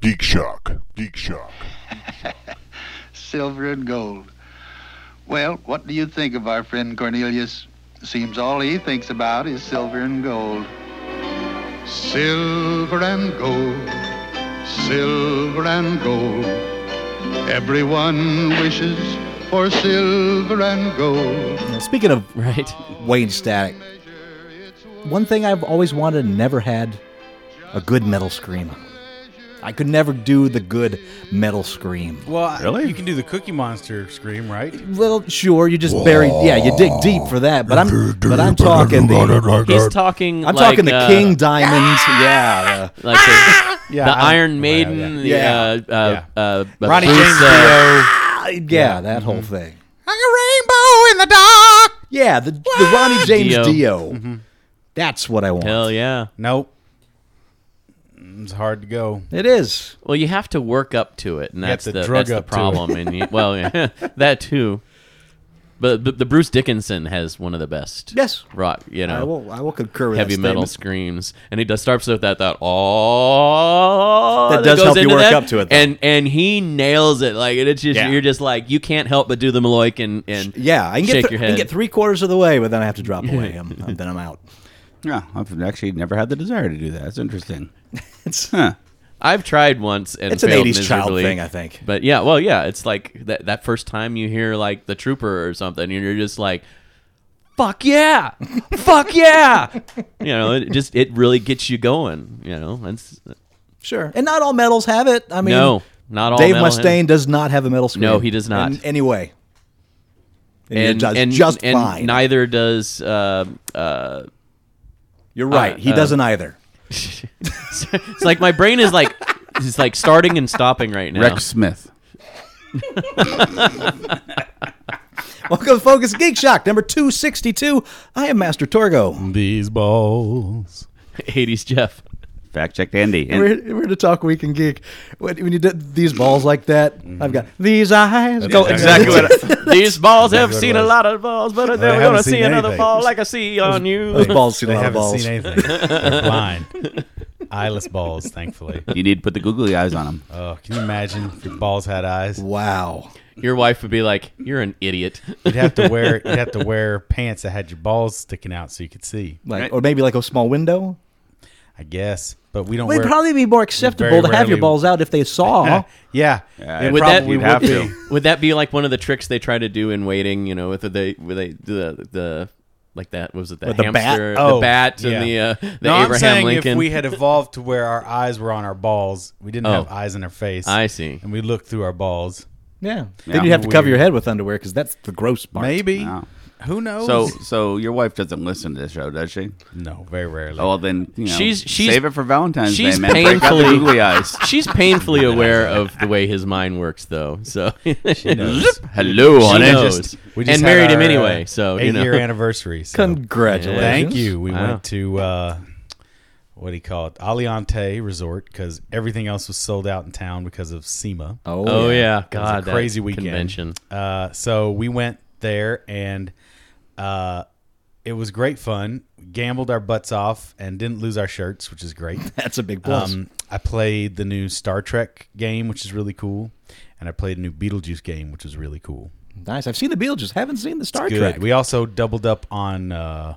Geek Shock. Geek Shock. Silver and gold. Well, what do you think of our friend Cornelius? Seems all he thinks about is silver and gold. Silver and gold, silver and gold. Everyone wishes for silver and gold. Now, speaking of right, Wayne Static. one thing I've always wanted and never had a good metal scream. I could never do the good metal scream. Well, I- Really? you can do the Cookie Monster scream, right? Well, sure, you just buried. Yeah, you dig deep for that. But I'm, but I'm talking the, He's talking. I'm like, talking the uh, King Diamonds. Yeah, the- like the, Oh, Yeah, the I'm- Iron Maiden. the, Yeah. uh, uh, uh, uh, Ronnie Bruce, James uh, Dio. yeah, that whole thing. Like a rainbow in the dark. Yeah, the, the Ronnie James Dio. Dio. That's what I want. Hell yeah. Nope. It's hard to go. It is. Well, you have to work up to it, and have that's to the drug that's the up to it. problem. and you, well, yeah, that too. But, but the Bruce Dickinson has one of the best. Yes. rock. You know, I will. I will concur with Oh. heavy that metal statement. screams, and he does starts with that that oh That does goes help you into work that, up to it, though. and and he nails it like and it's just you're just like you can't help but do the Maloik and and Yeah, I can, shake get th- your I head. can get three quarters of the way, but then I have to drop away. I'm, I'm- then I'm out. Yeah, I've actually never had the desire to do that. It's interesting. It's Huh. I've tried once and It's an failed 80s child miserably. thing, I think. But yeah, well, yeah, it's like that that first time you hear like the Trooper or something, and you're just like, "Fuck yeah, fuck yeah," you know. It just it really gets you going, you know. It's, Sure, and not all metals have it. I mean, no, not all. Dave metal Mustaine does not have a metal scream. No, he does not. In any way. And, and he does and, just and fine. Neither does uh, uh, You're right. he uh, doesn't either. it's like my brain is like it's like starting and stopping right now. Rex Smith. Welcome to Focus Geek Shock number 262. I am Master Mm-hmm. Torgo. These balls. 80s Jeff. Fact checked Andy. And We're, we're going to talk Week and Geek. When, when you did these balls like that, I've got these eyes. go exactly what I- These balls have seen a was. lot of balls, but they're haven't going to seen see another anything. ball like I see on you. Those balls see a They lot of haven't balls. seen anything. They're blind. Eyeless balls, thankfully. you need to put the googly eyes on him. Oh, can you imagine if your balls had eyes? Wow. Your wife would be like, "You're an idiot." You'd have to wear you'd have to wear pants that had your balls sticking out so you could see. Like, or maybe like a small window. I guess, but we don't. It wear, would probably be more acceptable to have your rarely- balls out if they saw. yeah. it Would that, would, probably would have be. to. would that be like one of the tricks they try to do in waiting? You know, with the where they do the the like that what was it the the bat? hamster, Oh, the bat, and yeah. the uh, the no, Abraham I'm saying Lincoln? if we had evolved to where our eyes were on our balls, we didn't Oh. have eyes in our face. I see. and we looked through our balls. Yeah. Yeah. Then you'd have to cover your Weird. head with underwear because that's the gross part. Maybe. Wow. Who Oh, knows? Oh. So, so your wife doesn't listen to this show, does she? no, very rarely. Oh, well, then you know, She's- she's- save it for Valentine's she's Day, man. Break out the painfully- googly eyes. She's painfully aware of the way his mind works, though. So she knows. Hello, honey. knows. We just and had married him our, anyway. uh, so eight you know. year anniversary. so Congratulations. thank you. We Wow. went to uh, what do you call it, Aliante Resort, because everything else was sold out in town because of SEMA. Oh, Oh yeah. yeah, It was a God, that crazy weekend. convention. Uh, so we went there and uh, it was great fun. Gambled our butts off and didn't lose our shirts, which is great. That's a big plus. um, I played the new Star Trek game, which is really cool, and I played a new Beetlejuice game, which was really cool. nice. I've seen the Beetlejuice. Haven't seen the Star Good. Trek. We also doubled up on uh,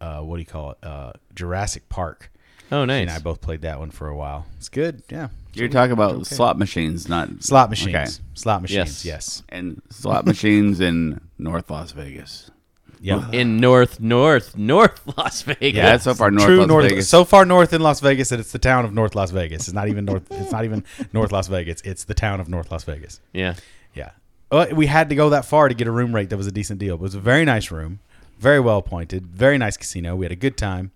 uh, what do you call it? Uh, Jurassic Park. Oh She And I nice. both played that one for a while. It's good. Yeah. You're talking about slot machines, not Slot machines. Okay. Slot Yes. machines. Yes. and slot machines in North Las Vegas. Yeah. In North, North, North Las Vegas. Yeah, that's so far north True Las north. Vegas. So far north in Las Vegas that it's the town of North Las Vegas. It's not even north. it's not even North Las Vegas. It's the town of North Las Vegas. yeah. Yeah. Well, we had to go that far to get a room rate that was a decent deal. But it was a very nice room, very well appointed, very nice casino. We had a good time.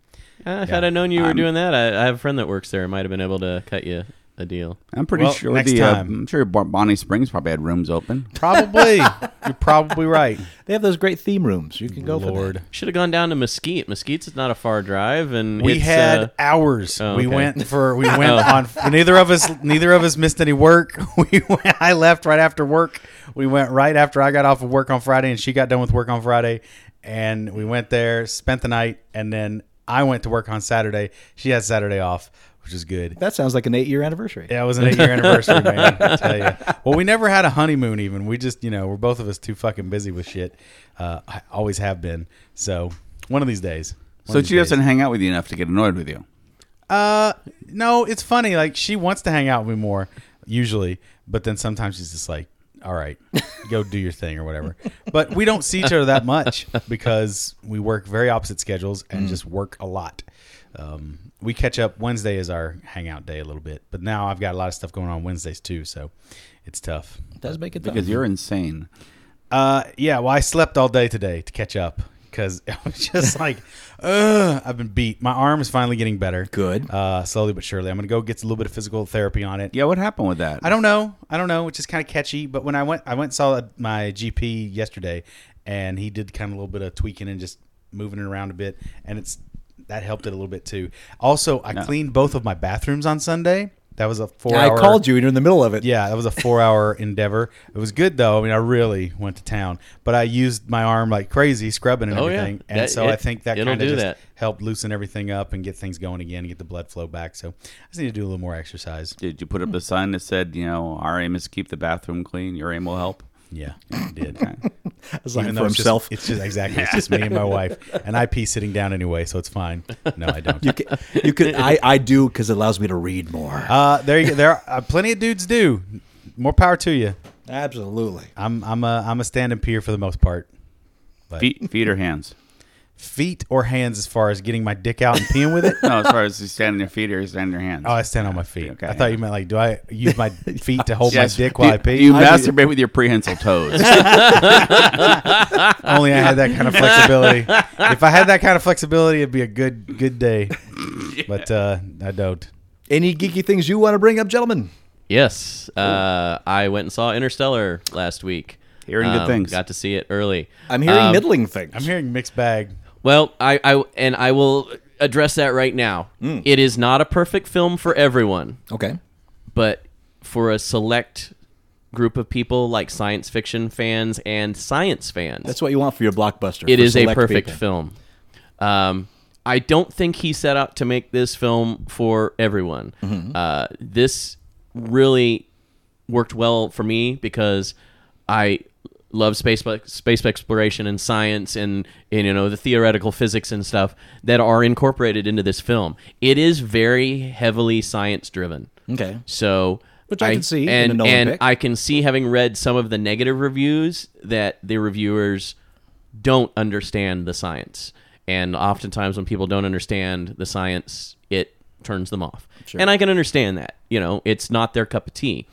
Uh, if I'd have known you were doing that, I, I have a friend that works there. I might have been able to cut you a deal. I'm pretty Well, sure next the uh, time. I'm sure Bon- Bonnie Springs probably had rooms open. Probably. You're probably right. they have those great theme rooms. You can go for Lord. that. Should have gone down to Mesquite. Mesquite's not a far drive, and We it's, had uh, hours. oh, We okay. Oh. went for we went on. Neither of us neither of us missed any work. We went, I left right after work. We went right after I got off of work on Friday, and she got done with work on Friday, and we went there, spent the night, and then I went to work on Saturday. She had Saturday off. which is good. That sounds like an eight year anniversary. Yeah, it was an eight year anniversary, man. I tell you. Well, we never had a honeymoon even. We just, you know, we're both of us too fucking busy with shit. Uh, I always have been. So one of these days. One So of these she doesn't days. hang out with you enough to get annoyed with you. Uh, no, it's funny. Like she wants to hang out with me more usually, but then sometimes she's just like, "All right, go do your thing" or whatever. But we don't see each other that much because we work very opposite schedules and just work a lot. Um, we catch up Wednesday is our hangout day a little bit, but now I've got a lot of stuff going on Wednesdays too, so it's tough. It does make it tough. Because you're insane. Uh, yeah. Well, I slept all day today to catch up because I was just like, ugh, I've been beat. My arm is finally getting better. Good. Uh, slowly but surely. I'm gonna go get a little bit of physical therapy on it. Yeah, what happened with that? I don't know. I don't know, which is kind of catchy. But when I went, I went and saw my GP yesterday, and he did kind of a little bit of tweaking and just moving it around a bit, and it's that helped it a little bit too. Also, I cleaned both of my bathrooms on Sunday. That was a four. I hour, called you and you're in the middle of it. yeah, that was a four hour endeavor. It was good though. I mean, I really went to town, but I used my arm like crazy, scrubbing and Oh, yeah. everything. And That- so I it- think that it'll kind of do just that. helped loosen everything up and get things going again, get the blood flow back. So I just need to do a little more exercise. Did you put up a sign that said, you know, our aim is to keep the bathroom clean. Your aim will help. Yeah, I did. It's like Even for though it's just- himself. it's just exactly. It's just me and my wife, and I pee sitting down anyway, so it's fine. No, I don't. you can, you can I, I do because it allows me to read more. Uh, there, you, there are uh, plenty of dudes do. More power to you. Absolutely. I'm, I'm a, I'm a standing peer for the most part. Feet, feet or hands? Feet or hands, as far as getting my dick out and peeing with it. No, as far as you stand on your feet or you stand on your hands. Oh, I stand on my feet. Okay. I thought you meant like, do I use my feet to hold Yes. my dick while I you, pee? You masturbate with your prehensile toes. Only I had that kind of flexibility. if I had that kind of flexibility, it'd be a good good day. But uh, I don't. Any geeky things you want to bring up, gentlemen? Yes, uh, I went and saw Interstellar last week. Um, Hearing good things. Got to see it early. I'm hearing Um, middling things. I'm hearing mixed bag. Well, I, I and I will address that right now. It is not a perfect film for everyone, Okay. but for a select group of people like science fiction fans and science fans, That's what you want for your blockbuster. it for is a select perfect people. film. Um, I don't think he set out to make this film for everyone. Mm-hmm. Uh, this really worked well for me because I love space space exploration and science and, and you know the theoretical physics and stuff that are incorporated into this film. It is very heavily science driven. Okay. Um, So Which I can see in and a Nolan and pick. I can see having read some of the negative reviews that the reviewers don't understand the science, and oftentimes when people don't understand the science, it turns them off. And I can understand that. You know, it's not their cup of tea,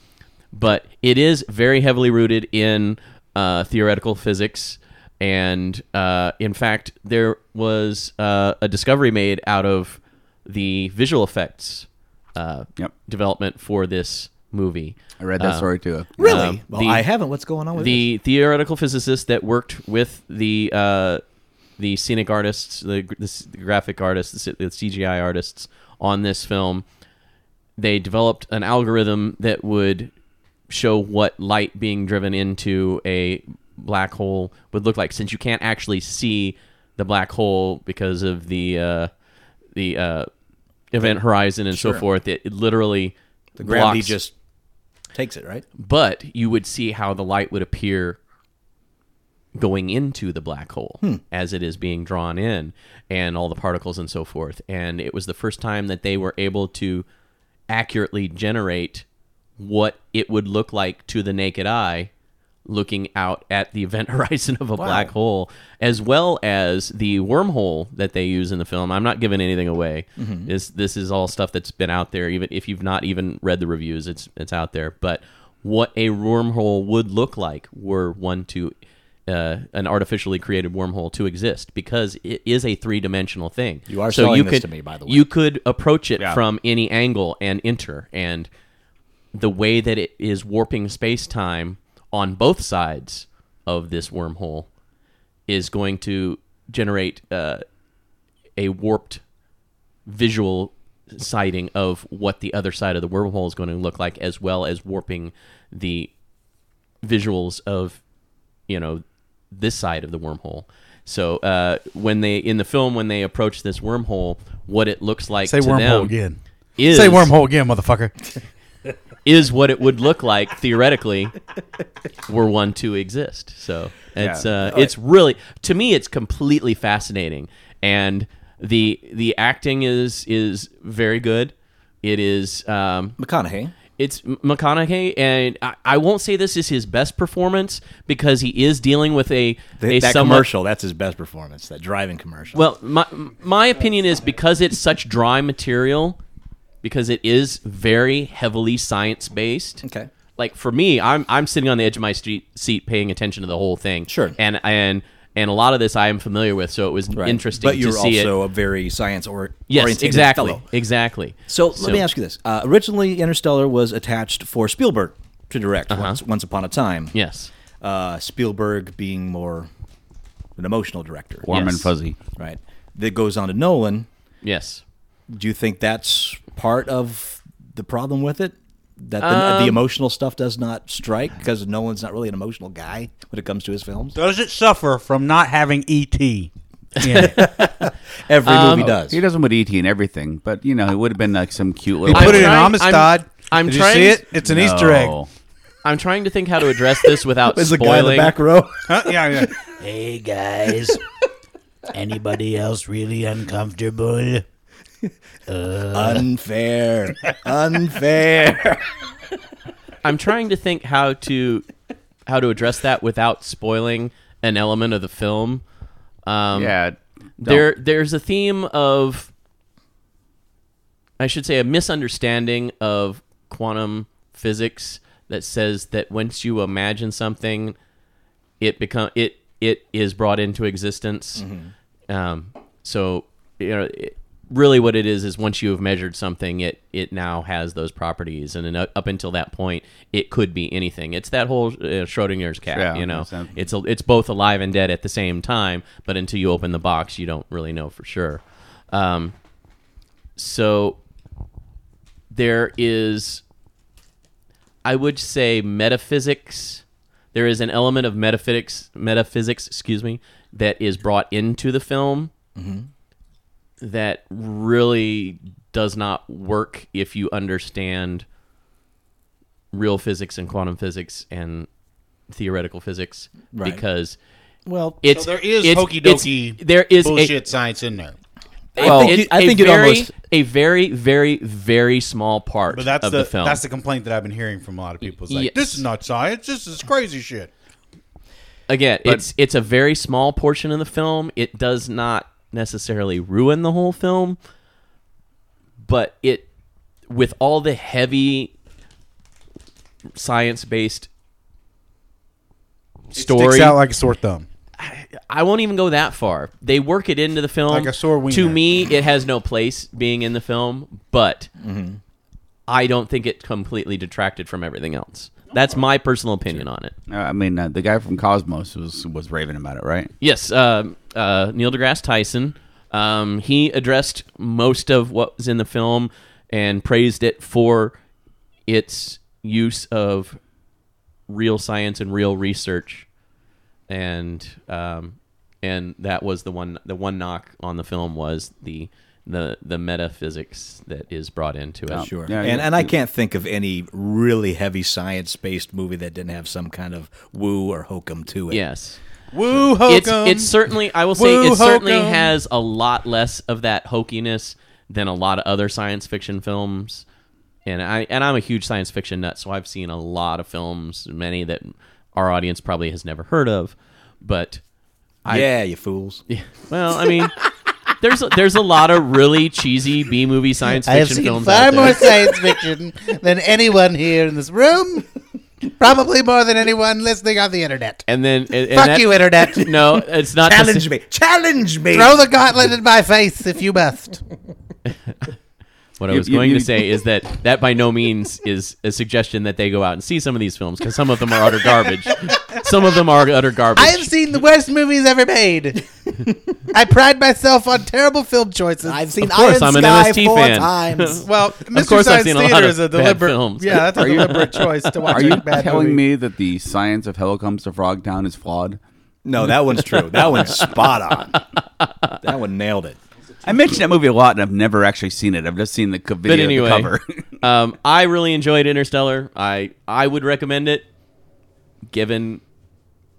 but it is very heavily rooted in uh, theoretical physics. And uh, in fact, there was uh, a discovery made out of the visual effects uh, Yep. development for this movie. I read Uh, that story too. Really? Um, well, the- I haven't. What's going on with this? The theoretical physicist that worked with the uh, the scenic artists, the, the, s- the graphic artists, the, c- the CGI artists on this film, they developed an algorithm that would show what light being driven into a black hole would look like, since you can't actually see the black hole because of the uh, the uh, event horizon and so forth. It, it literally the Gravity just takes it, right? but you would see how the light would appear going into the black hole as it is being drawn in and all the particles and so forth and it was the first time that they were able to accurately generate what it would look like to the naked eye looking out at the event horizon of a black hole as well as the wormhole that they use in the film i'm not giving anything away this this is all stuff that's been out there even if you've not even read the reviews it's it's out there but what a wormhole would look like were one to uh, an artificially created wormhole to exist because it is a three-dimensional thing You are selling this to me, by the way. you could approach it Yeah. from any angle and enter and the way that it is warping space time on both sides of this wormhole is going to generate uh, a warped visual sighting of what the other side of the wormhole is going to look like, as well as warping the visuals of you know this side of the wormhole. So uh, when they in the film when they approach this wormhole, what it looks like Say to wormhole them again. is Say wormhole again, motherfucker. is what it would look like theoretically were one to exist. So it's Yeah. uh, it's really to me it's completely fascinating, and the the acting is is very good. It is um, McConaughey. it's McConaughey, and I, I won't say this is his best performance because he is dealing with a Th- a that somewhat commercial, that's his best performance. That driving commercial. well, my my opinion is because it's such dry material, because it is very heavily science based. Okay. Like for me, I'm I'm sitting on the edge of my street seat, paying attention to the whole thing. Sure. And and and a lot of this I am familiar with, so it was Right. interesting But you're to see also it. a very science or Yes, orientated exactly, fellow. exactly. So, let me ask you this: uh, originally, Interstellar was attached for Spielberg to direct Uh-huh. once, once upon a time. Yes. Uh, Spielberg being more an emotional director, Warm Yes. and fuzzy. right? That goes on to Nolan. Yes. Do you think that's part of the problem with it? That the, Um, the emotional stuff does not strike because Nolan's not really an emotional guy when it comes to his films. Does it suffer from not having E ET? Every Um, movie does. He doesn't with ET and everything, but you know, it would have been like some cute little. Put it in trying- I'm- Amistad. I'm Did trying- you see it? It's an Easter egg. No. I'm trying to think how to address this without There's a spoiling. guy in the back row. Huh? Yeah, yeah. Hey guys, anybody else really uncomfortable? uh, unfair, unfair. I'm trying to think how to how to address that without spoiling an element of the film. Um, Yeah. don't- there there's a theme of I should say a misunderstanding of quantum physics that says that once you imagine something, it become it it is brought into existence. Um, so you know, it, really, what it is is once you have measured something, it it now has those properties, and then u- up until that point, it could be anything. It's that whole uh, Schrodinger's cat, Yeah, you know. understand. It's a, it's both alive and dead at the same time, but until you open the box, you don't really know for sure. Um, so there is I would say metaphysics. There is an element of metaphysics, metaphysics, excuse me, that is brought into the film Mm-hmm. that really does not work if you understand real physics and quantum physics and theoretical physics Right. because Well, it's there is it's- hokey-dokey it's- there is a- Bullshit science in there. a, Well, it's I a think it very, almost- a very very very small part But that's of the, the, film that's the complaint that I've been hearing from a lot of people. It's like Yes. this is not science. This is crazy shit. again it's it's a very small portion of the film it does not necessarily ruin the whole film but it with all the heavy science based Sticks story out like a sore thumb. I won't even go that far. They work it into the film. Like a sore wiener. To me, it has no place being in the film, but Mm-hmm. I don't think it completely detracted from everything else. That's my personal opinion on it. Uh, I mean, uh, the guy from Cosmos was was raving about it, right? Yes, um uh, Neil deGrasse Tyson. Um, he addressed most of what was in the film and praised it for its use of real science and real research, and um, and that was the one the one knock on the film was the the the metaphysics that is brought into it. Sure. Yeah, and yeah. and I can't think of any really heavy science based movie that didn't have some kind of woo or hokum to it. Yes. Woo it's hokum. it's certainly I will say Woo it certainly hokum. has a lot less of that hokiness than a lot of other science fiction films. And I and I'm a huge science fiction nut, so I've seen a lot of films, many that our audience probably has never heard of. But yeah, you fools. well, I mean, there's a, there's a lot of really cheesy B movie science I have fiction seen films. far out there. more science fiction than anyone here in this room. Probably more than anyone listening on the internet. and then and, and Fuck that- you, internet. No, it's not. the sa- Challenge me! Challenge me! Throw the gauntlet in my face if you must. What I You- was you- going you- to say is that that by no means is a suggestion that they go out and see some of these films because some of them are utter garbage. some of them are utter garbage. I have seen the worst movies ever made. I pride myself on terrible film choices. I've seen Of course, Iron I'm an Sky MST four fan. times. well, Mr. course I've Science seen a lot Theater of is a bad deliberate films. Yeah, that's a deliberate choice to watch. Are you a bad telling movie. me that the science of Helicums to Frogtown is flawed? No, that one's true. That one's spot on. That one nailed it. I mention that movie a lot, and I've never actually seen it. I've just seen the co- video But of the anyway, cover. um, I really enjoyed Interstellar. I I would recommend it, given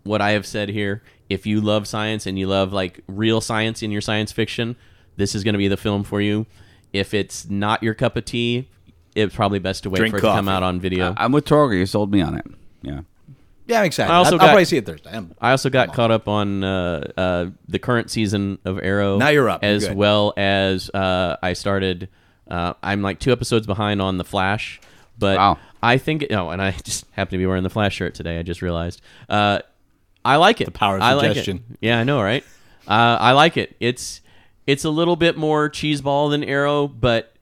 what I have said here. If you love science and you love like real science in your science fiction, this is going to be the film for you. If it's not your cup of tea, it's probably best to wait Drink for it to come coffee. out on video. I, I'm with Torger. You sold me on it. Yeah. Yeah, I'm excited. I I also will got- probably see it Thursday. I'm- also got caught up on uh, uh, the current season of Arrow. Now you're up. You're as good. well as uh, I started. Uh, I'm like two episodes behind on The Flash, but Wow. I think oh, and I just happen to be wearing the Flash shirt today. I just realized. Uh, I like it. The power of I like it. suggestion. Yeah, I know, right? Uh, I like it. It's it's a little bit more cheeseball than Arrow, but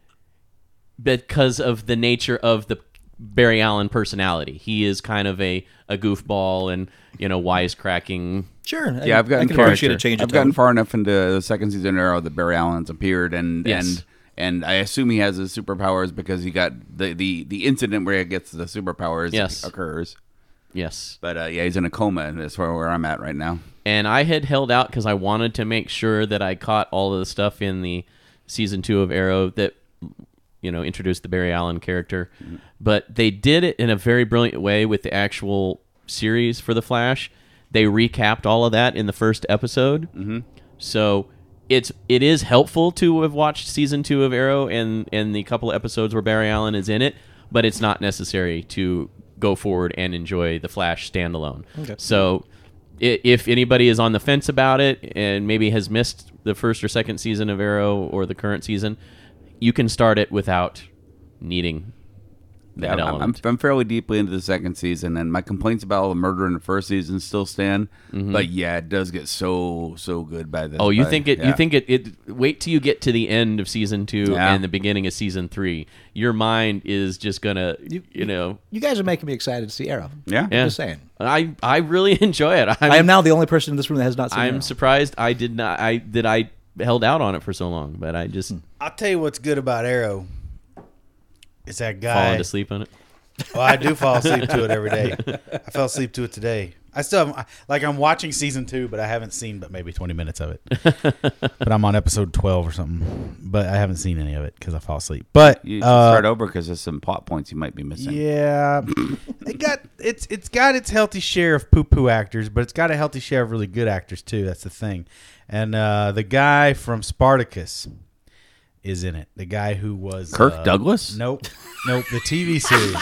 because of the nature of the Barry Allen personality, he is kind of a a goofball and you know wisecracking. sure. Yeah, I've gotten I can far. appreciate a change of I've gotten tone. far enough into the second season of Arrow that Barry Allen's appeared, and Yes. and and I assume he has his superpowers because he got the the the incident where he gets the superpowers Yes. occurs. Yes, But uh, yeah, he's in a coma. That's where, where I'm at right now. and I had held out because I wanted to make sure that I caught all of the stuff in the season two of Arrow that you know introduced the Barry Allen character, but they did it in a very brilliant way with the actual series for the Flash. They recapped all of that in the first episode, mm-hmm. so it's it is helpful to have watched season two of Arrow and and the couple of episodes where Barry Allen is in it, but it's not necessary to go forward and enjoy the Flash standalone. So i- if anybody is on the fence about it and maybe has missed the first or second season of Arrow or the current season, you can start it without needing Yeah, that I'm- I'm, I'm, element. fairly deeply into the second season, and my complaints about all the murder in the first season still stand. But yeah, it does get so so good by the. Mm-hmm. oh, you by- think it? yeah. You think it, it? Wait till you get to the end of season two Yeah. and the beginning of season three. Your mind is just gonna, you, know. You guys are making me excited to see Arrow. Yeah. Yeah. just saying. I I really enjoy it. I'm, I am now the only person in this room that has not seen I'm Arrow. surprised I did not. I that I held out on it for so long, but I just I'll tell you what's good about Arrow. It's that guy. fallen asleep on it. Well, I do fall asleep to it every day. I fell asleep to it today. I still haven't, like I'm watching season two, but I haven't seen but maybe 20 minutes of it. but I'm on episode 12 or something. But I haven't seen any of it because I fall asleep. But You should uh, start over because there's some plot points you might be missing. yeah, it got it's it's got its healthy share of poo poo actors, but it's got a healthy share of really good actors too. That's the thing. And uh, the guy from Spartacus is in it. The guy who was Kirk uh, Douglas? Nope, nope. The TV series.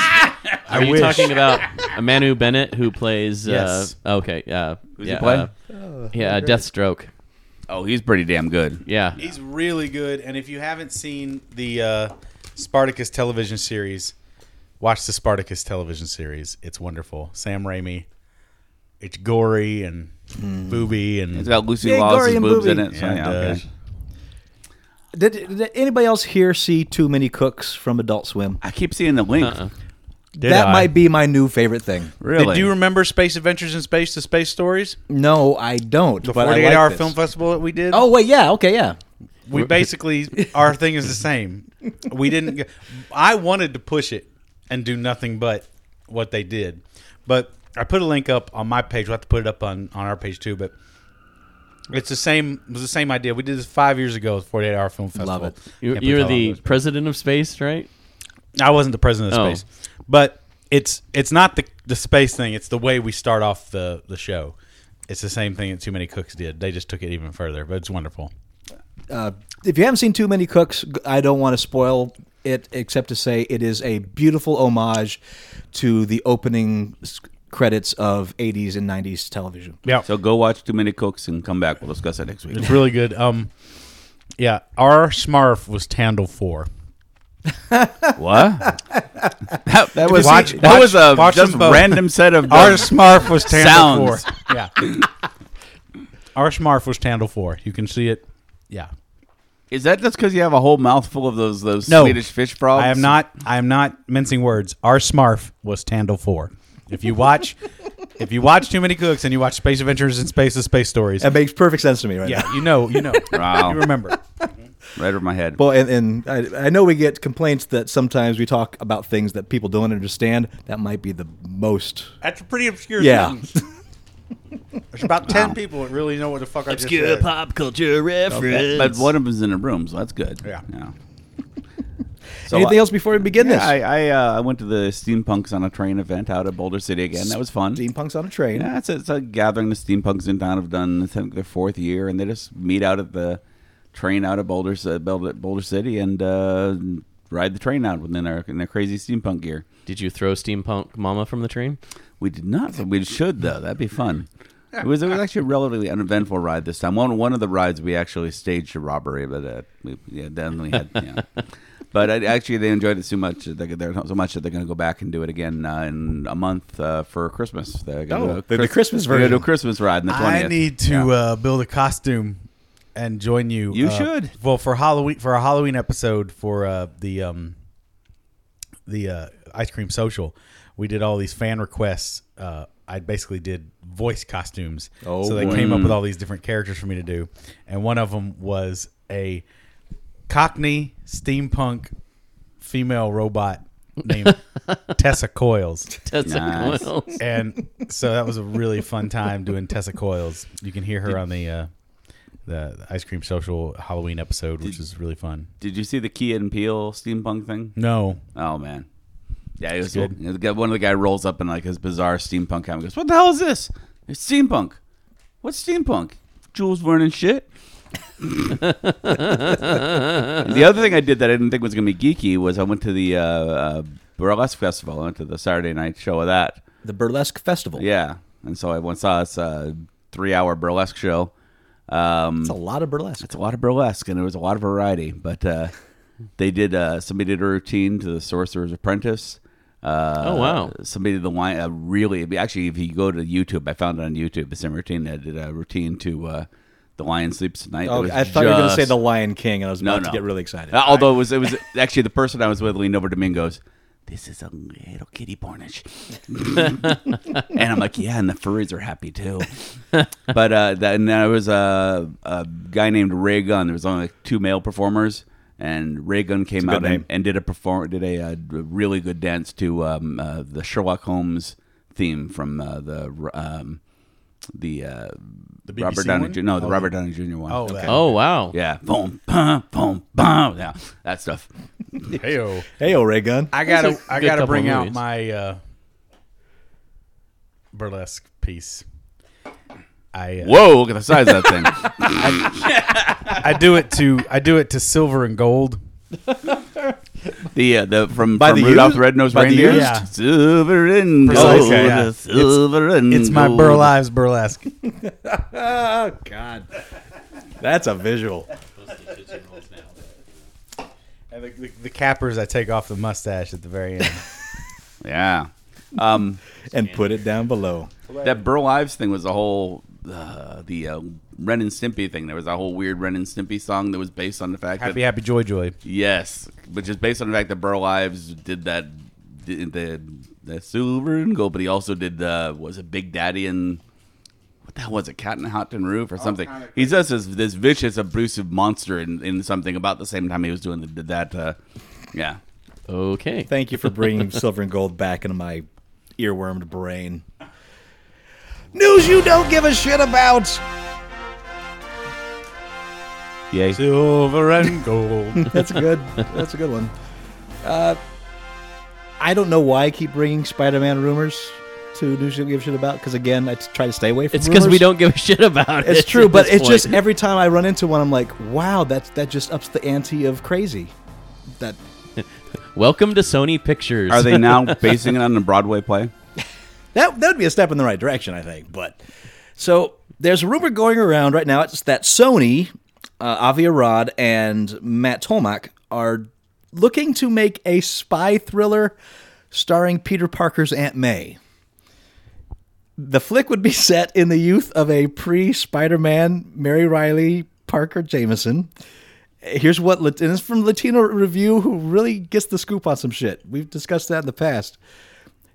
Are you talking about Manu Bennett who plays? Yes. Uh, okay. Uh, Who's he play? yeah, uh, Deathstroke. Oh, he's pretty damn good. Yeah. He's really good, and if you haven't seen the uh, Spartacus television series, watch the Spartacus television series. It's wonderful. Sam Raimi. It's gory and booby and It's got Lucy Yeah, Lawless Gorian boobs in movie. it. So, And, yeah, uh, okay. Did, did anybody else here see Too Many Cooks from Adult Swim? I keep seeing the link. Uh-uh. Did that I? might be my new favorite thing. Really? Did you remember Space Adventures in Space, the Space Stories? No, I don't. The but I 48 like hour this. film festival that we did? Oh wait, yeah, okay, yeah. we basically, our thing is the same. We didn't, g- I wanted to push it and do nothing but what they did. But I put a link up on my page. We'll have to put it up on, on our page too. But it's the same, it was the same idea. We did this five years ago, the 48 hour film festival. Love it. You, Can't believe you're how long it the was. president of space, right? I wasn't the president of Oh. space, but it's it's not the the space thing. It's the way we start off the the show. It's the same thing that Too Many Cooks did. They just took it even further, but it's wonderful. If you haven't seen Too Many Cooks, g- I don't want to spoil it except to say it is a beautiful homage to the opening s- credits of 80s and 90s television. Yeah, So go watch Too Many Cooks and come back. We'll discuss that next week. it's really good. Um, yeah, our Smarf was Tandle Four. what? that, that was Watch- that watch- was a watch just them both. random set of Our Smarf was Tandle Sounds. Four. Yeah, our Smarf was Tandle Four. You can see it. Yeah, Is that just because you have a whole mouthful of those those No. Swedish fish frogs? I am not. I am not mincing words. Our Smarf was Tandle Four. If you watch, if you watch Too Many Cooks and you watch Space Adventures in Space: The Space Stories, That makes perfect sense to me right now. yeah, you know, you know, Wow. you remember. right over my head. Well, and, and I, I know we get complaints that sometimes we talk about things that people don't understand. That might be the most. That's a pretty obscure. Yeah. There's about ten people that really know what the fuck I just said. pop culture reference. But one of them's in a room, so that's good. Yeah. So Anything I- else before we begin Yeah, this? I I, uh, I went to the Steampunks on a Train event out at Boulder City again. That was fun. Steampunk's on a train. Yeah, it's a, it's a gathering the steampunks in town have done I think their fourth year, and they just meet out at the train out of Boulder, Ci- Boulder Boulder City and uh, ride the train out within their in their crazy steampunk gear. Did you throw steampunk mama from the train? We did not. but We should though. That'd be fun. It was it was actually a relatively uneventful ride this time. One one of the rides we actually staged a robbery, but uh, we yeah definitely had. Yeah. But I, actually, they enjoyed it so much. that They, they're so much that they're going to go back and do it again uh, in a month uh, for Christmas. They're gonna do a Oh, the- the Chris- Christmas they're gonna version. do a Christmas ride in the twentieth. I need to uh, build a costume and join you. You uh, should. Well, for Halloween, for our Halloween episode for uh, the um, the uh, ice cream social, we did all these fan requests. Uh, I basically did voice costumes. Oh, so they came Mm. up with all these different characters for me to do, and one of them was a Cockney steampunk female robot named Tessa Coils. That's Nice. and so that was a really fun time doing Tessa Coils. You can hear her on the uh, the the ice cream social Halloween episode, which is really fun. Did you see the Key and Peel steampunk thing? No, Oh man, yeah, it was good. you know, the guy- One of the guy rolls up in like his bizarre steampunk hat and goes, "What the hell is this? It's steampunk. What's steampunk? Jules Verne and shit." the other thing I did that I didn't think was going to be geeky was I went to the uh, uh, burlesque festival. I went to the Saturday night show of that. The Burlesque Festival. Yeah, and so I once saw this uh, three-hour burlesque show. Um, It's a lot of burlesque. it's a lot of burlesque and there was a lot of variety but uh, they did uh, somebody did a routine to the sorcerer's apprentice uh, Oh, wow. somebody did the wine uh, really actually if you go to youtube i found it on youtube the same routine that did a routine to uh, the lion sleeps tonight Oh, It was I thought you were going to say just- The Lion King, and I was No, about no. to get really excited. Uh, although it was it was actually the person i was with leaned over to me and goes this is a little kitty pornish and i'm like yeah and the furries are happy too but uh, that, and there was a, a guy named Ray Gunn. There was only like two male performers, and Ray Gunn came a good out and, name. and did a perform did a, uh really good dance to um, uh, the Sherlock Holmes theme from uh, the um, the, uh, BBC Robert Downey one? Jr. No, the Oh, Robert Downey Jr. one. Oh, that. Oh wow. yeah, boom, boom, boom, boom. Yeah, that stuff. Heyo. Hey, oh, Ray Gun. I gotta I good gotta couple bring of out movies. my uh, burlesque piece. I uh, Whoa, look at the size of that thing. I do it to I do it to silver and gold. The uh, the from By from the Rudolph used? the Red Nosed By the Reindeer. used? Yeah. Silver and Precisely, gold, yeah. It's- silver and It's my gold. burlesque burlesque. Oh, God. That's a visual. And the, the, the cappers I take off the mustache at the very end. Yeah. Um, And put it down below. that Burl Ives thing was a whole uh, the uh, Ren and Stimpy thing. There was a whole weird Ren and Stimpy song that was based on the fact happy that happy joy joy. yes, which is based on the fact that Burl Ives did that did the the silver and gold, but he also did uh, was it Big Daddy and. What the hell was it? Cat in a Hot Tin Roof or something? He's just this, this vicious, abusive monster in, in something about the same time he was doing the, that. Uh, yeah. Okay. Thank you for bringing silver and gold back into my earwormed brain. News you don't give a shit about. Yay. Silver and gold. That's a good. That's a good one. Uh, I don't know why I keep bringing Spider-Man rumors to news you don't give a shit about. Because again, I t- try to stay away from. It's because we rumors. don't give a shit about it. It's true, at but this it's just point. every time I run into one, I'm like, wow, that's that just ups the ante of crazy. That welcome to Sony Pictures. Are they now basing it on a Broadway play? that that would be a step in the right direction, I think. But so there's a rumor going around right now. It's that Sony, uh, Avi Arad, and Matt Tolmach are looking to make a spy thriller starring Peter Parker's Aunt May. The flick would be set in the youth of a pre-Spider-Man Mary Riley Parker Jameson. Here's what Lat- and it's from Latino Review, who really gets the scoop on some shit. We've discussed that in the past.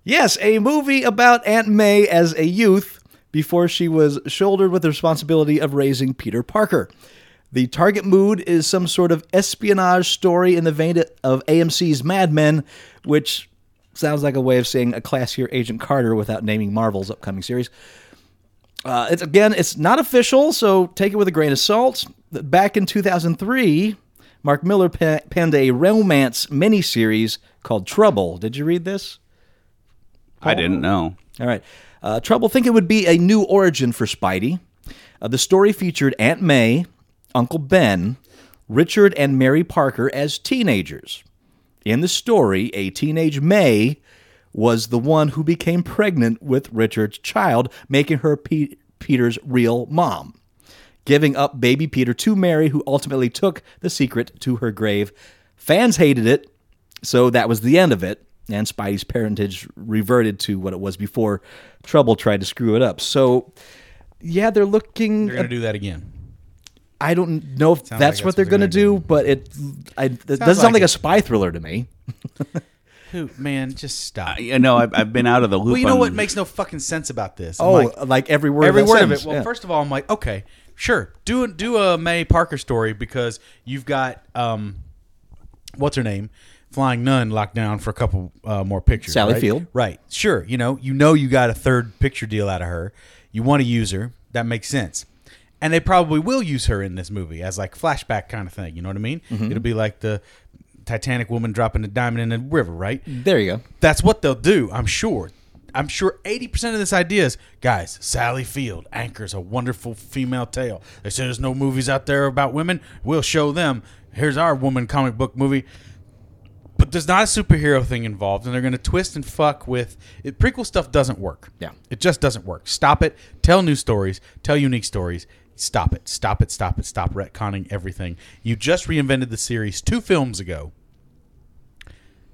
Yes, a movie about Aunt May as a youth before she was shouldered with the responsibility of raising Peter Parker. The target mood is some sort of espionage story in the vein of AMC's Mad Men, which sounds like a way of saying a classier Agent Carter without naming Marvel's upcoming series. Uh, it's again, it's not official, so take it with a grain of salt. Back in 2003, Mark Miller pe- penned a romance miniseries called Trouble. Did you read this? I didn't Oh. know. All right. Uh, Trouble think it would be a new origin for Spidey. Uh, the story featured Aunt May, Uncle Ben, Richard, and Mary Parker as teenagers. In the story, a teenage May was the one who became pregnant with Richard's child, making her Pe- Peter's real mom, giving up baby Peter to Mary, who ultimately took the secret to her grave. Fans hated it, so that was the end of it, and Spidey's parentage reverted to what it was before Trouble tried to screw it up. So, yeah, they're looking. They're gonna do that again. I don't know if that's, like what they're going to do, but it, I, it doesn't sound like like it. a spy thriller to me. Who man, just stop. You know, I've, I've been out of the loop. Well, you know on- what makes no fucking sense about this? I'm Oh, like, like, every word, every of that word of it. sentence, Well, yeah. first of all, I'm like, okay, sure, do do a May Parker story because you've got um, what's her name, Flying Nun locked down for a couple uh, more pictures. Sally right? Field. right? Sure, you know, you know, you got a third picture deal out of her. You want to use her. That makes sense. And they probably will use her in this movie as like flashback kind of thing. You know what I mean? Mm-hmm. It'll be like the Titanic woman dropping a diamond in the river, right? there you go. That's what they'll do, I'm sure. I'm sure 80% of this idea is guys, Sally Field anchors a wonderful female tale. They say there's no movies out there about women. We'll show them. Here's our woman comic book movie. But there's not a superhero thing involved, and they're going to twist and fuck with it. Prequel stuff doesn't work. Yeah. It just doesn't work. Stop it. Tell new stories. Tell unique stories. Stop it. Stop it. Stop it. Stop retconning everything. You just reinvented the series two films ago.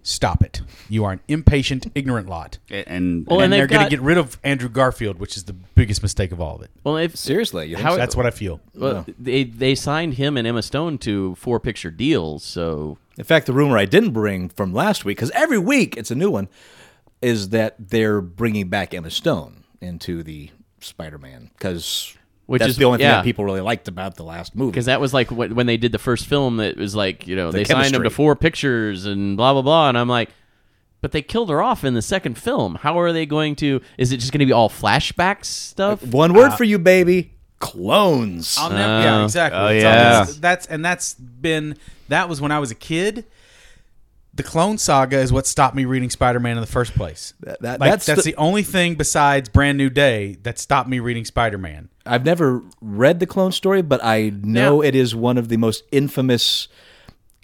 Stop it. You are an impatient, ignorant lot. And, and Well, And, And they're they've going got- to get rid of Andrew Garfield, which is the biggest mistake of all of it. Well, if Seriously, you think How- so? That's what I feel. well, they they signed him and Emma Stone to four picture deals, so In fact, the rumor I didn't bring from last week, because every week it's a new one, is that they're bringing back Emma Stone into the Spider-Man because Which that's is- the only thing yeah. that people really liked about the last movie. because that was like wh- when they did the first film that was like you know they signed him to chemistry. four pictures and blah blah blah and i'm like but they killed her off in the second film how are they going to is it just going to be all flashback stuff One word for you, baby: clones. um, I'll never, yeah, exactly. oh, It's yeah. always- that's and that's been that was when I was a kid. The Clone Saga is what stopped me reading Spider-Man in the first place. That- that- Like, that's that's the- the, only thing besides Brand New Day that stopped me reading Spider-Man. I've never read the clone story, but I know it is one of the most infamous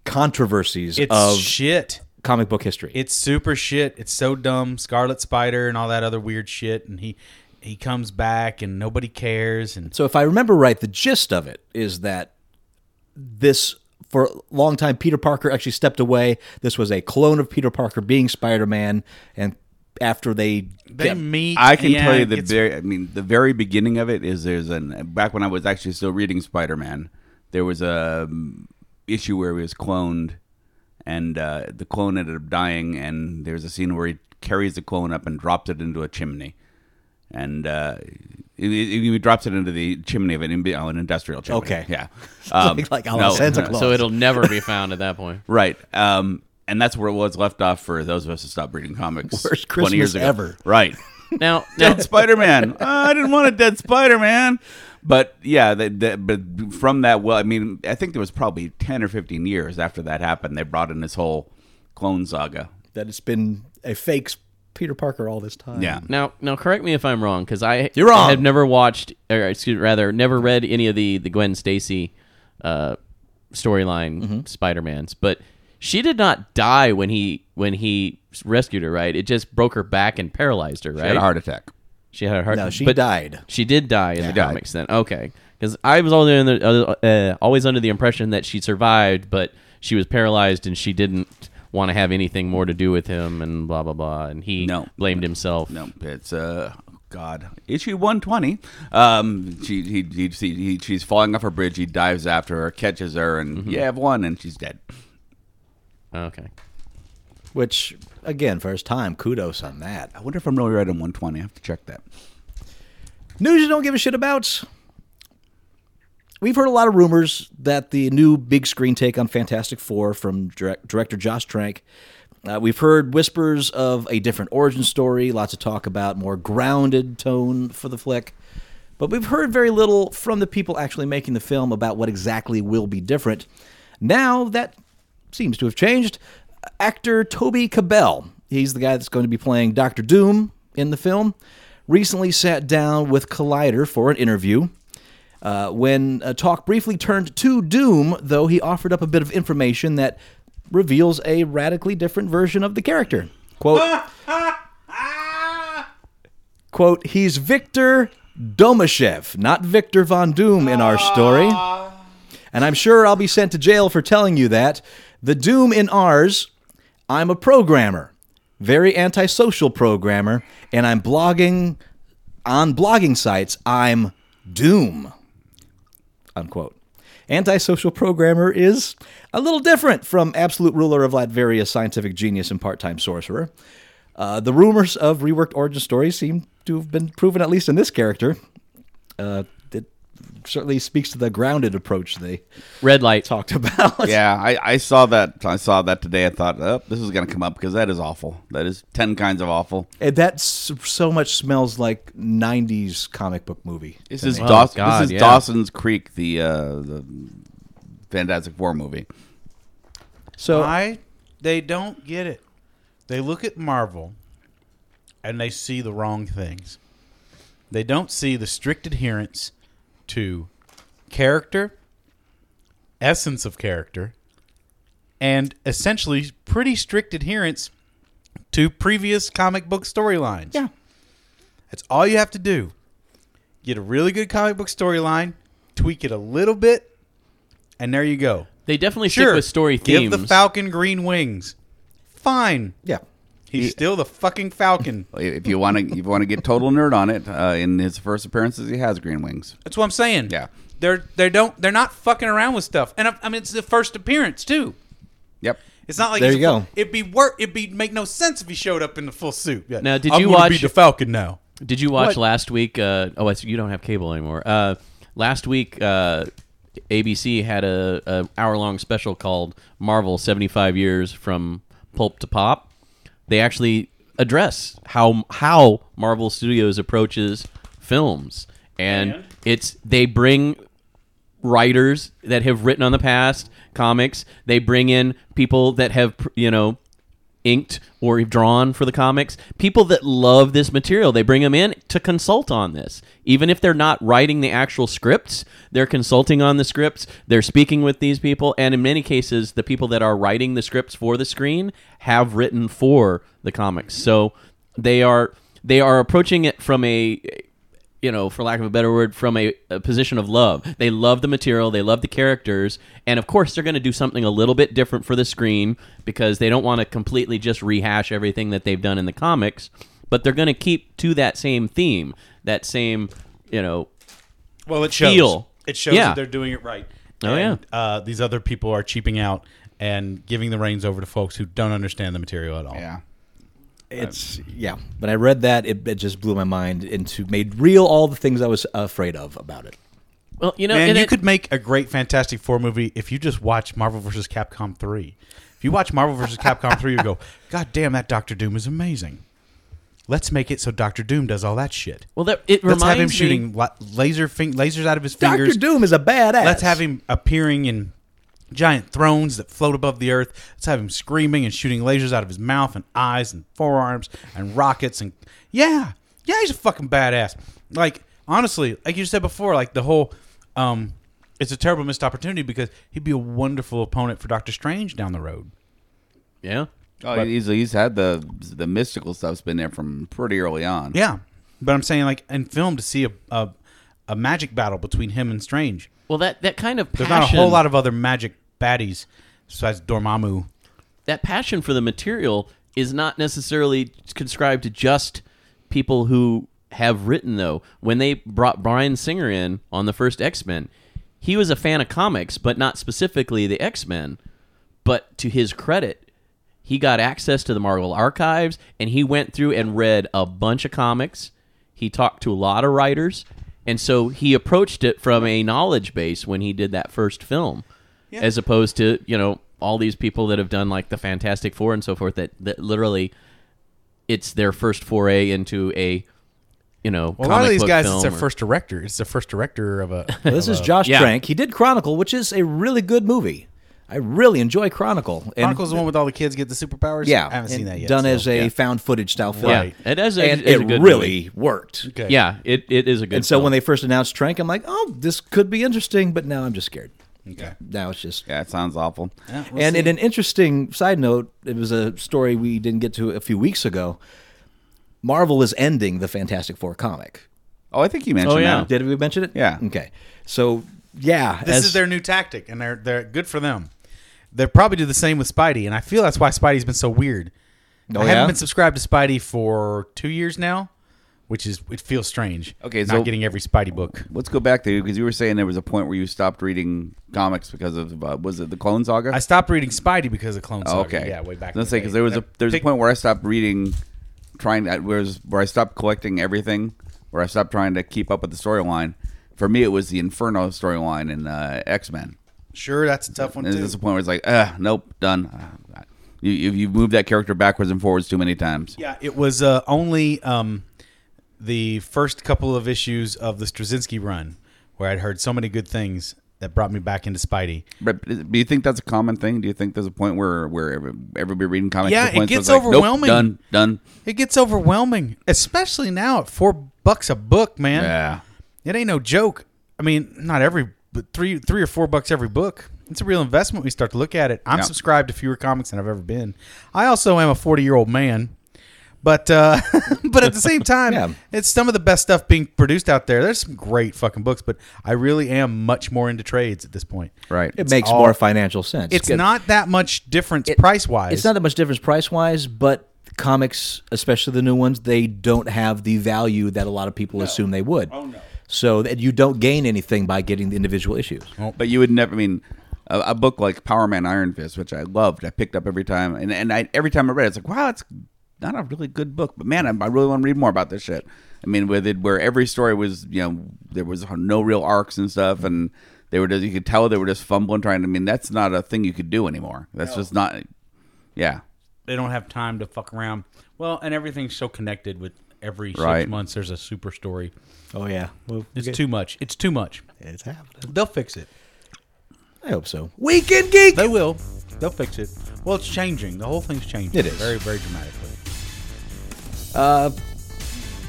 controversies It's of shit. comic book history. It's super shit. It's so dumb. Scarlet Spider and all that other weird shit. And he he comes back and nobody cares. And So if I remember right, the gist of it is that this for a long time Peter Parker actually stepped away. This was a clone of Peter Parker being Spider-Man and after they they meet. I can tell you and the it's very. I mean, the very beginning of it is there's an back when I was actually still reading Spider Man. There was a um, issue where he was cloned, and uh, the clone ended up dying. And there's a scene where he carries the clone up and drops it into a chimney, and uh, he, he he drops it into the chimney of an, imbe- oh, an industrial chimney. Okay. yeah, Um, like, like oh, Santa Claus. Um, so it'll never be found at that point Right. Um, and that's where it was left off for those of us who stopped reading comics Worst 20 years Christmas ago. ever. Right. now now Dead Spider Man. I didn't want a dead Spider Man. But yeah, that, that, but from that, well, I mean, I think there was probably 10 or 15 years after that happened, they brought in this whole clone saga. that it's been a fake Peter Parker all this time. Yeah. now now correct me if i'm wrong because i You're wrong. have never watched or excuse rather never read any of the the gwen stacy uh storyline spider-man's but she did not die when he when he rescued her right it just broke her back and paralyzed her right Had a heart attack. She had a heart. No, she but died. She did die in the died. comics then. Okay, because I was always under, the- uh, always under the impression that she survived, but she was paralyzed and she didn't want to have anything more to do with him and blah blah blah. And he No. blamed himself. No, it's uh God issue one twenty. Um, she he, he, she he she's falling off a bridge. He dives after her, catches her, and yeah, I've won, and she's dead. Okay. Which again, first time, kudos on that. I wonder if I'm really right on one twenty. I have to check that. News you don't give a shit about. We've heard a lot of rumors that the new big screen take on Fantastic Four from direct, director Josh Trank. Uh, we've heard whispers of a different origin story, lots of talk about more grounded tone for the flick. But we've heard very little from the people actually making the film about what exactly will be different. Now that seems to have changed. Actor Toby Cabell, he's the guy that's going to be playing Doctor Doom in the film, recently sat down with Collider for an interview. Uh, when uh, talk briefly turned to Doom, though, he offered up a bit of information that reveals a radically different version of the character. Quote, quote, he's Victor Domashev, not Victor Von Doom in our story. And I'm sure I'll be sent to jail for telling you that. The Doom in ours, I'm a programmer, very antisocial programmer, and I'm blogging on blogging sites. I'm Doom. Unquote. Antisocial programmer is a little different from absolute ruler of Latveria, scientific genius, and part time sorcerer. Uh, the rumors of reworked origin stories seem to have been proven, at least in this character. Uh, it certainly speaks to the grounded approach they Red light. talked about. Yeah, I, I saw that. I saw that today. I thought, oh, this is going to come up because that is awful. That is ten kinds of awful. And that s- so much smells like 90s comic book movie. This is Oh, Daws- God, This is yeah. Dawson's Creek, the uh, the Fantastic Four movie. So I they don't get it. They look at Marvel and they see the wrong things. They don't see the strict adherence to character, essence of character, and essentially pretty strict adherence to previous comic book storylines. Yeah. That's all you have to do. Get a really good comic book storyline, tweak it a little bit, and there you go. They definitely Sure. stick with story Give themes. the Falcon green wings. Fine. yeah, He's still the fucking Falcon. If you want to, if you want to get total nerd on it, uh, in his first appearances, he has green wings. That's what I'm saying. Yeah. They're they don't they're not fucking around with stuff. And I, I mean it's the first appearance too. Yep. It's not like There it's you a full- go. It'd be work. It'd be make no sense if he showed up in the full suit. Yeah. Now, did I'm you gonna watch- be the Falcon now? Did you watch last week? Uh, oh, I see you don't have cable anymore. Uh, last week, uh, ABC had a, a hour long special called "Marvel: Seventy Five Years from Pulp to Pop." They actually address how how Marvel Studios approaches films, and it's they bring writers that have written on the past comics. They bring in people that have you know inked or drawn for the comics. People that love this material, they bring them in to consult on this. Even if they're not writing the actual scripts, they're consulting on the scripts, they're speaking with these people, and in many cases, the people that are writing the scripts for the screen have written for the comics. So they are they are approaching it from a you know, for lack of a better word, from a, a position of love. They love the material, they love the characters, and of course, they're going to do something a little bit different for the screen because they don't want to completely just rehash everything that they've done in the comics, but they're going to keep to that same theme, that same, you know, Well, it shows. Feel. It shows Yeah. that they're doing it right. Oh, And, Uh, these other people are cheaping out and giving the reins over to folks who don't understand the material at all. Yeah. it's yeah. When I read that, it, it just blew my mind into made real all the things I was afraid of about it. well, you know, Man, and you it- could make a great Fantastic Four movie if you just watch Marvel vs. Capcom 3. If you watch Marvel vs. Capcom 3, you go, God damn, that Doctor Doom is amazing. Let's make it so Doctor Doom does all that shit. well, that, it Let's reminds have him me- shooting la- laser fin- lasers out of his Doctor fingers. Doom is a badass. Let's have him appearing in giant thrones that float above the earth. Let's have him screaming and shooting lasers out of his mouth and eyes and forearms and rockets and yeah, yeah, he's a fucking badass. Like honestly, like you said before, like the whole, um, it's a terrible missed opportunity because he'd be a wonderful opponent for Doctor Strange down the road. Yeah. Oh, he's he's had the the mystical stuff's been there from pretty early on. Yeah, but I'm saying like in film to see a a, a magic battle between him and Strange. Well, that, that kind of There's passion, not a whole lot of other magic baddies besides Dormammu. that passion for the material is not necessarily conscribed to just people who have written though when they brought brian singer in on the first x-men he was a fan of comics but not specifically the x-men but to his credit he got access to the marvel archives and he went through and read a bunch of comics he talked to a lot of writers and so he approached it from a knowledge base when he did that first film as opposed to you know all these people that have done like the fantastic four and so forth that, that literally it's their first foray into a you know, Well, a lot of comic these book guys, film it's their or- first director. It's their first director of a. Well, this of is a- Josh yeah. Trank. He did Chronicle, which is a really good movie. I really enjoy Chronicle. And- Chronicles the one with all the kids get the superpowers. Yeah, I haven't and seen that yet. Done so- as a yeah. found footage style film. Yeah, it is. A, and is it a good really movie. worked. Okay. Yeah, it, it is a good. And so film. when they first announced Trank, I'm like, oh, this could be interesting, but now I'm just scared. Okay. Now it's just. Yeah, it sounds awful. and in an interesting side note, it was a story we didn't get to a few weeks ago. Marvel is ending the Fantastic Four comic. Oh, I think you mentioned Oh, yeah. that. Did we mention it? Yeah. Okay. So yeah, this as- is their new tactic, and they're they're good for them. They probably do the same with Spidey, and I feel that's why Spidey's been so weird. Oh, I yeah? haven't been subscribed to Spidey for two years now, which is it feels strange. Okay, not so- getting every Spidey book. Let's go back to because you were saying there was a point where you stopped reading comics because of uh, was it the Clone Saga? I stopped reading Spidey because of Clone Oh, Saga. okay, yeah, way back. in Let's the say because day. there was a That there's a pic- point where I stopped reading, trying I- where was- where I stopped collecting everything, where I stopped trying to keep up with the storyline. For me, it was the Inferno storyline in uh, X Men. Sure, that's a tough one And too. there's a point where it's like, uh, nope, done. Uh, You you- you've moved that character backwards and forwards too many times. Yeah, it was uh, only um, the first couple of issues of the Straczynski run where I'd heard so many good things that brought me back into Spidey. But do you think that's a common thing? Do you think there's a point where where every- everybody reading comics? Yeah, to a point it where it's gets like, nope, overwhelming. done, done. It gets overwhelming, especially now at four bucks a book, man. Yeah. It ain't no joke. I mean, not every, but three, three or four bucks every book. It's a real investment. We start to look at it. I'm Yeah. subscribed to fewer comics than I've ever been. I also am a 40 year old man, but uh, but at the same time, Yeah. it's some of the best stuff being produced out there. There's some great fucking books, but I really am much more into trades at this point. Right. it makes all- more financial sense. It's Good. not that much difference It- price wise. It's not that much difference price wise, but comics, especially the new ones, they don't have the value that a lot of people assume they would. Oh no. So that you don't gain anything by getting the individual issues. But you would never. I mean, a, a book like Power Man Iron Fist, which I loved, I picked up every time, and and I every time I read, it, it's like, wow, it's not a really good book, but man, I, I really want to read more about this shit. I mean, with it, where every story was, you know, there was no real arcs and stuff, and they were just you could tell they were just fumbling trying. I mean, that's not a thing you could do anymore. That's just not. Yeah. they don't have time to fuck around. Well, and everything's so connected with every Right. six months. There's a super story. Oh yeah. Well, It's too much. It's too much. it's happening. They'll fix it. I hope so. Weekend geek. They will. They'll fix it. Well, it's changing. The whole thing's changing. It is. very, very dramatically.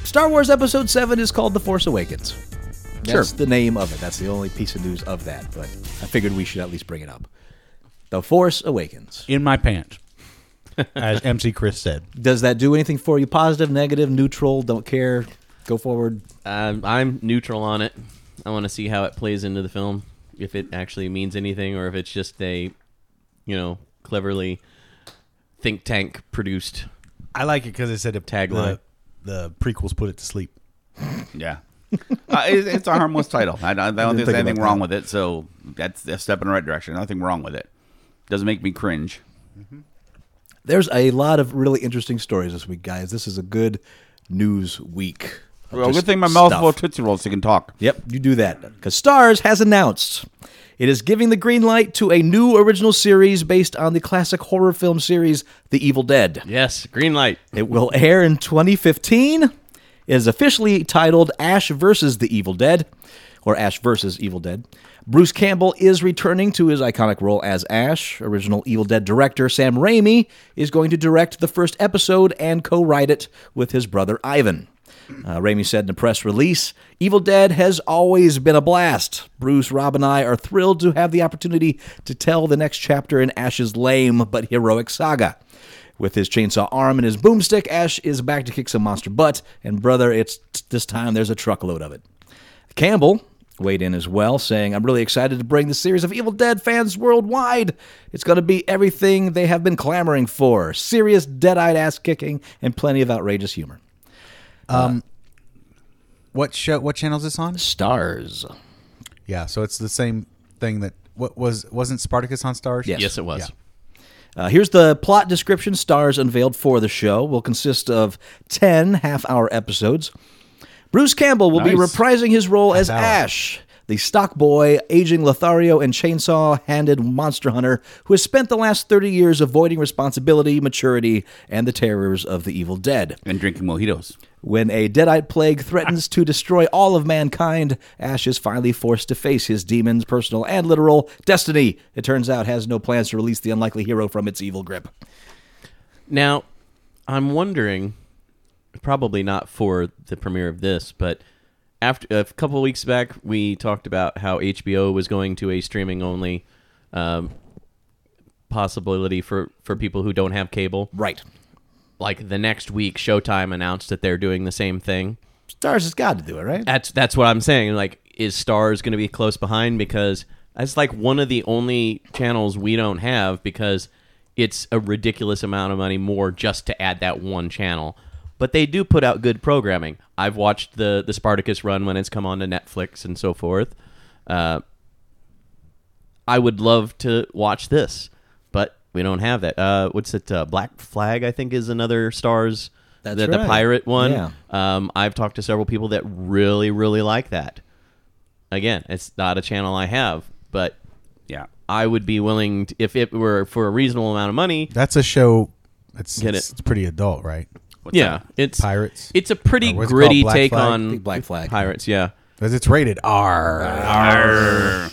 Star Wars Episode Seven is called The Force Awakens. That's Sure. the name of it. That's the only piece of news of that. But I figured we should at least bring it up. The Force Awakens. In my pants, as MC Chris said. Does that do anything for you? Positive, negative, neutral? Don't care. Go forward. Um, I'm neutral on it. I want to see how it plays into the film, if it actually means anything, or if it's just a, you know, cleverly think tank produced. I like it because it said a Tagline. The, the prequels put it to sleep. Yeah. uh, it, it's a harmless title. I, I don't think there's think anything about wrong that. with it. So that's a step in the right direction. Nothing wrong with it. Doesn't make me cringe. There's a lot of really interesting stories this week, guys. This is a good news week. of Well, just good thing my mouth's stuff. full of Tootsie Rolls. You can talk. Yep, you do that. Because Stars has announced it is giving the green light to a new original series based on the classic horror film series The Evil Dead. Yes, green light. It will air in 2015. It is officially titled Ash versus the Evil Dead, or Ash versus Evil Dead. Bruce Campbell is returning to his iconic role as Ash. Original Evil Dead director Sam Raimi is going to direct the first episode and co write it with his brother Ivan. Uh, Raimi said in a press release, Evil Dead has always been a blast. Bruce, Rob, and I are thrilled to have the opportunity to tell the next chapter in Ash's lame but heroic saga. With his chainsaw arm and his boomstick, Ash is back to kick some monster butt, and brother, it's this time there's a truckload of it. Campbell weighed in as well, saying, I'm really excited to bring the series of Evil Dead fans worldwide. It's going to be everything they have been clamoring for serious, dead eyed ass kicking, and plenty of outrageous humor. What show? What channel is this on? Stars. Yeah, so it's the same thing that what was wasn't Spartacus on Stars? Yes. Yes, it was. Yeah. Uh, here's the plot description stars unveiled for the show will consist of 10 half hour episodes. Bruce Campbell will be Nice. reprising his role as hour. Ash, the stock boy, aging Lothario, and chainsaw handed monster hunter who has spent the last 30 years avoiding responsibility, maturity, and the terrors of the evil dead. and drinking mojitos. When a deadite plague threatens to destroy all of mankind, Ash is finally forced to face his demon's personal and literal destiny. It turns out has no plans to release the unlikely hero from its evil grip. Now, I'm wondering, probably not for the premiere of this, but after a couple of weeks back, we talked about how HBO was going to a streaming only um, possibility for for people who don't have cable. Right. Like the next week, Showtime announced that they're doing the same thing. Stars has got to do it, right? That's that's what I'm saying. Like, is Stars going to be close behind because that's like one of the only channels we don't have because it's a ridiculous amount of money more just to add that one channel. But they do put out good programming. I've watched the the Spartacus run when it's come on to Netflix and so forth. Uh, I would love to watch this, but we don't have that. Uh, what's it? Uh, Black Flag, I think, is another Stars. That's the, the right. pirate one. Yeah. Um, I've talked to several people that really, really like that. Again, it's not a channel I have, but Yeah. I would be willing to, if it were for a reasonable amount of money. That's a show. It's Get it's, it. it's pretty adult, right? yeah, it's Pirates? It's a pretty Or what's it gritty called, Black take Flag? I on Big Black Flag. pirates. Yeah. Because it's rated R.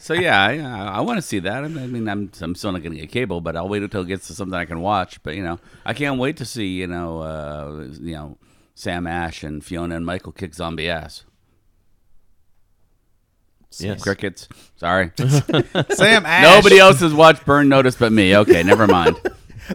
So yeah, I, uh, I want to see that. I mean, I'm, I'm still not going to get cable, but I'll wait until it gets to something I can watch. But you know, I can't wait to see you know, uh, you know, Sam Ash and Fiona and Michael kick zombie ass. Yes. Crickets. Sorry. Sam Ash. Nobody else has watched Burn Notice but me. Okay, never mind.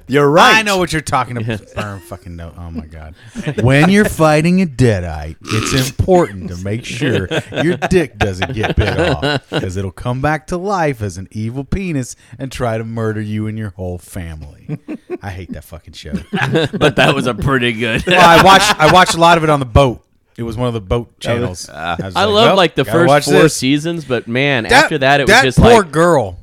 You're right. I know what you're talking about. Burn fucking no. Oh my god. When you're fighting a deadite, it's important to make sure your dick doesn't get bit off because it'll come back to life as an evil penis and try to murder you and your whole family. I hate that fucking show. but that was a pretty good. Well, I watched I watched a lot of it on the boat. It was one of the boat channels. uh, was I love well, like the gotta first watch four this. seasons, but man, after that it was just poor like girl.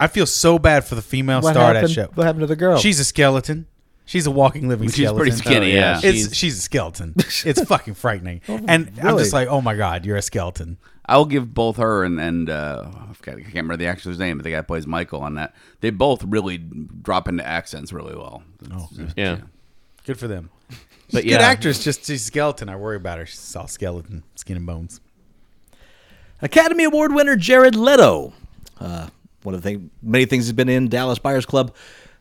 I feel so bad for the female what star of happened, that show. What happened to the girl? She's a skeleton. She's a walking living She's skeleton. pretty skinny. Oh, yeah. yeah. It's, Jeez. she's, a skeleton. It's fucking frightening. and I'm really? just like, oh my god, you're a skeleton. I will give both her and and uh, I've got- I can't remember the actor's name, but the guy who plays Michael on that. They both really drop into accents really well. yeah. Good for them. But Good yeah, actress, just she's a skeleton. I worry about her. She's all skeleton, skin and bones. Academy Award winner Jared Leto, uh, one of the thing, many things he's been in, Dallas Buyers Club,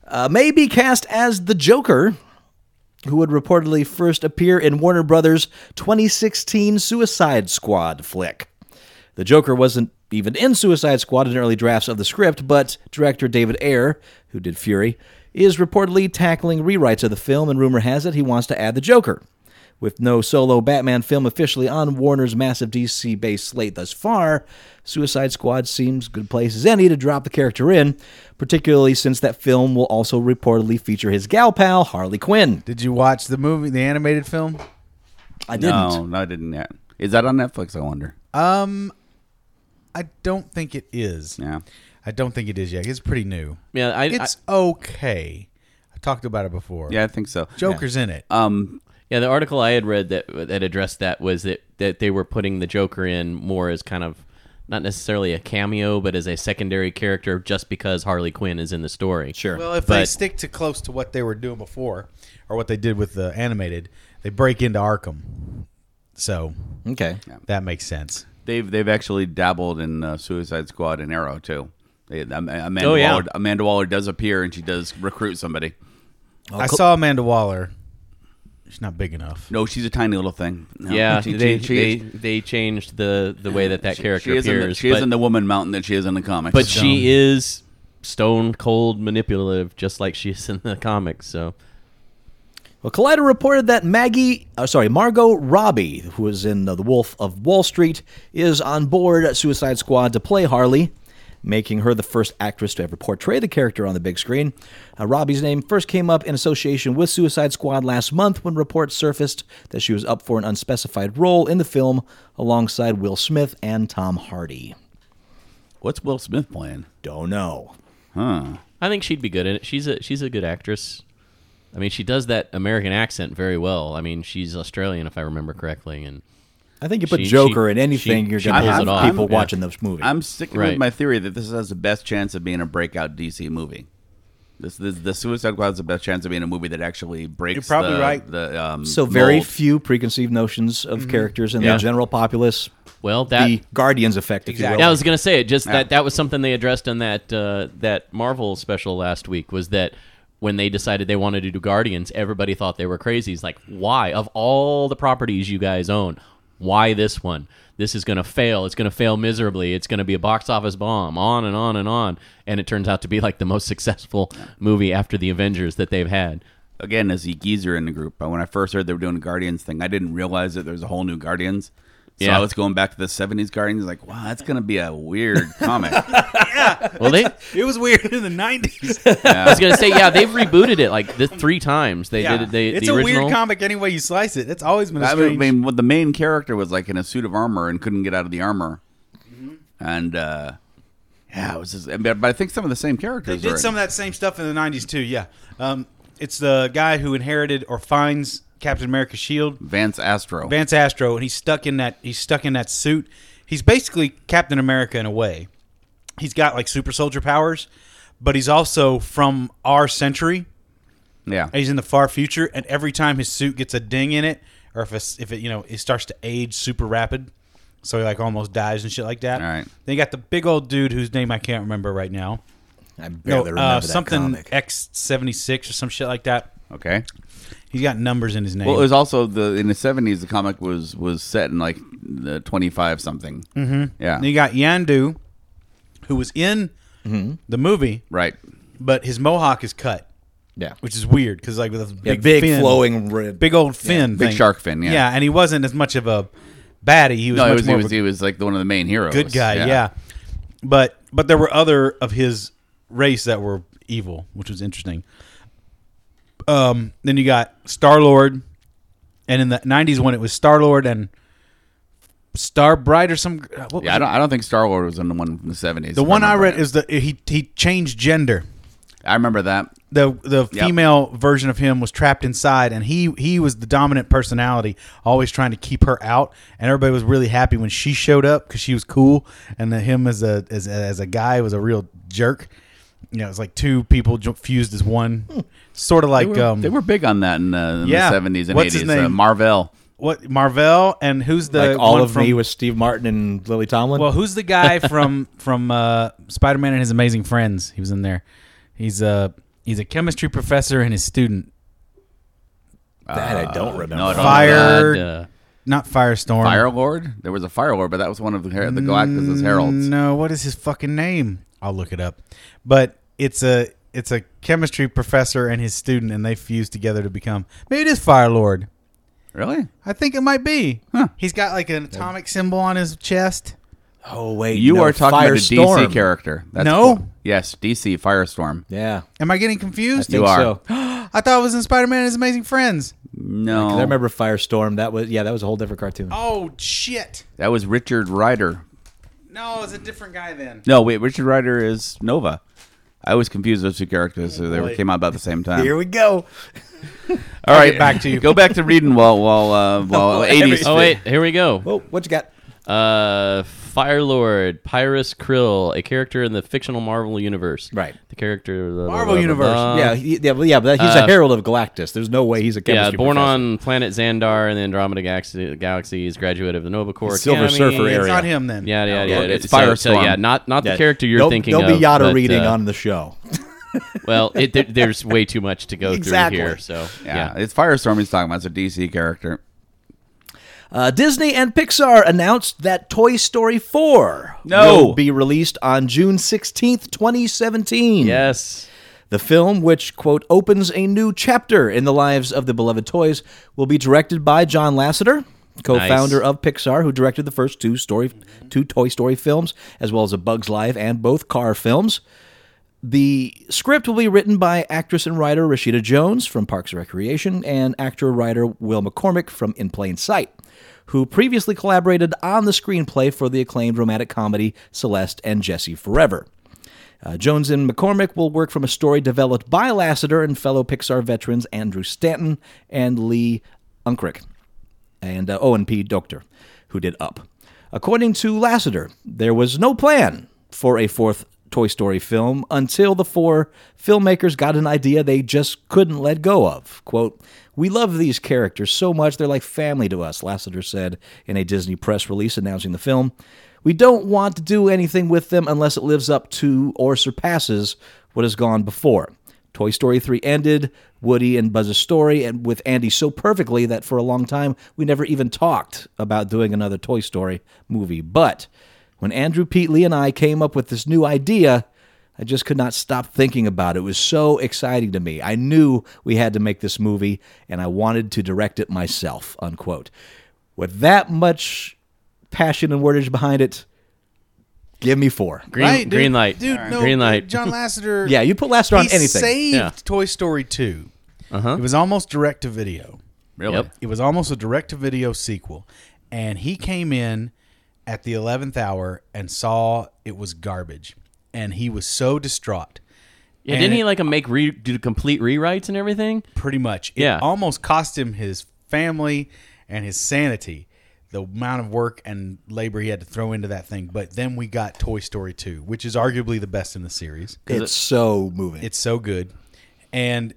uh, may be cast as the Joker, who would reportedly first appear in Warner Brothers' 2016 Suicide Squad flick. The Joker wasn't even in Suicide Squad in early drafts of the script, but director David Ayer, who did Fury, is reportedly tackling rewrites of the film, and rumor has it he wants to add the Joker. With no solo Batman film officially on Warner's massive DC based slate thus far, Suicide Squad seems good place as any to drop the character in, particularly since that film will also reportedly feature his gal pal, Harley Quinn. Did you watch the movie, the animated film? I didn't. No, no, I didn't. yet. Is that on Netflix? I wonder. I don't think it is. Yeah. I don't think it is yet. It's pretty new. yeah, I, I, It's okay. I talked about it before. Yeah, I think so. Joker's in it. Um, yeah. The article I had read that that addressed that was that that they were putting the Joker in more as kind of not necessarily a cameo, but as a secondary character, just because Harley Quinn is in the story. Sure. Well, if they but- stick to close to what they were doing before, or what they did with the animated, they break into Arkham. So Okay. that makes sense. they've they've actually dabbled in uh, Suicide Squad and Arrow too. They, Am- Amanda, Oh, yeah. Waller, Amanda Waller does appear and she does recruit somebody. I saw Amanda Waller. She's not big enough. No, she's a tiny little thing. No, Yeah, she- they, she- they, she- they changed the, the way that that character she appears. Isn't the, she but, isn't the woman mountain that she is in the comics. but she is stone cold manipulative, just like she is in the comics. So Well, Collider reported that Maggie, uh, sorry, Margot Robbie, who was in uh, The Wolf of Wall Street, is on board Suicide Squad to play Harley, making her the first actress to ever portray the character on the big screen. Uh, Robbie's name first came up in association with Suicide Squad last month when reports surfaced that she was up for an unspecified role in the film alongside Will Smith and Tom Hardy. what's Will Smith playing? Don't know. Huh. I think she'd be good in it. She's a she's a good actress. I mean, she does that American accent very well. I mean, she's Australian, if I remember correctly, and I think you put She- Joker she- in anything, she- you're she going to pulls have it off. people Yeah. watching this movie. I'm sticking with Right. my theory that this has the best chance of being a breakout DC movie. This, this the Suicide Squad has the best chance of being a movie that actually breaks. You're probably the, right. The, um, so very mold. few preconceived notions Mm-hmm. of characters in Yeah. the general populace. Well, that the Guardians effect, if you Yeah, I will. was gonna say it. Just that that was something they addressed in that uh, that Marvel special last week was that when they decided they wanted to do Guardians, everybody thought they were crazies. Like, why? Of all the properties you guys own, why this one? This is gonna fail. It's gonna fail miserably. It's gonna be a box office bomb. On and on and on. And it turns out to be like the most successful movie after the Avengers that they've had. again as a geezer in the group. But when I first heard they were doing a Guardians thing, I didn't realize that there was a whole new Guardians. So Yeah. I was going back to the '70s Guardians, like, wow, that's gonna be a weird comic. Well, they. It was weird in the nineties. I was gonna say yeah, they've rebooted it like the three times. They did it. They, it's the a original. weird comic any way you slice it. It's always been a I strange. mean, what the main character was like in a suit of armor and couldn't get out of the armor, Mm-hmm. and uh, yeah, it was. Just, but but I think some of the same They characters are did in some of that same stuff in the '90s too. Yeah, um, it's the guy who inherited or finds Captain America's shield, Vance Astro. Vance Astro, and he's stuck in that he's stuck in that suit. He's basically Captain America in a way. He's got like super soldier powers, but he's also from our century. yeah, He's in the far future, and every time his suit gets a ding in it, or if it's, if it you know it starts to age super rapid, so he like almost dies and shit like that. All right. Then you got the big old dude whose name I can't remember right now. I barely No, remember uh, that something comic. X seventy six or some shit like that. okay. He's got numbers in his name. Well, it was also the in the seventies. The comic was was set in like the twenty five something. Mm-hmm. Yeah, and you got Yandu, who was in Mm-hmm. the movie, right. but his mohawk is cut, yeah, which is weird because like with a yeah, big, big fin- flowing rib. big old fin, big thing. shark fin, yeah. yeah, and he wasn't as much of a baddie. He was No, much it was, he more was of a he was like one of the main heroes. good guy. Yeah. but but there were other of his race that were evil, which was interesting. Um, then you got Star Lord, and in the '90s when it was Star Lord and Star Bright or some. uh, What was Yeah, I it? don't. I don't think Star Wars was in the one from the seventies. the one I read is the he he changed gender. I remember that. the the Yep. female version of him was trapped inside and he he was the dominant personality always trying to keep her out and everybody was really happy when she showed up because she was cool and then him as a as, as a guy was a real jerk you know it's like two people ju- fused as one sort Hmm. of They like were, um they were big on that in, uh, in yeah. the seventies and What's his eighties. Uh, name? Marvel. what marvell and who's the like all uh, one of from, me with Steve Martin and Lily Tomlin. well who's the guy from from uh spider-man and his amazing friends he was in there he's a he's a chemistry professor and his student that I don't remember. No, I don't Fire- know that. Fired. uh, not firestorm Fire Lord. There was a Fire Lord, but that was one of the, her- the Galactus' heralds. Mm, No, what is his fucking name? I'll look it up. But it's a it's a chemistry professor and his student, and they fuse together to become. Maybe it is Fire Lord. Really? I think it might be. Huh. He's got like an atomic symbol on his chest. Oh wait, You no, are talking about a Firestorm. DC character. That's No. cool. Yes, DC Firestorm. Yeah, Am I getting I confused? think You are. so. 'Cause I thought it was in Spider Man and His Amazing Friends. No, I remember Firestorm. That was yeah, that was a whole different cartoon. Oh shit! that was Richard Ryder. No, it's a different guy then. No, wait, Richard Ryder is Nova. I was confused those two characters. so they Oh, were, came out about the same time. Here we go. All right, get back to you. Go back to reading while while uh, while eighties. oh wait, here we go. Oh, what you got? Uh, Fire Lord Pyrus Krill, a character in the fictional Marvel universe. Right. The character of the Marvel universe. yeah, he, yeah, well, yeah, but he's a uh, herald of Galactus. There's no way he's a Yeah, chemistry born professor. on planet Xandar in the Andromeda galaxy, galaxies, graduate of the Nova Corps. Silver Academy. Surfer It's area. not him then. Yeah, yeah, yeah. Yeah, It's it's Fire so, Firestorm. Yeah, not not Yeah, the character you're don't, thinking Don't of, be yada but, uh, reading on the show. well, it, there, there's way too much to go Exactly. through here. So Yeah, it's Firestorm he's talking about. It's a DC character. Uh, Disney and Pixar announced that Toy Story 4 No. will be released on June 16th, 2017. Yes. The film, which, quote, opens a new chapter in the lives of the beloved toys, will be directed by John Lasseter, co founder Nice. of Pixar, who directed the first two, story, two Toy Story films, as well as A Bug's Life and both car films. The script will be written by actress and writer Rashida Jones from Parks and Recreation and actor writer Will McCormick from In Plain Sight, who previously collaborated on the screenplay for the acclaimed romantic comedy Celeste and Jesse Forever. Uh, Jones and McCormick will work from a story developed by Lasseter and fellow Pixar veterans Andrew Stanton and Lee Unkrich and uh, Owen P. Doctor, who did Up. According to Lasseter, there was no plan for a fourth Toy Story film until the four filmmakers got an idea they just couldn't let go of. Quote, We love these characters so much, they're like family to us, Lasseter said in a Disney press release announcing the film. We don't want to do anything with them unless it lives up to or surpasses what has gone before. Toy Story 3 ended, Woody and Buzz's story, and with Andy so perfectly that for a long time we never even talked about doing another Toy Story movie. But when Andrew Peatley and I came up with this new idea, I just could not stop thinking about it. It was so exciting to me. I knew we had to make this movie, and I wanted to direct it myself. Unquote. With that much passion and wordage behind it, give me four. Green, Right, dude. green light. Dude, no, uh, green light. John Lasseter. Yeah, you put Lasseter on he anything. saved Yeah. Toy Story 2. Uh-huh. It was almost direct to video. Really? Yep. It was almost a direct to video sequel. And he came in at the 11th hour and saw it was garbage. And he was so distraught. Yeah, And didn't he it- like a make re do complete rewrites and everything? pretty much. It Yeah. almost cost him his family and his sanity, the amount of work and labor he had to throw into that thing. But then we got Toy Story 2, which is arguably the best in the series. It's so moving. It's so good. And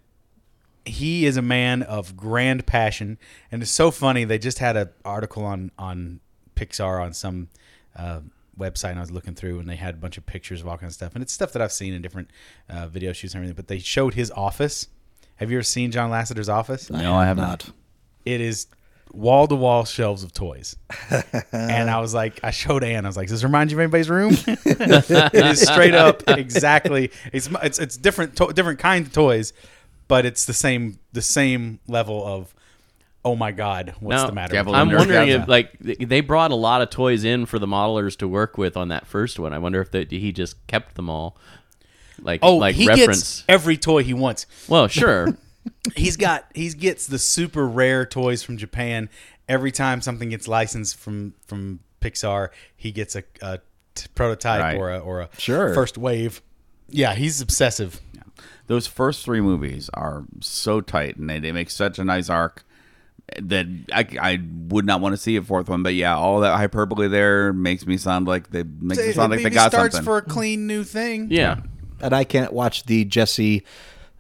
he is a man of grand passion. And it's so funny. They just had an article on, on Pixar on some uh, website, and I was looking through, and they had a bunch of pictures of all kinds of stuff. And it's stuff that I've seen in different uh, video shoots and everything. But they showed his office. Have you ever seen John Lasseter's office? No, I have not. it is wall to wall shelves of toys. and I was like, I showed Ann. I was like, does this remind you of anybody's room? it is straight up exactly. It's mu- it's it's different to- different kind of toys, but it's the same the same level of oh my god, what's Now, the matter? Devil with I'm Under wondering if Gaza. like th- they brought a lot of toys in for the modelers to work with on that first one. I wonder if that he just kept them all, like Oh, like he reference. gets every toy he wants. well, sure. he's got he gets the super rare toys from Japan. Every time something gets licensed from from Pixar, he gets a, a t- prototype Right. or a or a Sure. first wave. Yeah, he's obsessive. Those first three movies are so tight, and they, they make such a nice arc that I, I would not want to see a fourth one. But yeah, all that hyperbole there makes me sound like they makes it sound like they Maybe got starts something. for a clean new thing. Yeah. and I can't watch the Jesse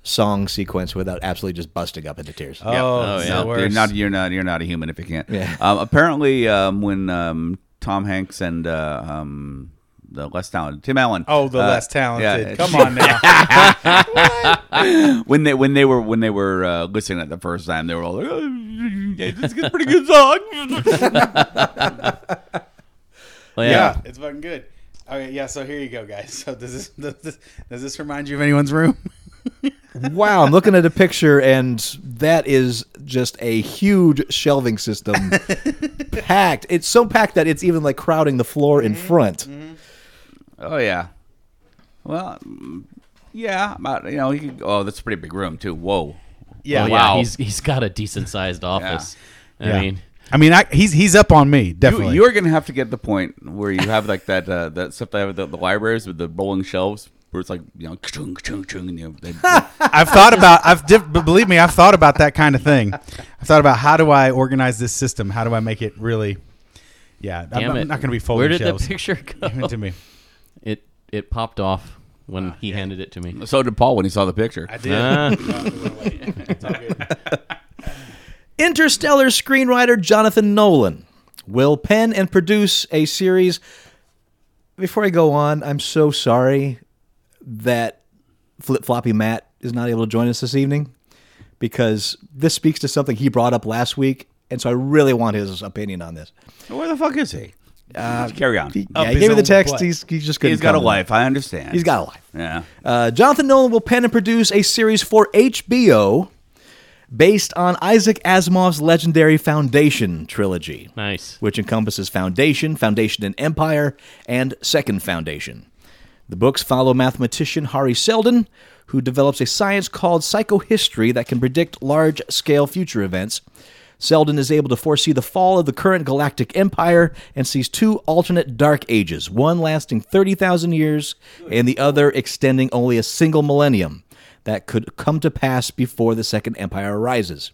song sequence without absolutely just busting up into tears. Oh, Oh, it's yeah. the Dude, You're worst. not you're not you're not a human if you can't. Yeah. Um, apparently, um, when um, Tom Hanks and uh, um, the less talented Tim Allen. oh, the uh, less talented. yeah, Come on now. when they when they were when they were uh, listening it the first time, they were all like, oh, yeah, "This is a pretty good song." Well, yeah, yeah. it's fucking good. Okay, yeah. So here you go, guys. So does this does this, does this remind you of anyone's room? Wow, I'm looking at a picture, and that is just a huge shelving system, packed. It's so packed that it's even like crowding the floor in front. Oh yeah. Well, mm, yeah. About you know, he could, oh, that's a pretty big room too. Whoa. Oh, Yeah. Well, Wow. Oh, He's he's got a decent sized office. I Yeah. mean, I mean, I, he's he's up on me You, definitely. you're gonna have to get the point where you have like that uh, that stuff they have at the, the libraries with the rolling shelves where it's like you know chung chung chung and you know, they, I've thought about I've diff- but believe me I've thought about that kind of thing. I've thought about how do I organize this system? How do I make it really? Yeah, I'm, damn I'm it. not going to be folding Where did shelves. the picture go? Give it to me. It it popped off when he handed it to me. so did Paul when he saw the picture. did. Ah. Interstellar screenwriter Jonathan Nolan will pen and produce a series. Before I go on, I'm so sorry that Flip Floppy Matt is not able to join us this evening because this speaks to something he brought up last week, and so I really want his opinion on this. Where the fuck is he? Carry on. Yeah, he gave his me the own text. butt. He's, he's just couldn't He's got a come. life. I understand. He's got a life. Yeah. Uh, Jonathan Nolan will pen and produce a series for HBO based on Isaac Asimov's legendary Foundation trilogy, nice. which encompasses Foundation, Foundation and Empire, and Second Foundation. The books follow mathematician Hari Seldon, who develops a science called psychohistory that can predict large scale future events. Seldon is able to foresee the fall of the current galactic empire and sees two alternate dark ages, one lasting 30,000 years and the other extending only a single millennium that could come to pass before the Second Empire rises.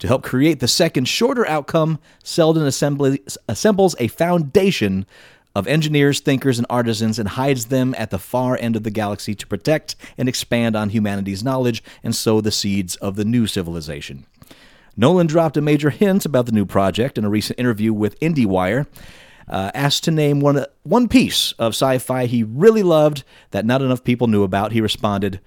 To help create the second, shorter outcome, Selden assembly, assembles a foundation of engineers, thinkers, and artisans and hides them at the far end of the galaxy to protect and expand on humanity's knowledge and sow the seeds of the new civilization. Nolan dropped a major hint about the new project in a recent interview with IndieWire. Uh, asked to name one, one piece of sci fi he really loved that not enough people knew about, he responded,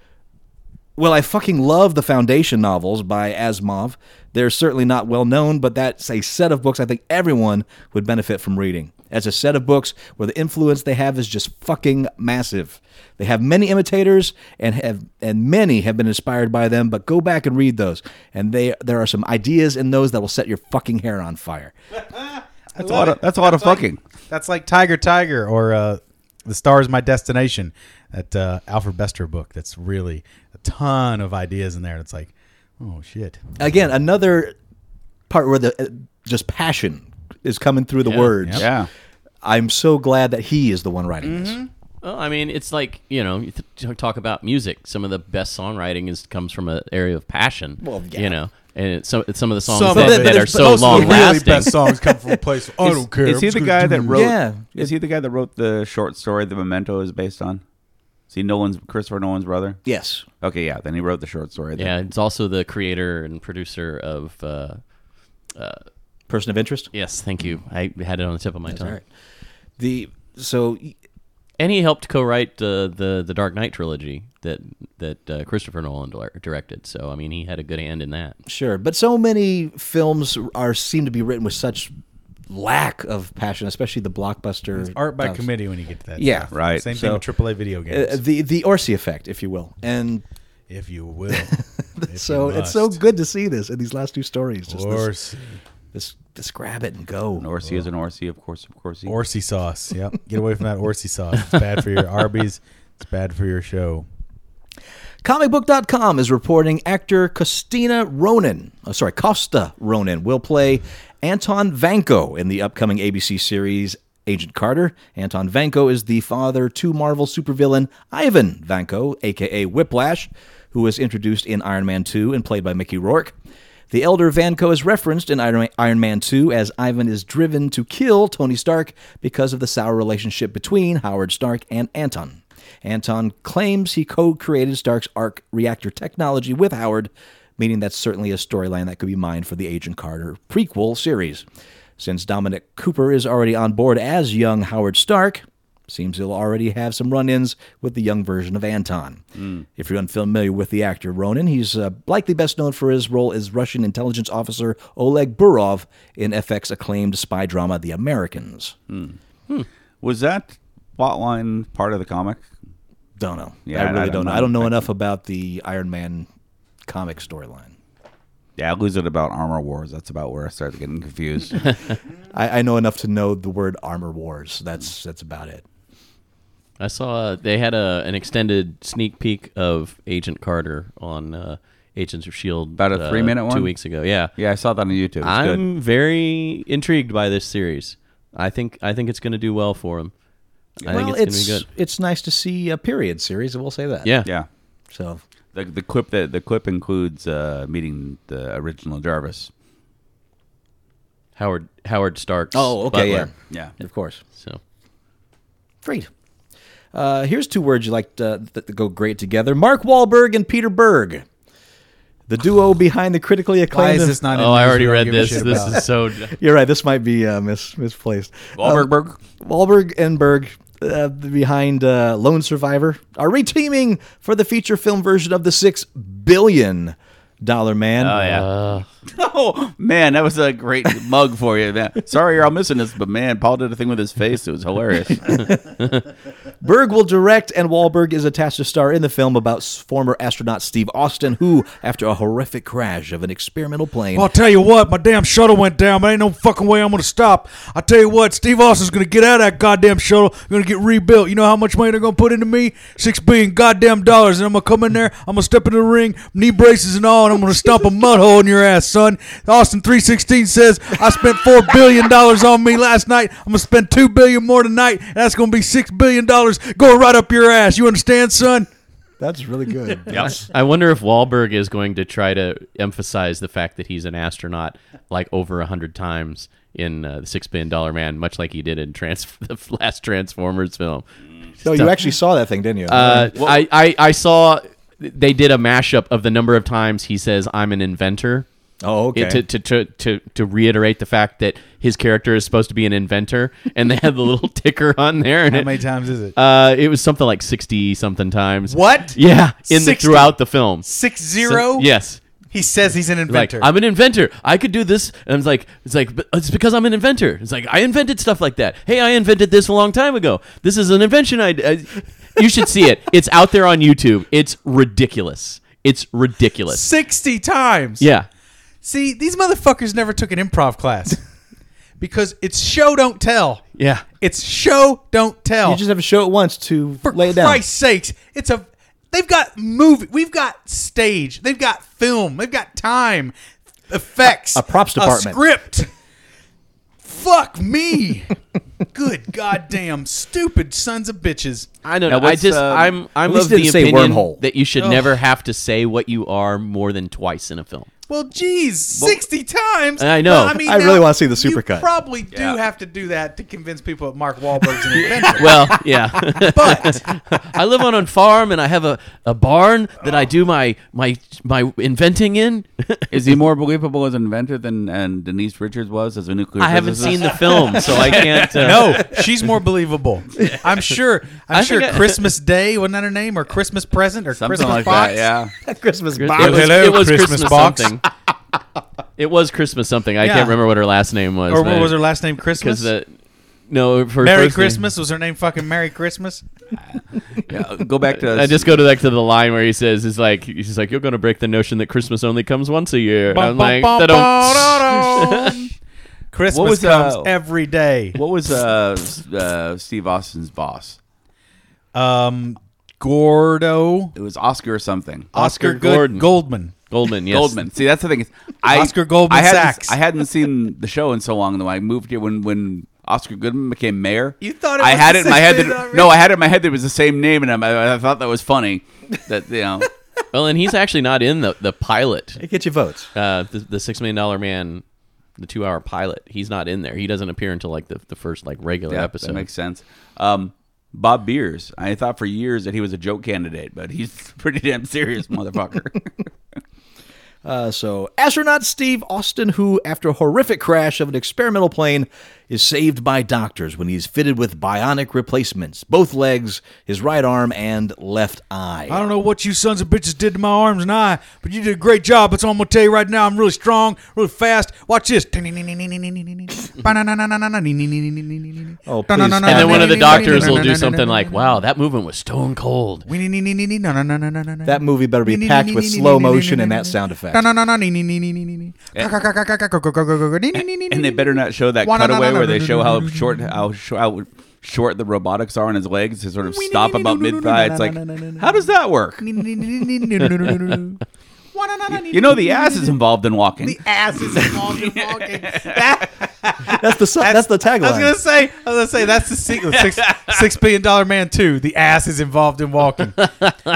well, I fucking love the Foundation novels by Asimov. They're certainly not well known, but that's a set of books I think everyone would benefit from reading. As a set of books where the influence they have is just fucking massive. They have many imitators and have and many have been inspired by them, but go back and read those. And they there are some ideas in those that will set your fucking hair on fire. That's a lot. Of, that's a lot of fucking. That's like Tiger Tiger or uh, The Star is My Destination, that uh, Alfred Bester book. That's really a ton of ideas in there. It's like, oh shit. Again, another part where the uh, just passion is coming through the words. Yeah. Mm-hmm. I'm so glad that he is the one writing this. Well, I mean, it's like you know, you th- talk about music. Some of the best songwriting is comes from an area of passion. Well, yeah. you know, and it's some it's some of the songs Some that, of it. that are But so most of long the really lasting. best songs come from a place. oh, I don't care. Is he I'm the just guy gonna that do- wrote? Yeah. Is he the guy that wrote the short story the Memento is based on? Is he Nolan's Christopher Nolan's brother? Yes. Okay, yeah. Then he wrote the short story. that- Yeah, it's also the creator and producer of. Uh, Person of interest? yes, thank you. I had it on the tip of my tongue. All right. The so And he helped co-write uh, the the Dark Knight trilogy that that uh, Christopher Nolan dir- directed. So I mean, he had a good hand in that. sure, but so many films are seem to be written with such lack of passion, especially the blockbuster Art by stuff. committee when you get to that. Yeah. stuff. Right, Same so- thing with AAA video Uh, games, the the Orsi effect, if you will, and if you will. If you so it's so must. good to see this in these last two stories. Just this, Orsi, this, just grab it and go. An Orsi is an Orsi, of course, of course. He. Orsi sauce. Yep. Get away from that Orsi sauce. It's bad for your Arby's. It's bad for your show. Comicbook.com is reporting actor Costina Ronan, oh, sorry, Costa Ronan, will play Anton Vanko in the upcoming ABC series Agent Carter. Anton Vanko is the father to Marvel supervillain Ivan Vanko, aka Whiplash, who was introduced in Iron Man 2 and played by Mickey Rourke. The elder Vanko is referenced in Iron Iron Man 2 as Ivan is driven to kill Tony Stark because of the sour relationship between Howard Stark and Anton. Anton claims he co created Stark's arc reactor technology with Howard, meaning that's certainly a storyline that could be mined for the Agent Carter prequel series. Since Dominic Cooper is already on board as young Howard Stark, seems he'll already have some run ins with the young version of Anton. If you're unfamiliar with the actor Ronan, he's uh, likely best known for his role as Russian intelligence officer Oleg Burov in FX acclaimed spy drama The Americans. Was that plotline part of the comic? Don't know. I Yeah, I- really I don't don't know. know. I don't know I- enough about the Iron Man comic storyline. Yeah, I lose it about Armor Wars. That's about where I started getting confused. I, I know enough to know the word Armor Wars. That's that's about it. I saw uh, they had a an extended sneak peek of Agent Carter on uh, Agents of Shield About a uh, three-minute one? two weeks ago. Yeah, yeah, I saw that on YouTube. It's good. I'm very intrigued by this series. I think I think it's going to do well for him. I well, think it's, going to be good. it's nice to see a period series. We'll say that. Yeah, Yeah. So The, the clip that the clip includes uh, meeting the original Jarvis. Howard Howard Stark's. oh okay butler. Yeah. yeah of course. So Great. Uh, here's two words you like to, that go great together: Mark Wahlberg and Peter Berg, the duo behind the critically acclaimed. Why is this not? in oh, I news already we don't read give a this. shit This about? is so. You're right. This might be uh, mis- misplaced. Wahlberg, Um, Berg? Wahlberg and Berg. Uh, behind uh, Lone Survivor are reteaming for the feature film version of the Six Billion Dollar Man. Oh yeah. Uh, oh man, that was a great mug for you, man. Sorry, you're all missing this, but man, Paul did a thing with his face. It was hilarious. Berg will direct, and Wahlberg is attached to star in the film about s- former astronaut Steve Austin, who, after a horrific crash of an experimental plane, Well, I'll tell you what, my damn shuttle went down. There ain't no fucking way I'm gonna stop. I tell you what, Steve Austin's gonna get out of that goddamn shuttle. I'm gonna get rebuilt. You know how much money they're gonna put into me? Six billion goddamn dollars. And I'm gonna come in there. I'm gonna step into the ring, knee braces and all, and I'm gonna stomp a mud hole in your ass, son. Austin three sixteen says I spent four billion dollars on me last night. I'm gonna spend two billion more tonight. And that's gonna be six billion dollars going right up your ass. You understand, son? That's really good. Yes. I wonder if Wahlberg is going to try to emphasize the fact that he's an astronaut like over a hundred times in uh, the Six Billion Dollar Man, much like he did in trans- the last Transformers film. Mm-hmm. No, you actually saw that thing, didn't you? Uh, I, I I saw they did a mashup of the number of times he says "I'm an inventor." oh, okay. It- to, to, to, to, to reiterate the fact that his character is supposed to be an inventor, and they had the little ticker on there, and How it, many times is it? uh, it was something like sixty something times. What? Yeah, in the, 60? throughout the film. Six So- zero. yes, He says he's an like inventor. I'm an inventor. I could do this. And it's like it's like but it's because I'm an inventor. It's like I invented stuff like that. Hey, I invented this a long time ago. This is an invention. I, I you should see it. It's out there on YouTube. It's ridiculous. It's ridiculous. Sixty times. Yeah. See, these motherfuckers never took an improv class because it's show don't tell. Yeah. It's show don't tell. you just have to show it once to For lay it down. Christ's sakes, it's a. They've got movie. We've got stage. They've got film. They've got time, effects, A- a props department. script. Fuck me. Good goddamn stupid sons of bitches. I don't Now, know. I what's, just um, I'm I'm at least of the didn't say opinion wormhole. that you should never have to say what you are more than twice in a film. Well, geez, sixty times. I know. Well, mean, I now, really wanna see the you supercut. Probably do have to do that to convince people that Mark Wahlberg's an inventor. Well, yeah. but I live on a farm and I have a, a barn that I do my my my inventing in. Is he more believable as an inventor than and Denise Richards was as a nuclear? I haven't physicist? seen the film, so I can't. Uh, no, she's more believable. I'm sure. I'm I sure think I- Christmas Day wasn't that her name, or Christmas present, or something like Christmas box. that. Yeah. Christmas It box. was, hello, it was Christmas Christmas, box. something. It was Christmas something. I Yeah. can't remember what her last name was. Or what was her last name? Because Christmas. the no, her Merry first name- Christmas was her name. Fucking Merry Christmas. yeah. Go back to I just go to back to the line where he says, "It's like he's like you're going to break the notion that Christmas only comes once a year." And I'm like, Bum, bum, "Da-dum." bum, da-dum. Christmas What was, comes uh, every day. what was uh, s- uh, Steve Austin's boss? Um, Gordo, It was Oscar or something. Oscar, Oscar Good- Gordon. Goldman. Goldman, yes. Goldman. See, that's the thing. Is, I, Oscar Goldman I hadn't, Sachs. I hadn't seen the show in so long. Though I moved here when when Oscar Goodman became mayor. You thought it I was had the it in my same head. name That, already? no, I had it in my head that it was the same name, and I, I thought that was funny. That you know, Well, and he's actually not in the the pilot. It gets you votes. uh, the, the six million dollar man, the two hour pilot. He's not in there. He doesn't appear until like the, the first like regular yeah, episode. that makes sense. Um, Bob Beers. I thought for years that he was a joke candidate, but he's pretty damn serious, motherfucker. Uh, so, astronaut Steve Austin, who, after a horrific crash of an experimental plane, is saved by doctors when he's fitted with bionic replacements both legs, his right arm, and left I eye. don't know what you sons of bitches did to my arms and eye, but you did a great job. That's all I'm gonna tell you right now. I'm really strong, really fast. Watch this. Oh, Oh, please. And and then one of the doctors will do something like, "Wow, that movement was stone cold." That That movie better be packed with slow motion and that sound effect. and And they better not show that cutaway where they show how short how, sh- how short the robotics are on his legs to sort of stop about mid thigh. It's like, how does that work? You know, the ass is involved in walking. The ass is long and walking. That's the su- that's, the tagline. I was gonna say, I was gonna say that's the sequel. Six, six billion dollar man two. The ass is involved in walking.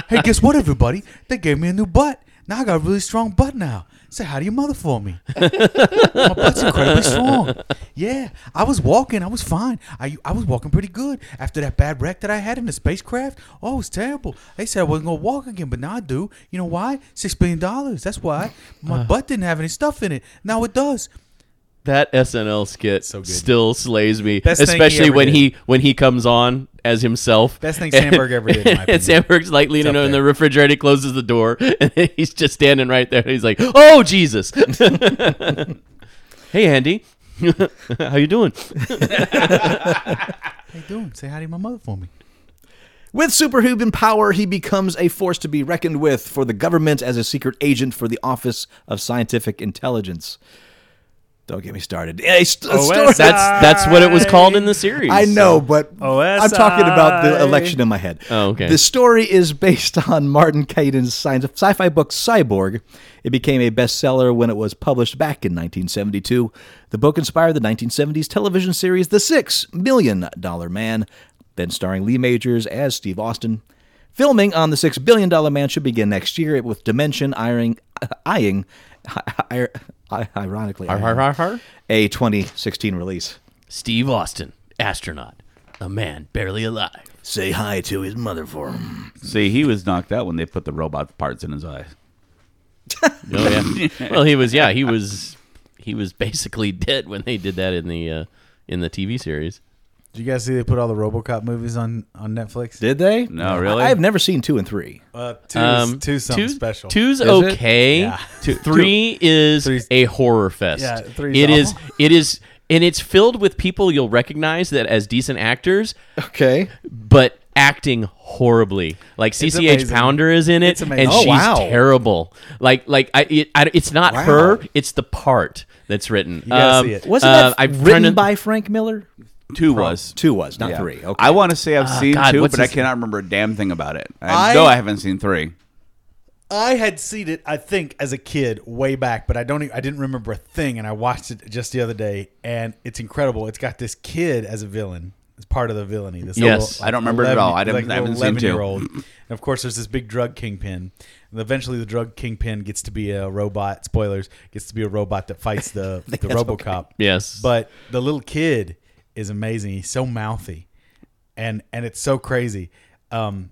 hey, guess what, everybody? They gave me a new butt. Now I got a really strong butt now. Say hi to your mother for me. My butt's incredibly strong. Yeah, I was walking. I was fine. I I was walking pretty good after that bad wreck that I had in the spacecraft. Oh, it was terrible. They said I wasn't gonna walk again, but now I do. You know why? Six billion dollars. That's why. My butt didn't have any stuff in it. Now it does. That SNL skit So good. still slays me, Best thing he especially ever when did. he when he comes on as himself. Best thing Sandberg ever did, in my opinion. and Sandberg's like leaning up in there. the refrigerator, he closes the door, and he's just standing right there. He's like, "Oh Jesus!" hey Andy, how you doing? How you doing? Say hi to my mother for me. With superhuman power, he becomes a force to be reckoned with for the government as a secret agent for the Office of Scientific Intelligence. Don't get me started. A st- Oh, a story- That's that's what it was called in the series. I know, but I'm talking about the election in my head. Oh, okay. The story is based on Martin Caden's sci- sci-fi book Cyborg. It became a bestseller when it was published back in 1972. The book inspired the 1970s television series The Six Million Dollar Man, then starring Lee Majors as Steve Austin. Filming on the $6 billion man should begin next year with Dimension ironing, eyeing, ir- ironically, har, har, har. a 2016 release. Steve Austin, astronaut, a man barely alive. Say hi to his mother for him. See, he was knocked out when they put the robot parts in his eyes. Oh yeah. well, he was. Yeah, he was. He was basically dead when they did that in the uh, in the TV series. Did you guys see they put all the RoboCop movies on on Netflix? Did they? No, really? I- I've never seen two and three. Uh, two's, Um, two's something special. Two's it? okay. Yeah. Two- three is Three's- a horror fest. Yeah, three's It is. awful. It is, and it's filled with people you'll recognize that as decent actors, Okay. but acting horribly. Like CCH amazing. Pounder is in it, It's amazing. and Oh, she's wow. terrible. Like, like I, it, I, it's not Wow. her. It's the part that's written. gotta see it. Wasn't uh, that I'm trying written to- by Frank Miller? Two was. Two was, not Yeah. three. Okay. I want to say I've seen Ah, God, two, what's but I his- cannot remember a damn thing about it. I, I- know I haven't seen three. I had seen it, I think, as a kid way back, but I don't. e- I didn't remember a thing, and I watched it just the other day, and it's incredible. It's got this kid as a villain, as part of the villainy. This Yes. I don't remember it at all. I didn't- I haven't seen two. year old. And of course, there's this big drug kingpin. And eventually, the drug kingpin gets to be a robot. Spoilers gets to be a robot that fights the the RoboCop. Yes. but the little kid is amazing. He's so mouthy, and and it's so crazy. Um,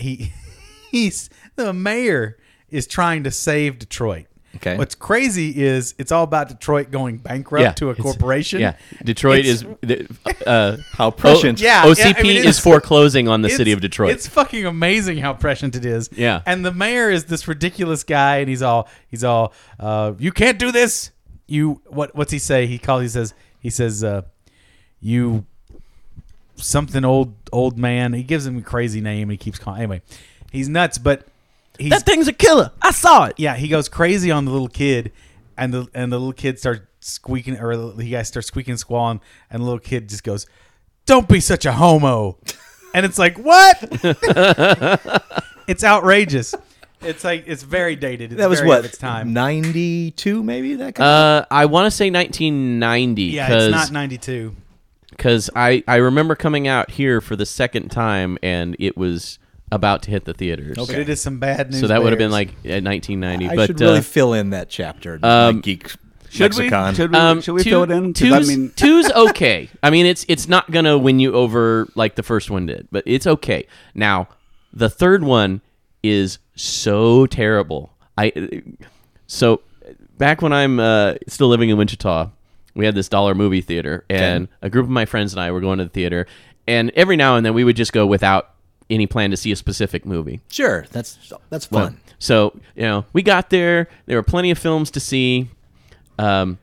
he he's the mayor is trying to save Detroit. Okay. What's crazy is it's all about Detroit going bankrupt to a it's- corporation. Yeah, Detroit is It's- the- uh, how prescient. Yeah, yeah, OCP I mean, is it's- foreclosing on the It's- city of Detroit. It's fucking amazing how prescient it is. Yeah. And the mayor is this ridiculous guy, and he's all he's all uh, you can't do this. You what what's he say? He calls he says he says uh, you something old old man. He gives him a crazy name and he keeps calling anyway. He's nuts, but he's that thing's a killer. I saw it. yeah, he goes crazy on the little kid, and the and the little kid starts squeaking, or the guy starts squeaking, and squalling, and the little kid just goes, "Don't be such a homo," and it's like, what? it's outrageous. It's like it's very dated. It's that was very what of its time. 92 maybe that kind Uh, I want to say 1990 yeah, it's because not ninety two. I I remember coming out here for the second time and it was about to hit the theaters. But it is some bad news. So that would have been like bears. at 1990. I but should really uh, um, fill in that chapter in my geek Should we? lexicon. Should we? should we two- fill it in? 'Cause I um, Two's, mean, two's okay. I mean, it's it's not gonna win you over like the first one did, but it's okay. Now, the third one is so terrible. I so back when I'm uh, still living in Wichita, we had this dollar movie theater, and a group of my friends and I were going to the theater, and every now and then we would just go without any plan to see a specific movie. sure that's that's fun So you know, we got there. There were plenty of films to see. Um,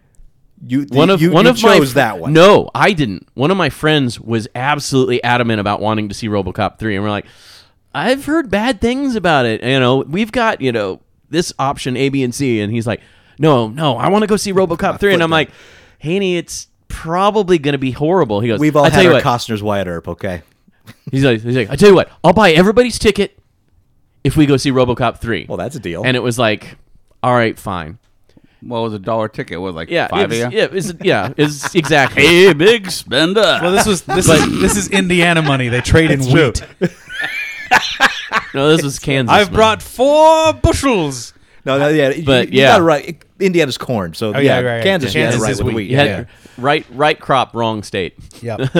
you one of you, one you of my chose that one No, I didn't. One of my friends was absolutely adamant about wanting to see RoboCop three, and we're like, I've heard bad things about it. You know, we've got you know this option A, B, and C, and he's like, No, no, I want to go see RoboCop three, and I'm like, Haney, it's probably going to be horrible. He goes, we've all I tell had you our what, costner's wyatt earp okay he's like, he's like, I tell you what, I'll buy everybody's ticket if we go see RoboCop three. well that's a deal and it was like, All right, fine. what was a dollar ticket? What, like Yeah, five of it's- you? yeah, it's- yeah, it's exactly. Hey, big spender. Well, this was this is this is Indiana money. They trade in wheat. No, this was Kansas. I've man. brought four bushels. no, no yeah you- But, you, yeah. got it right indiana's corn so yeah, Oh, yeah, right, right. kansas yeah, Kansas right is with wheat. wheat You had yeah. right right crop, wrong state. Yep.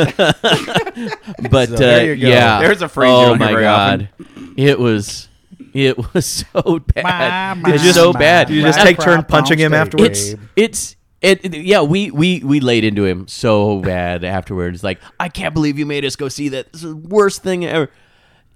But uh, there you go. yeah, There's a phrase you Oh don't hear my very god, often. it was it was so bad. My, my, it's so my, bad. you just my take turn crop punching him on stage. afterwards? It's it's. It, it- yeah, we, we we laid into him so bad afterwards. Like, I can't believe you made us go see that. This is the worst thing ever.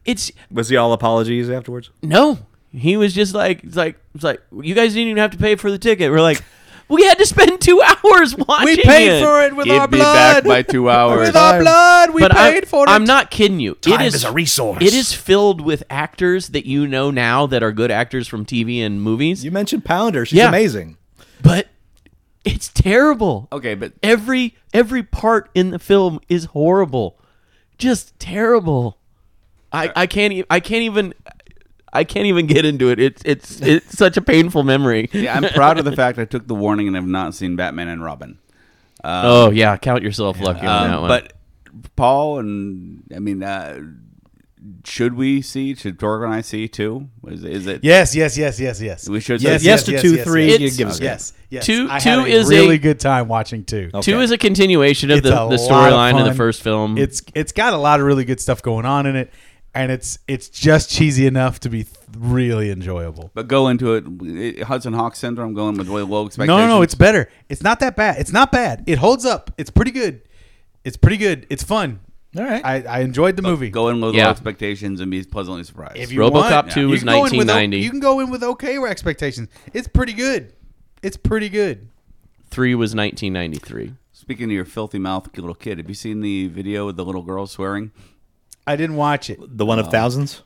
It's was he all apologies afterwards no. He was just like, it's like, it's like you guys didn't even have to pay for the ticket. We're like, we had to spend two hours watching. We paid it. for it with He'd our be back blood. by two hours. with our blood, we but paid I, for it. I'm not kidding you. Time it is, is a resource. It is filled with actors that you know now that are good actors from TV and movies, you mentioned pounder she's Yeah. amazing but it's terrible. Okay, but Every every part in the film is horrible, just terrible. Uh, I, I can't e- I can't even I can't even get into it. It's it's it's such a painful memory. yeah, I'm proud of the fact I took the warning and have not seen Batman and Robin. oh Um, yeah, count yourself lucky on Um, that one. But Paul and I mean uh, should we see? Should Torg and I see too? Is, is it? Yes, yes, yes, yes, yes. We should. Yes, see- yes, to yes, two, yes, three. yes. You It's- give us Yes, yes. Two- I had two is a- really good time watching two. Two is a continuation of It's Oh, the, a the lot of storyline of the fun. first film. It's it's got a lot of really good stuff going on in it, and it's it's just cheesy enough to be th- really enjoyable. But go into it, it- Hudson Hawk syndrome. Going with really low No, expectations. no, no, it's better. It's not that bad. It's not bad. It holds up. It's pretty good. It's pretty good. It's fun. All right. I, I enjoyed the movie. go in with Yeah. low expectations and be pleasantly surprised. If you RoboCop want, 2 you was can go in with o- 1990. You can go in with okay expectations. It's pretty good. It's pretty good. Three was 1993. Speaking of your filthy mouth little kid, have you seen the video with the little girl swearing? I didn't watch it. The Um, one of thousands.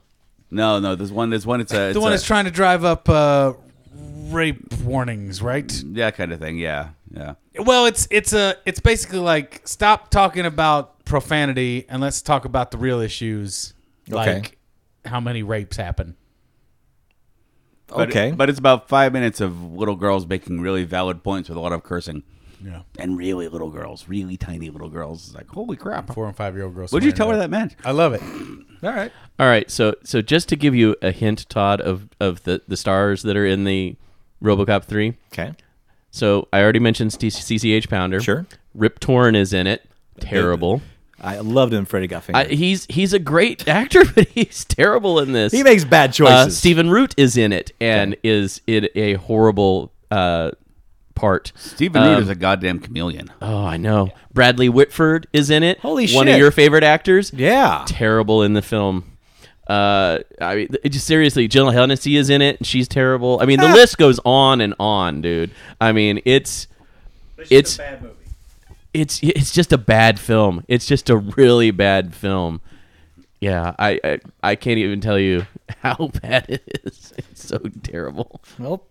No, no. There's one. There's one. It's a. It's The one a- that's trying to drive up uh, rape warnings, right? That kind of thing. Yeah, yeah. Well, it's it's a it's basically like stop talking about profanity and let's talk about the real issues, like how many rapes happen. But- Okay. but it's about five minutes of little girls making really valid points with a lot of cursing. Yeah, and really little girls, really tiny little girls. It's like, holy crap. four and five year old girls. What'd you tell her that meant? I love it. All right. All right, so so just to give you a hint, Todd, of of the the stars that are in the RoboCop three. Okay. So I already mentioned C- CCH Pounder. Sure. Rip Torn is in it. Terrible. I loved him, Freddie Guffin. I, he's he's a great actor, but he's terrible in this. he makes bad uh, choices. Stephen Root is in it and is in a horrible uh, part. Stephen Root Um, is a goddamn chameleon. Oh, I know. Bradley Whitford is in it. Holy One of shit. your favorite actors. yeah. terrible in the film. Uh, I mean, it just seriously, Jill Hennessy is in it, and she's terrible. I mean, the list goes on and on, dude. I mean, it's it's Bad movie. it's it's just a bad film. It's just a really bad film. Yeah, I I, I can't even tell you how bad it is. It's so terrible. Well,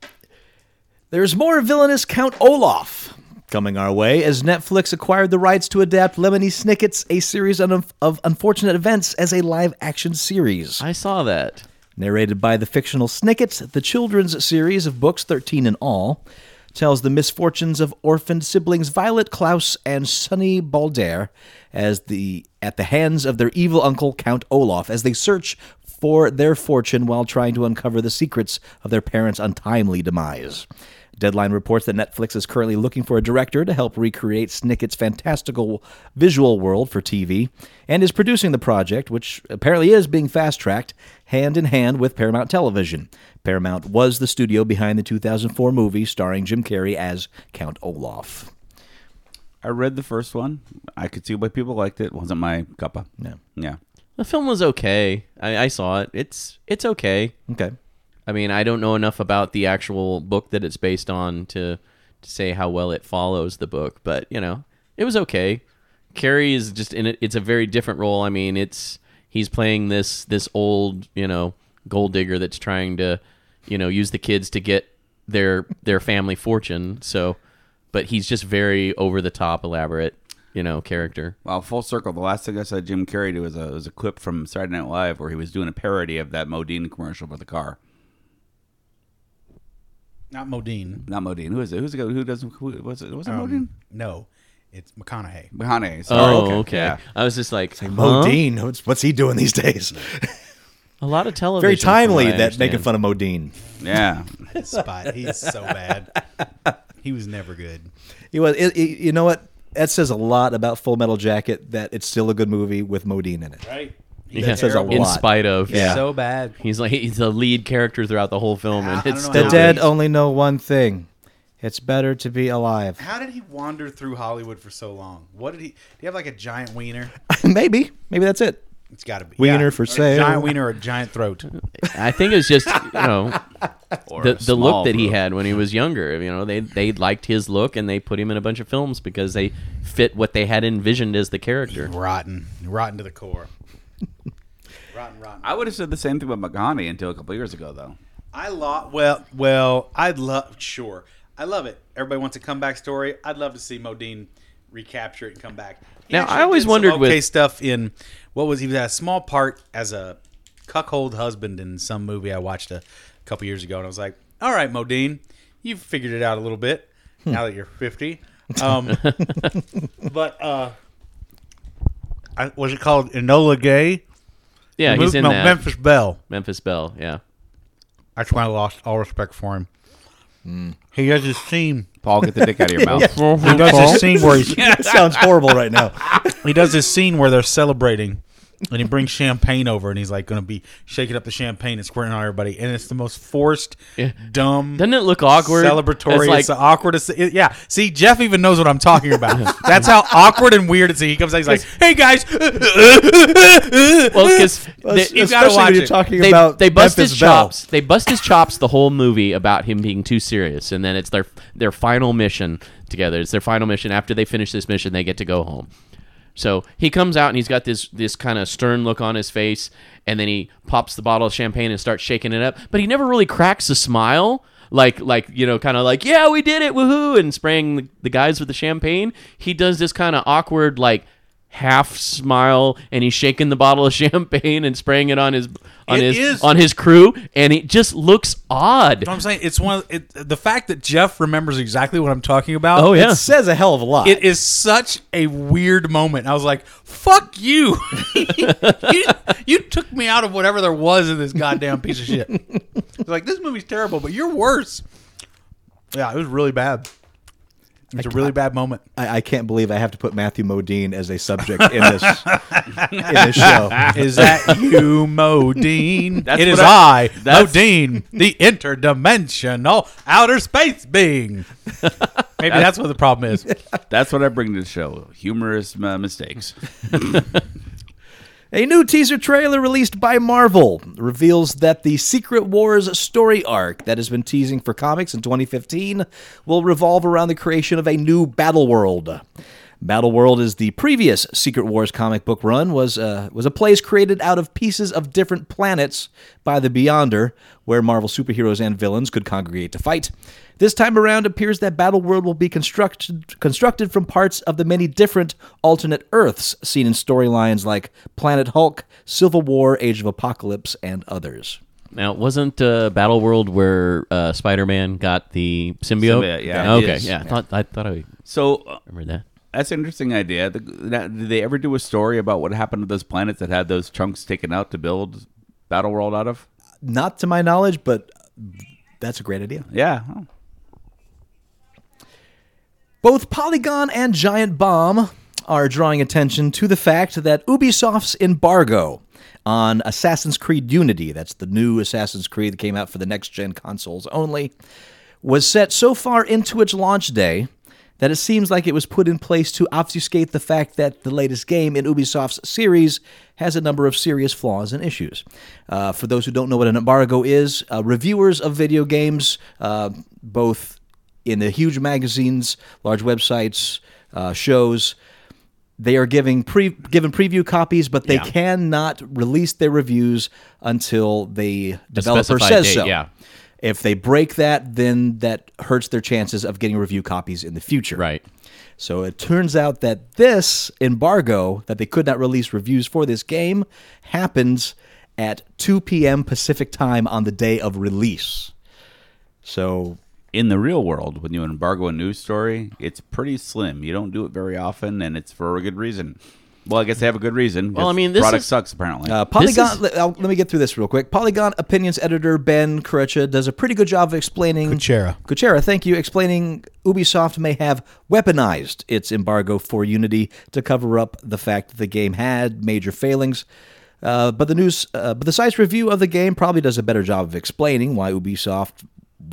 there's more villainous Count Olaf coming our way as Netflix acquired the rights to adapt Lemony Snicket's A Series of, of Unfortunate Events as a live action series. I saw that. Narrated by the fictional Snickets, the children's series of books, 13 in all, tells the misfortunes of orphaned siblings Violet Klaus and Sonny Balder as the at the hands of their evil uncle Count Olaf as they search for their fortune while trying to uncover the secrets of their parents' untimely demise. Deadline reports that Netflix is currently looking for a director to help recreate Snicket's fantastical visual world for TV and is producing the project, which apparently is being fast tracked hand in hand with Paramount Television. Paramount was the studio behind the 2004 movie starring Jim Carrey as Count Olaf. I read the first one. I could see why people liked it. Wasn't my cuppa. Yeah. Yeah. The film was okay. I, I saw it. It's it's okay. Okay. I mean, I don't know enough about the actual book that it's based on to to say how well it follows the book, but you know, it was okay. Carrie is just in it. It's a very different role. I mean, it's he's playing this this old you know gold digger that's trying to you know use the kids to get their their family fortune. So, but he's just very over the top, elaborate you know character. Well, full circle. The last thing I saw Jim Carrey do was a, was a clip from Saturday Night Live where he was doing a parody of that Modine commercial for the car. Not Modine. Mm, Not Modine. Who is it? Who's it? Who doesn't? Who, was it? Was it Modine? No, it's McConaughey. Mahane. Sorry. Um, Oh, okay. I was just like, huh? Modine, what's, what's he doing these days? A lot of television. Very from what timely I that making understand. fun of Modine. Yeah. Spot. He's so bad. He was never good. He was, it, it- you know what? That says a lot about Full Metal Jacket that it's still a good movie with Modine in it. Right. Yeah. says a in lot. spite of. Yeah. So bad. He's like he's the lead character throughout the whole film, I- I and don't it's know still The how dead he's- only know one thing it's better to be alive. How did he wander through Hollywood for so long? What did he? Do you have like a giant wiener? Maybe. Maybe that's it. It's got to be Wiener for Or a sale. Giant wiener or a giant throat. I think it was just you know Or the a the small look that he group. had when he was younger. You know they they liked his look, and they put him in a bunch of films because they fit what they had envisioned as the character. Rotten. Rotten to the core. Rotten, rotten. I would have said the same thing about Mahane until a couple years ago, though. I love. Well, well, I'd love. Sure, I love it. Everybody wants a comeback story. I'd love to see Modine recapture it and come back. He Now, actually I always did some wondered okay with- stuff in what was he was at a small part as a cuckold husband in some movie I watched a couple years ago, and I was like, "All right, Modine, you've figured it out a little bit Hmm. now that you're 50." Um, but uh, I, was it called Enola Gay? Yeah, he's in no, that. Memphis Bell. Memphis Bell. Yeah. That's when I lost all respect for him. Hmm. He has his scene. Paul, get the dick out of your mouth. He does his scene where he's, that sounds horrible right now. he does this scene where they're celebrating and he brings champagne over and he's like going to be shaking up the champagne and squirting on everybody and it's the most forced Yeah. dumb Doesn't it look awkward? celebratory It's it's, like- the awkwardest it- yeah see jeff even knows what i'm talking about that's how awkward and weird it's he comes out he's like hey guys Well, because you gotta Especially watch when you're it. talking they, about they bust Memphis his Belle. chops. They bust his chops the whole movie about him being too serious, and then it's their their final mission together. It's their final mission. After they finish this mission, they get to go home. So he comes out and he's got this this kind of stern look on his face, and then he pops the bottle of champagne and starts shaking it up. But he never really cracks a smile. Like, like you know, kind of like, yeah, we did it, woohoo, and spraying the, the guys with the champagne. He does this kind of awkward, like, half smile, and he's shaking the bottle of champagne and spraying it on his on It his is- on his crew, and it just looks odd. i'm saying it's one of, it, the fact that jeff remembers exactly what i'm talking about Oh yeah, It says a hell of a lot. It is such a weird moment. I was like, "Fuck you! you, you took me out of whatever there was in this goddamn piece of shit." It's like this movie's terrible, but you're worse. Yeah, it was really bad. It's a really bad moment. I, I can't believe I have to put Matthew Modine as a subject in this in this show. Is that you, Modine? That's it is what I- I, that's- Modine, the interdimensional outer space being. Maybe that's, what the problem is. That's what I bring to the show. Humorous uh, mistakes. A new teaser trailer released by Marvel reveals that the Secret Wars story arc that has been teasing for comics in 2015 will revolve around the creation of a new Battle World. Battle World is the previous Secret Wars comic book run was uh, was a place created out of pieces of different planets by the Beyonder, where Marvel superheroes and villains could congregate to fight. This time around, it appears that Battle World will be constructed constructed from parts of the many different alternate Earths seen in storylines like Planet Hulk, Civil War, Age of Apocalypse, and others. now wasn't uh, Battle World where uh, Spider-Man got the symbiote? Symbiote, yeah, it okay, is. yeah. I thought I thought I So uh, remembered that. that's an interesting idea. The, that, did they ever do a story about what happened to those planets that had those chunks taken out to build Battle World out of? Not to my knowledge, but that's a great idea. Yeah. Both Polygon and Giant Bomb are drawing attention to the fact that Ubisoft's embargo on Assassin's Creed Unity, that's the new Assassin's Creed that came out for the next gen consoles only, was set so far into its launch day that it seems like it was put in place to obfuscate the fact that the latest game in Ubisoft's series has a number of serious flaws and issues. Uh, for those who don't know what an embargo is, uh, reviewers of video games, uh, both in the huge magazines, large websites, uh, shows, they are giving pre given preview copies, but they cannot release their reviews until the developer specified says date, so. yeah. If they break that, then that hurts their chances of getting review copies in the future. Right. So it turns out that this embargo that they could not release reviews for this game happens at 2 p.m. Pacific time on the day of release. So In the real world, when you embargo a news story, it's pretty slim. You don't do it very often, and it's for a good reason. Well, I guess they have a good reason. Well, I 'cause mean, this product is- sucks apparently. Uh, Polygon. let, I'll- let me get through this real quick. Polygon opinions editor Ben Kuchera does a pretty good job of explaining. Kuchera. Kuchera, thank you. Explaining Ubisoft may have weaponized its embargo for Unity to cover up the fact that the game had major failings. Uh, but the news, uh, but the site's review of the game probably does a better job of explaining why Ubisoft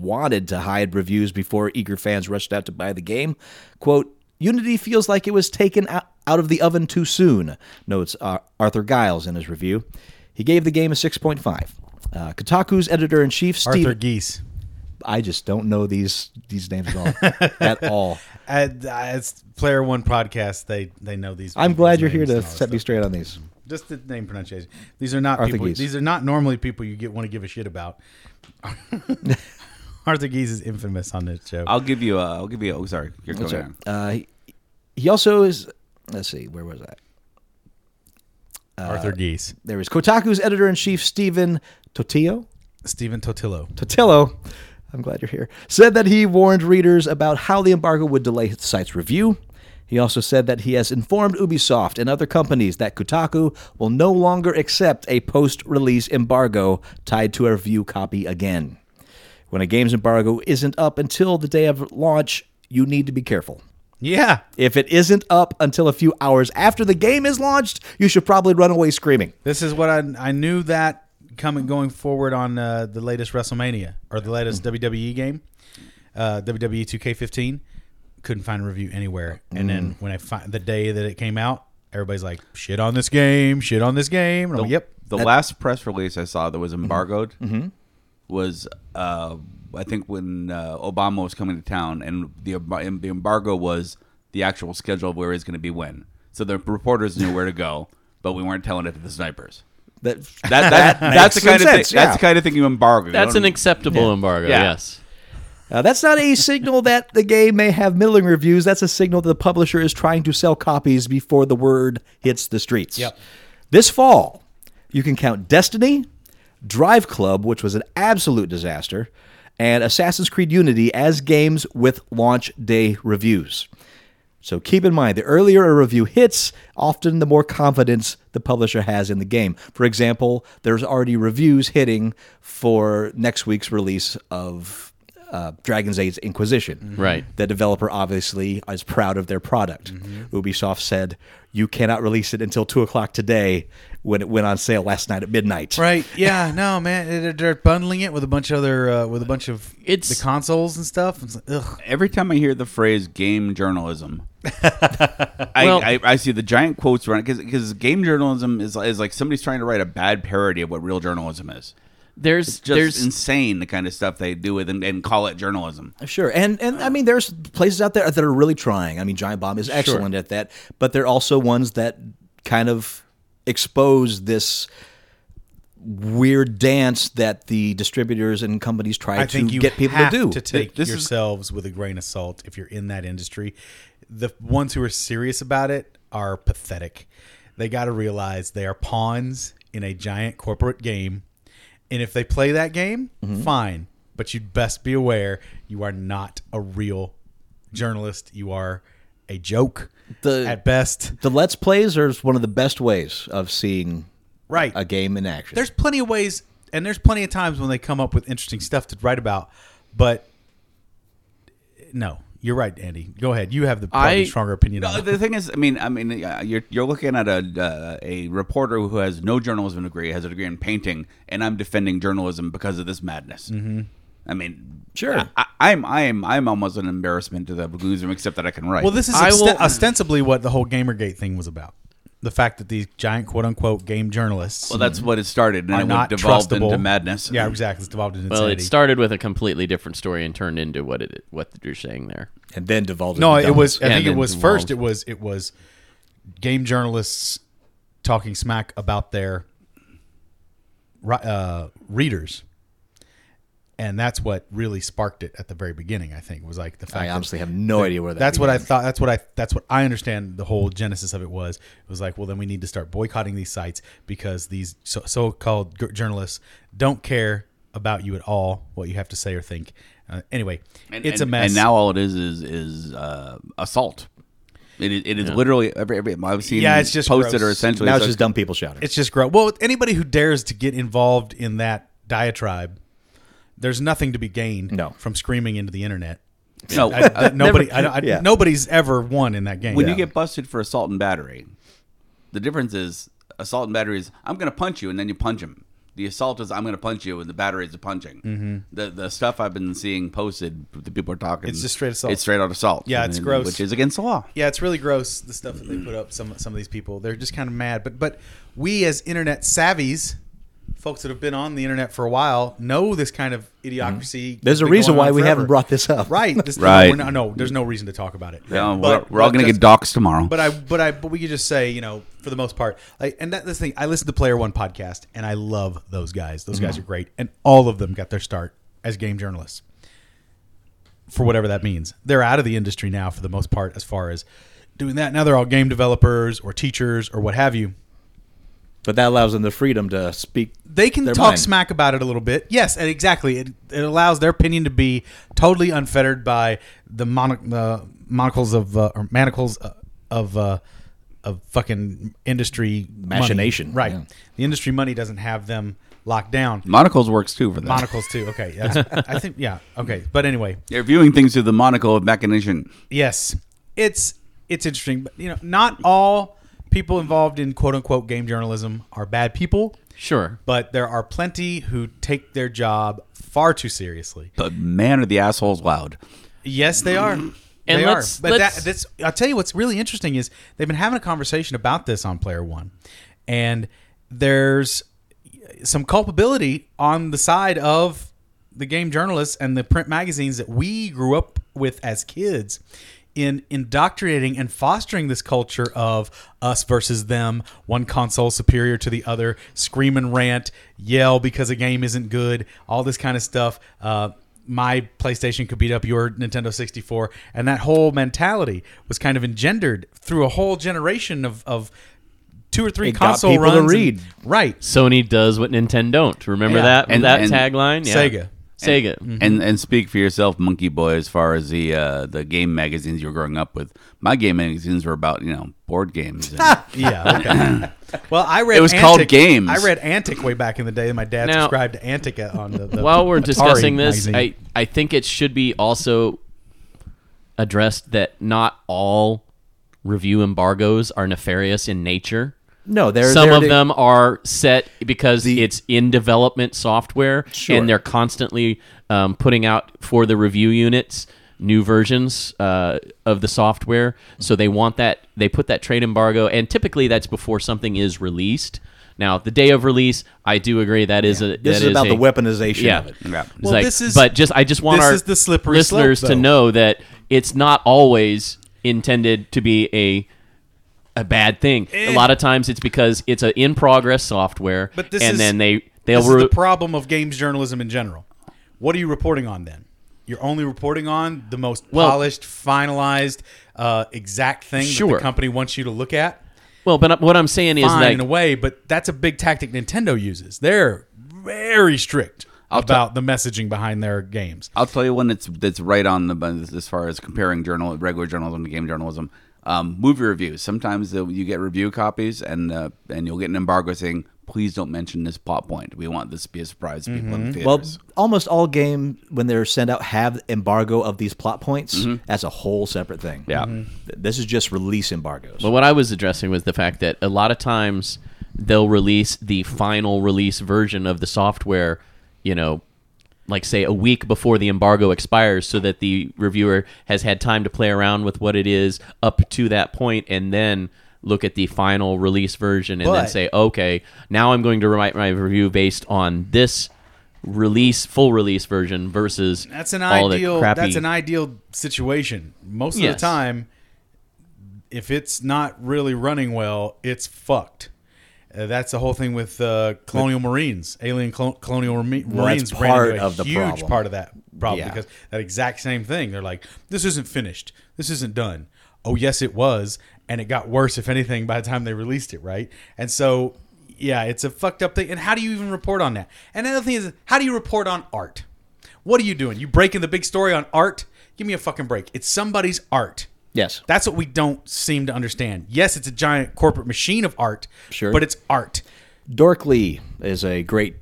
wanted to hide reviews before eager fans rushed out to buy the game. Quote. Unity feels like it was taken out out of the oven too soon, notes uh, Arthur Giles in his review. He gave the game a 6.5. Uh, Kotaku's editor in chief, Steve. Arthur Geese. I just don't know these these names at all. at all. At, it's Player One podcast. They they know these. I'm people's glad you're here names and to all that set me stuff. straight on these. Just the name pronunciation. These are not Arthur people. Geese. These are not normally people you get want to give a shit about. Arthur Geese is infamous on this show. I'll give you. A, I'll give you. A, oh, sorry, you're going on. Uh, he, he also is. Let's see, where was I? Arthur Geese, There was Kotaku's editor in chief, Stephen Totillo. Stephen Totillo. Totillo, I'm glad you're here, said that he warned readers about how the embargo would delay the site's review. He also said that he has informed Ubisoft and other companies that Kotaku will no longer accept a post release embargo tied to a review copy again. When a game's embargo isn't up until the day of launch, you need to be careful. Yeah. If it isn't up until a few hours after the game is launched, you should probably run away screaming. This is what I I knew that coming going forward on uh, the latest WrestleMania or the latest WWE game, uh, WWE 2K15. Couldn't find a review anywhere, and then when I find the day that it came out, everybody's like, "Shit on this game, shit on this game." And I'm like, yep. The last press release I saw that was Mm-hmm. embargoed was, uh, I think, when uh, Obama was coming to town, and the embar- and the embargo was the actual schedule of where he's going to be when. So the reporters knew where to go, but we weren't telling it to the snipers. That, That, that, that's the makes kind of sense, thing. yeah. That's the kind of thing you embargo. You That's don't- e, an acceptable embargo. Yeah. Yes. Uh, that's not a signal that the game may have middling reviews. That's a signal that the publisher is trying to sell copies before the word hits the streets. Yep. This fall, you can count Destiny, Drive Club, which was an absolute disaster, and Assassin's Creed Unity as games with launch day reviews. So keep in mind, the earlier a review hits, often the more confidence the publisher has in the game. For example, there's already reviews hitting for next week's release of uh, Dragon's Age's Inquisition. Right. The developer obviously is proud of their product. Ubisoft said, "You cannot release it until two o'clock today." When it went on sale last night at midnight. Right? Yeah. No, man, they're, they're bundling it with a bunch of other uh, with a bunch of It's- the consoles and stuff. It's like, ugh. Every time I hear the phrase "game journalism," I, Well- I, I see the giant quotes around because game journalism is is like somebody's trying to write a bad parody of what real journalism is. There's Just there's insane the kind of stuff they do with and, and call it journalism. Sure, and and I mean, there's places out there that are really trying. I mean, Giant Bomb is excellent at that, but there are also ones that kind of expose this weird dance that the distributors and companies try I to think you get people have to do. take This is- yourselves with a grain of salt if you're in that industry. The ones who are serious about it are pathetic. They got to realize they are pawns in a giant corporate game, and if they play that game, Mm-hmm. fine. But you'd best be aware you are not a real journalist. You are a joke The- at best. the Let's Plays are one of the best ways of seeing Right. a game in action. there's plenty of ways and there's plenty of times when they come up with interesting stuff to write about but no you're right andy go ahead you have the probably I- stronger opinion No, on Uh, the it thing is, I mean, I mean, uh, you're you're looking at a uh, a reporter who has no journalism degree, has a degree in painting, and I'm defending journalism because of this madness. Mm-hmm. I mean, Sure. I, I'm I'm I'm almost an embarrassment to the Bluesroom, except that I can write. well this is I ost- will- ostensibly what the whole gamergate thing was about the fact that these giant quote-unquote game journalists well, that's what it started, and are then it not devolved trustable into madness. yeah exactly it's devolved into well, insanity. it started with a completely different story and turned into what it what you're saying there. and then devolved. No, into it was. I And think it then was Duval's. first. It was. It was game journalists talking smack about their ri- uh, readers, and that's what really sparked it at the very beginning. I think was like the fact. I that- honestly have no idea where that. that's what I began. thought. That's what I. That's what I understand. The whole genesis of it was. It was like, well, then we need to start boycotting these sites because these so, so-called g- journalists don't care about you at all, what you have to say or think. Uh, anyway, And- it's and- a mess. And now all it is is is uh, assault. It is, it is literally every, every I've seen. Yeah, it's just posted or gross. essentially Now it's so- just dumb people shouting. it's just gross. Well, anybody who dares to get involved in that diatribe, there's nothing to be gained No. from screaming into the internet. no. I, that nobody, never- I, don't- I, yeah. nobody's ever won in that game. when you get busted for assault and battery, the difference is assault and battery is I'm going to punch you and then you punch him. The assault is I'm going to punch you and the battery is the punching. Mm-hmm. The the stuff I've been seeing posted, the people are talking. It's just straight assault. It's straight out assault. Yeah, it's And- gross. which is against the law. yeah, it's really gross the stuff that they put up. Some some of these people, they're just kind of mad. But but we as internet savvies, folks that have been on the internet for a while, know this kind of idiocracy. Mm-hmm. There's a been going reason on why we forever. haven't brought this up. Right, this, Right. We're not, no, there's no reason to talk about it. Yeah, But- we're, we're all but going to just- get doxxed tomorrow. But I, but I, but we could just say, you know, for the most part, like, and that this thing, I listen to Player One podcast, and I love those guys. Those guys are great, and all of them got their start as game journalists, for whatever that means. They're out of the industry now, for the most part, as far as doing that. Now they're all game developers or teachers or what have you. But that allows them the freedom to speak. They can their talk mind. smack about it a little bit. Yes, and exactly. It, it allows their opinion to be totally unfettered by the mon- uh, monocles of uh, or manacles uh, of uh, of fucking industry money. Machination, Right. yeah. The industry money doesn't have them locked down. Monocles works too for that. Monocles too. Okay. That's, I think yeah. Okay. But anyway, They're viewing things through the monocle of machination. Yes, it's it's interesting, but you know, not all people involved in quote unquote game journalism are bad people, Sure. but there are plenty who take their job far too seriously. But man, are the assholes loud. Yes, they are. they let's- are. But let's- that, that's I'll tell you what's really interesting is they've been having a conversation about this on Player One, and there's some culpability on the side of the game journalists and the print magazines that we grew up with as kids in indoctrinating and fostering this culture of us versus them, one console superior to the other, scream and rant, yell because a game isn't good, all this kind of stuff. Uh, my PlayStation could beat up your Nintendo 64. And that whole mentality was kind of engendered through a whole generation of, of two or three It got console people to runs. and- read. right. Sony does what Nintendo don't. Remember Yeah. that And- that and- tagline? Yeah. Sega. Sega. Mm-hmm. And and speak for yourself, monkey boy. As far as the uh, the game magazines you were growing up with, my game magazines were about you know board games. And, Yeah. Okay. well, I read. It was Antic. called Games. I read Antic way back in the day. My dad Now- subscribed to Antic on the. the While we're Atari discussing this, magazine. I, I think it should be also addressed that not all review embargoes are nefarious in nature. No, they're Some they're of the- them are set because it's in development software, Sure. and they're constantly um, putting out for the review units new versions uh, of the software. So they want that they put that trade embargo, and typically that's before something is released. Now, the day of release, I do agree that is a This that is about a- the weaponization yeah. of it. yeah. It's like- this is- but just I just want this our is the slippery slope, listeners to though. know that it's not always intended to be a a bad thing. A lot of times it's because it's an in progress software, But this and is- then they this they'll is re- the problem of games journalism in general. What are you reporting on then? You're only reporting on the most Well- polished, finalized, uh, exact thing that Sure. the company wants you to look at. well. But what I'm saying is Fine like in a way, but that's a big tactic Nintendo uses. They're very strict about the messaging behind their games. I'll tell you one that's that's right on the button as far as comparing journal regular journalism to game journalism. Um, movie reviews. Sometimes the, you get review copies, and uh, and you'll get an embargo saying, "Please don't mention this plot point. We want this to be a surprise to people in the Well, theaters." almost all game when they're sent out have embargo of these plot points. That's a whole separate thing. yeah, Th- This is just release embargoes. But what I was addressing was the fact that a lot of times they'll release the final release version of the software, you know, like say a week before the embargo expires so that the reviewer has had time to play around with what it is up to that point and then look at the final release version and then But- say, "Okay, now I'm going to write my review based on this release full release version versus That's an all the ideal. crappy That's an ideal situation. Most of Yes. the time, if it's not really running well, it's fucked. Uh, that's the whole thing with uh, Colonial Marines, Alien clo- Colonial Remi- Marines. ran part into a of the huge problem. part of that problem Yeah. because that exact same thing. They're like, this isn't finished. This isn't done. Oh yes, it was, and it got worse if anything by the time they released it, right? And so, yeah, it's a fucked up thing. And how do you even report on that? And another thing is, how do you report on art? What are you doing? You breaking the big story on art? Give me a fucking break. It's somebody's art. yes. That's what we don't seem to understand. Yes, it's a giant corporate machine of art, Sure. but it's art. Dorkly is a great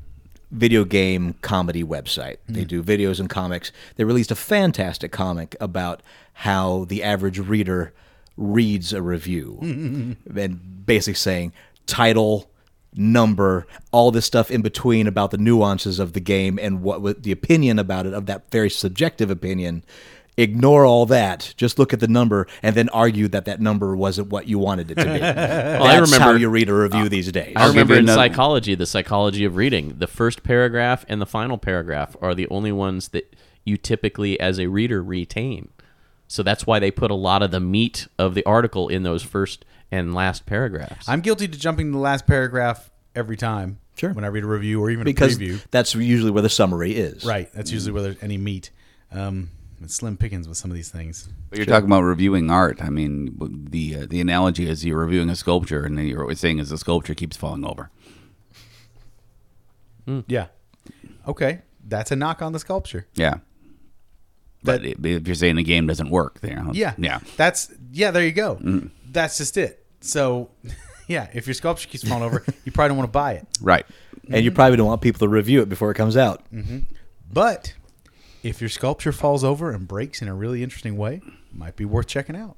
video game comedy website. Mm-hmm. They do videos and comics. They released a fantastic comic about how the average reader reads a review and basically saying title, number, all this stuff in between about the nuances of the game and what wa- the opinion about it of that very subjective opinion. Ignore all that. Just look at the number and then argue that that number wasn't what you wanted it to be. That's how remember- you read a review these days. I remember you in another- psychology, the psychology of reading, the first paragraph and the final paragraph are the only ones that you typically, as a reader, retain. So that's why they put a lot of the meat of the article in those first and last paragraphs. I'm guilty to jumping to the last paragraph every time. Sure. When I read a review or even because a preview. that's usually where the summary is. Mm. Right. That's usually where there's any meat. Um, slim pickings with some of these things. But you're talking about reviewing art. I mean, w- the uh, the analogy is you're reviewing a sculpture, and then you're always saying is the sculpture keeps falling over. Yeah. Okay, that's a knock on the sculpture. Yeah. But i- if you're saying the game doesn't work, there. Yeah. Yeah. That's yeah, there you go. Mm. That's just it. So yeah, if your sculpture keeps falling over, you probably don't want to buy it. Right. and you Mm-hmm. probably don't want people to review it before it comes out. Mm-hmm. But if your sculpture falls over and breaks in a really interesting way, might be worth checking out.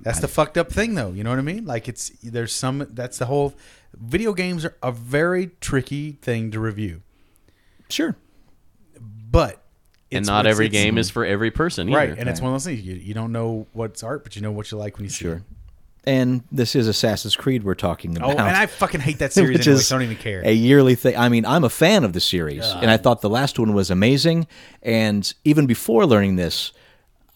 That's the fucked up thing though, you know what I mean? Like it's there's some that's the whole video games are a very tricky thing to review. Sure. But and it's- not it's- every it's- game is for every person either. right, and it's one of those things you, you don't know what's art, but you know what you like when you see it. And this is Assassin's Creed we're talking Oh, about. and I fucking hate that series. which anyway, is so I don't even care. A yearly thing. I mean, I'm a fan of the series, and I thought the last one was amazing. And even before learning this,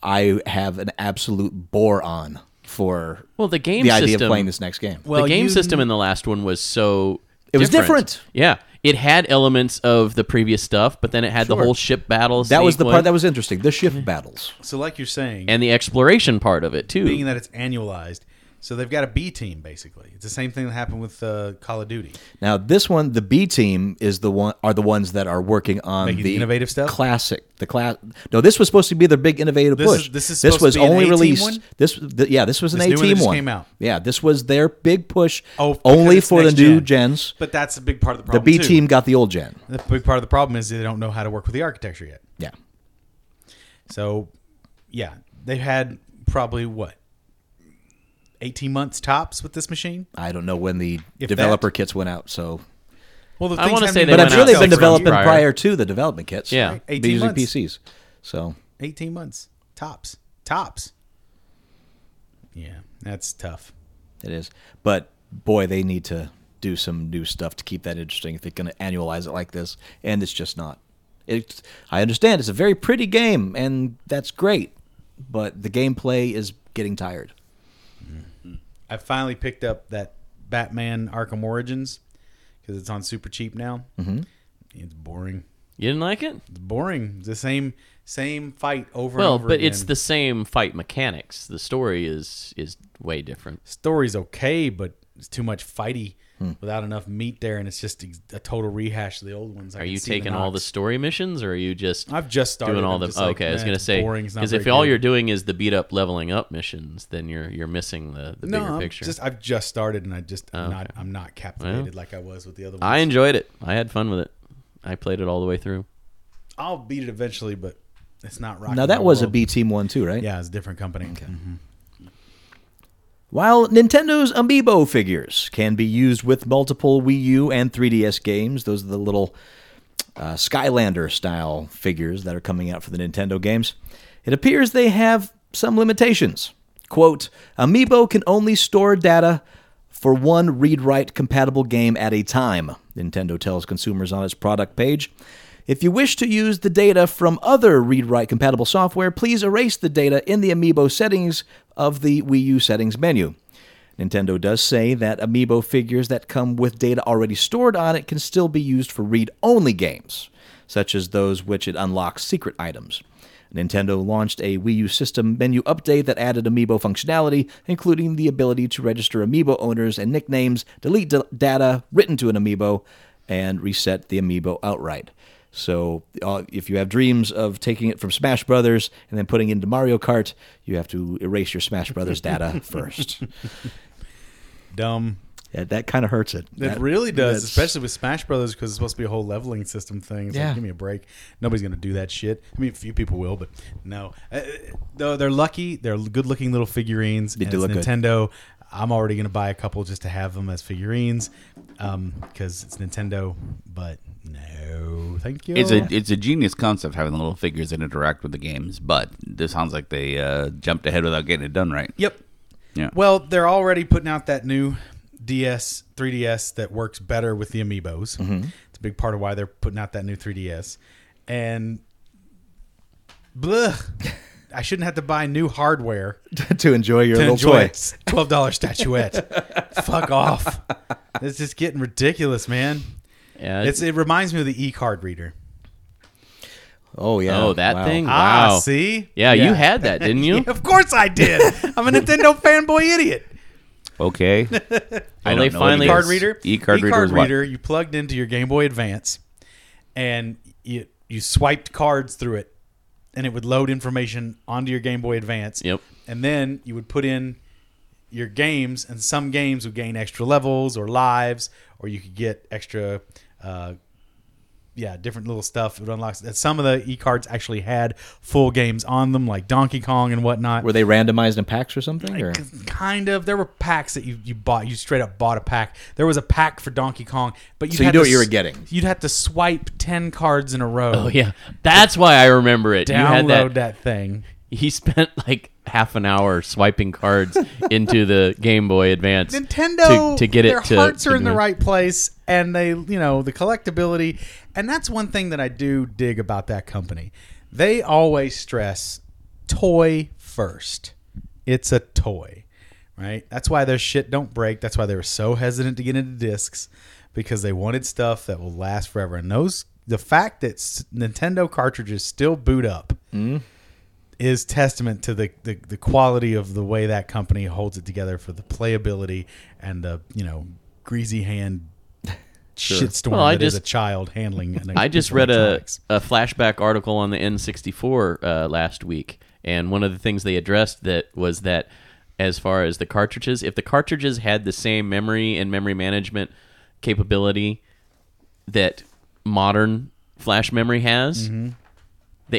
I have an absolute bore on for Well, the game the idea of system- playing this next game. Well, the game you- system in the last one was so. It was different. Yeah, it had elements of the previous stuff, but then it had the whole ship battle. that was the part sequence that was interesting. The Mm-hmm. shift battles. So, like you're saying, and the exploration part of it too. being that it's annualized, so they've got a B team basically. It's the same thing that happened with uh, Call of Duty. Now, this one, the B team is the one are the ones that are working on Making the, the innovative stuff? Classic, the class. No, this was supposed to be their big innovative This is- push. this is this supposed was to be an only 18 released. one? This, th- yeah, this was an This new one that eighteen just one. came out. Yeah, this was their big push. Oh, because only it's for the next new gen. gens. But that's a big part of the The problem. B too. team got the old gen. The big part of the problem is they don't know how to work with the architecture yet. Yeah, So, yeah, they've had probably what eighteen months tops with this machine. I don't know when the If developer that- kits went out. So, Well, the I things wanna haven't say even They but I'm went sure out they've six been months developing prior. prior. to the development kits. Yeah. Right? 18 They're using months. PCs. So eighteen months tops tops. Yeah, that's tough. It is. But boy, they need to do some new stuff to keep that interesting if they're going to annualize it like this. And it's just not. It's, I understand it's a very pretty game, and that's great. But the gameplay is getting tired. I finally picked up that Batman Arkham Origins because it's on super cheap now. Mm-hmm. It's boring. you didn't like it? It's boring. It's the same same fight over Well, and over but again. it's the same fight mechanics. The story is is way different. story's okay, but it's too much fighty without enough meat there, and it's just ex- a total rehash of the old ones. I Are can you see taking all the knocks. story missions, or are you just I've just started doing all I'm the? just like, okay, I was "Man, gonna it's say boring. It's not because if very all good." you're doing is the beat up leveling up missions, then you're you're missing the, the no, bigger I'm picture. Oh, just I've just started, and I just I'm not I'm not captivated Well, like I was with the other ones. I enjoyed it. I had fun with it. I played it all the way through. I'll beat it eventually, but it's not rocket. Now, that was a B Team one, too, right? Yeah, it's a different company. Mm-hmm. While Nintendo's Amiibo figures can be used with multiple Wii U and 3DS games, those are the little uh, Skylander style figures that are coming out for the Nintendo games, it appears they have some limitations. Quote Amiibo can only store data for one read write compatible game at a time, Nintendo tells consumers on its product page. If you wish to use the data from other read write compatible software, please erase the data in the Amiibo settings of the Wii U settings menu. Nintendo does say that amiibo figures that come with data already stored on it can still be used for read only games, such as those which it unlocks secret items. Nintendo launched a Wii U system menu update that added amiibo functionality, including the ability to register amiibo owners and nicknames, delete d- data written to an amiibo, and reset the amiibo outright. So, uh, if you have dreams of taking it from Smash Brothers and then putting it into Mario Kart, you have to erase your Smash Brothers data first. Dumb. Yeah, that kind of hurts it. It really does, especially with Smash Brothers, because it's supposed to be a whole leveling system thing. It's Yeah. like, give me a break. Nobody's going to do that shit. I mean, a few people will, but no. Uh, though they're lucky, they're good-looking little figurines. They do look good. Nintendo. I'm already going to buy a couple just to have them as figurines, because it's Nintendo. But no, thank you. It's a it's a genius concept having the little figures that interact with the games, but this sounds like they uh, jumped ahead without getting it done right. yep. Yeah. Well, they're already putting out that new DS 3DS that works better with the amiibos. Mm-hmm. It's a big part of why they're putting out that new 3DS. And bleh, I shouldn't have to buy new hardware to enjoy your to little enjoy toy. its twelve dollar statuette. Fuck off! It's just getting ridiculous, man. Yeah, It's it reminds me of the e card reader. Oh yeah. Oh, that Wow. thing! Wow. Ah, see? Yeah, you had that, didn't you? Of course I did. I'm a Nintendo fanboy idiot. Okay. Well, don't they know finally what card Yes. reader. E-card reader E-card is what? reader, You plugged into your Game Boy Advance, and you you swiped cards through it, and it would load information onto your Game Boy Advance. Yep. And then you would put in your games, and some games would gain extra levels or lives, or you could get extra. Uh, yeah, different little stuff. It unlocks. and Some of the e cards actually had full games on them, like Donkey Kong and whatnot. Were they randomized in packs or something? Or? K- Kind of. There were packs that you, you bought. You straight up bought a pack. There was a pack for Donkey Kong, but you So you had knew to what you were s- getting. You'd have to swipe ten cards in a row. Oh yeah, that's why I remember it. you had that, download that. thing. He spent like half an hour swiping cards into the Game Boy Advance. Nintendo. to, to get it their to hearts are to in the do it. right place, and they you know the collectability, and that's one thing that I do dig about that company. They always stress toy first. It's a toy, right? That's why their shit don't break. That's why they were so hesitant to get into discs because they wanted stuff that will last forever. And those the fact that s- Nintendo cartridges still boot up is testament to the, the the quality of the way that company holds it together for the playability and the you know greasy hand shitstorm Well, I that is just- a child handling. an I just read a, electronics. a flashback article on the N64 uh, last week, and one of the things they addressed that was that as far as the cartridges, if the cartridges had the same memory and memory management capability that modern flash memory has, the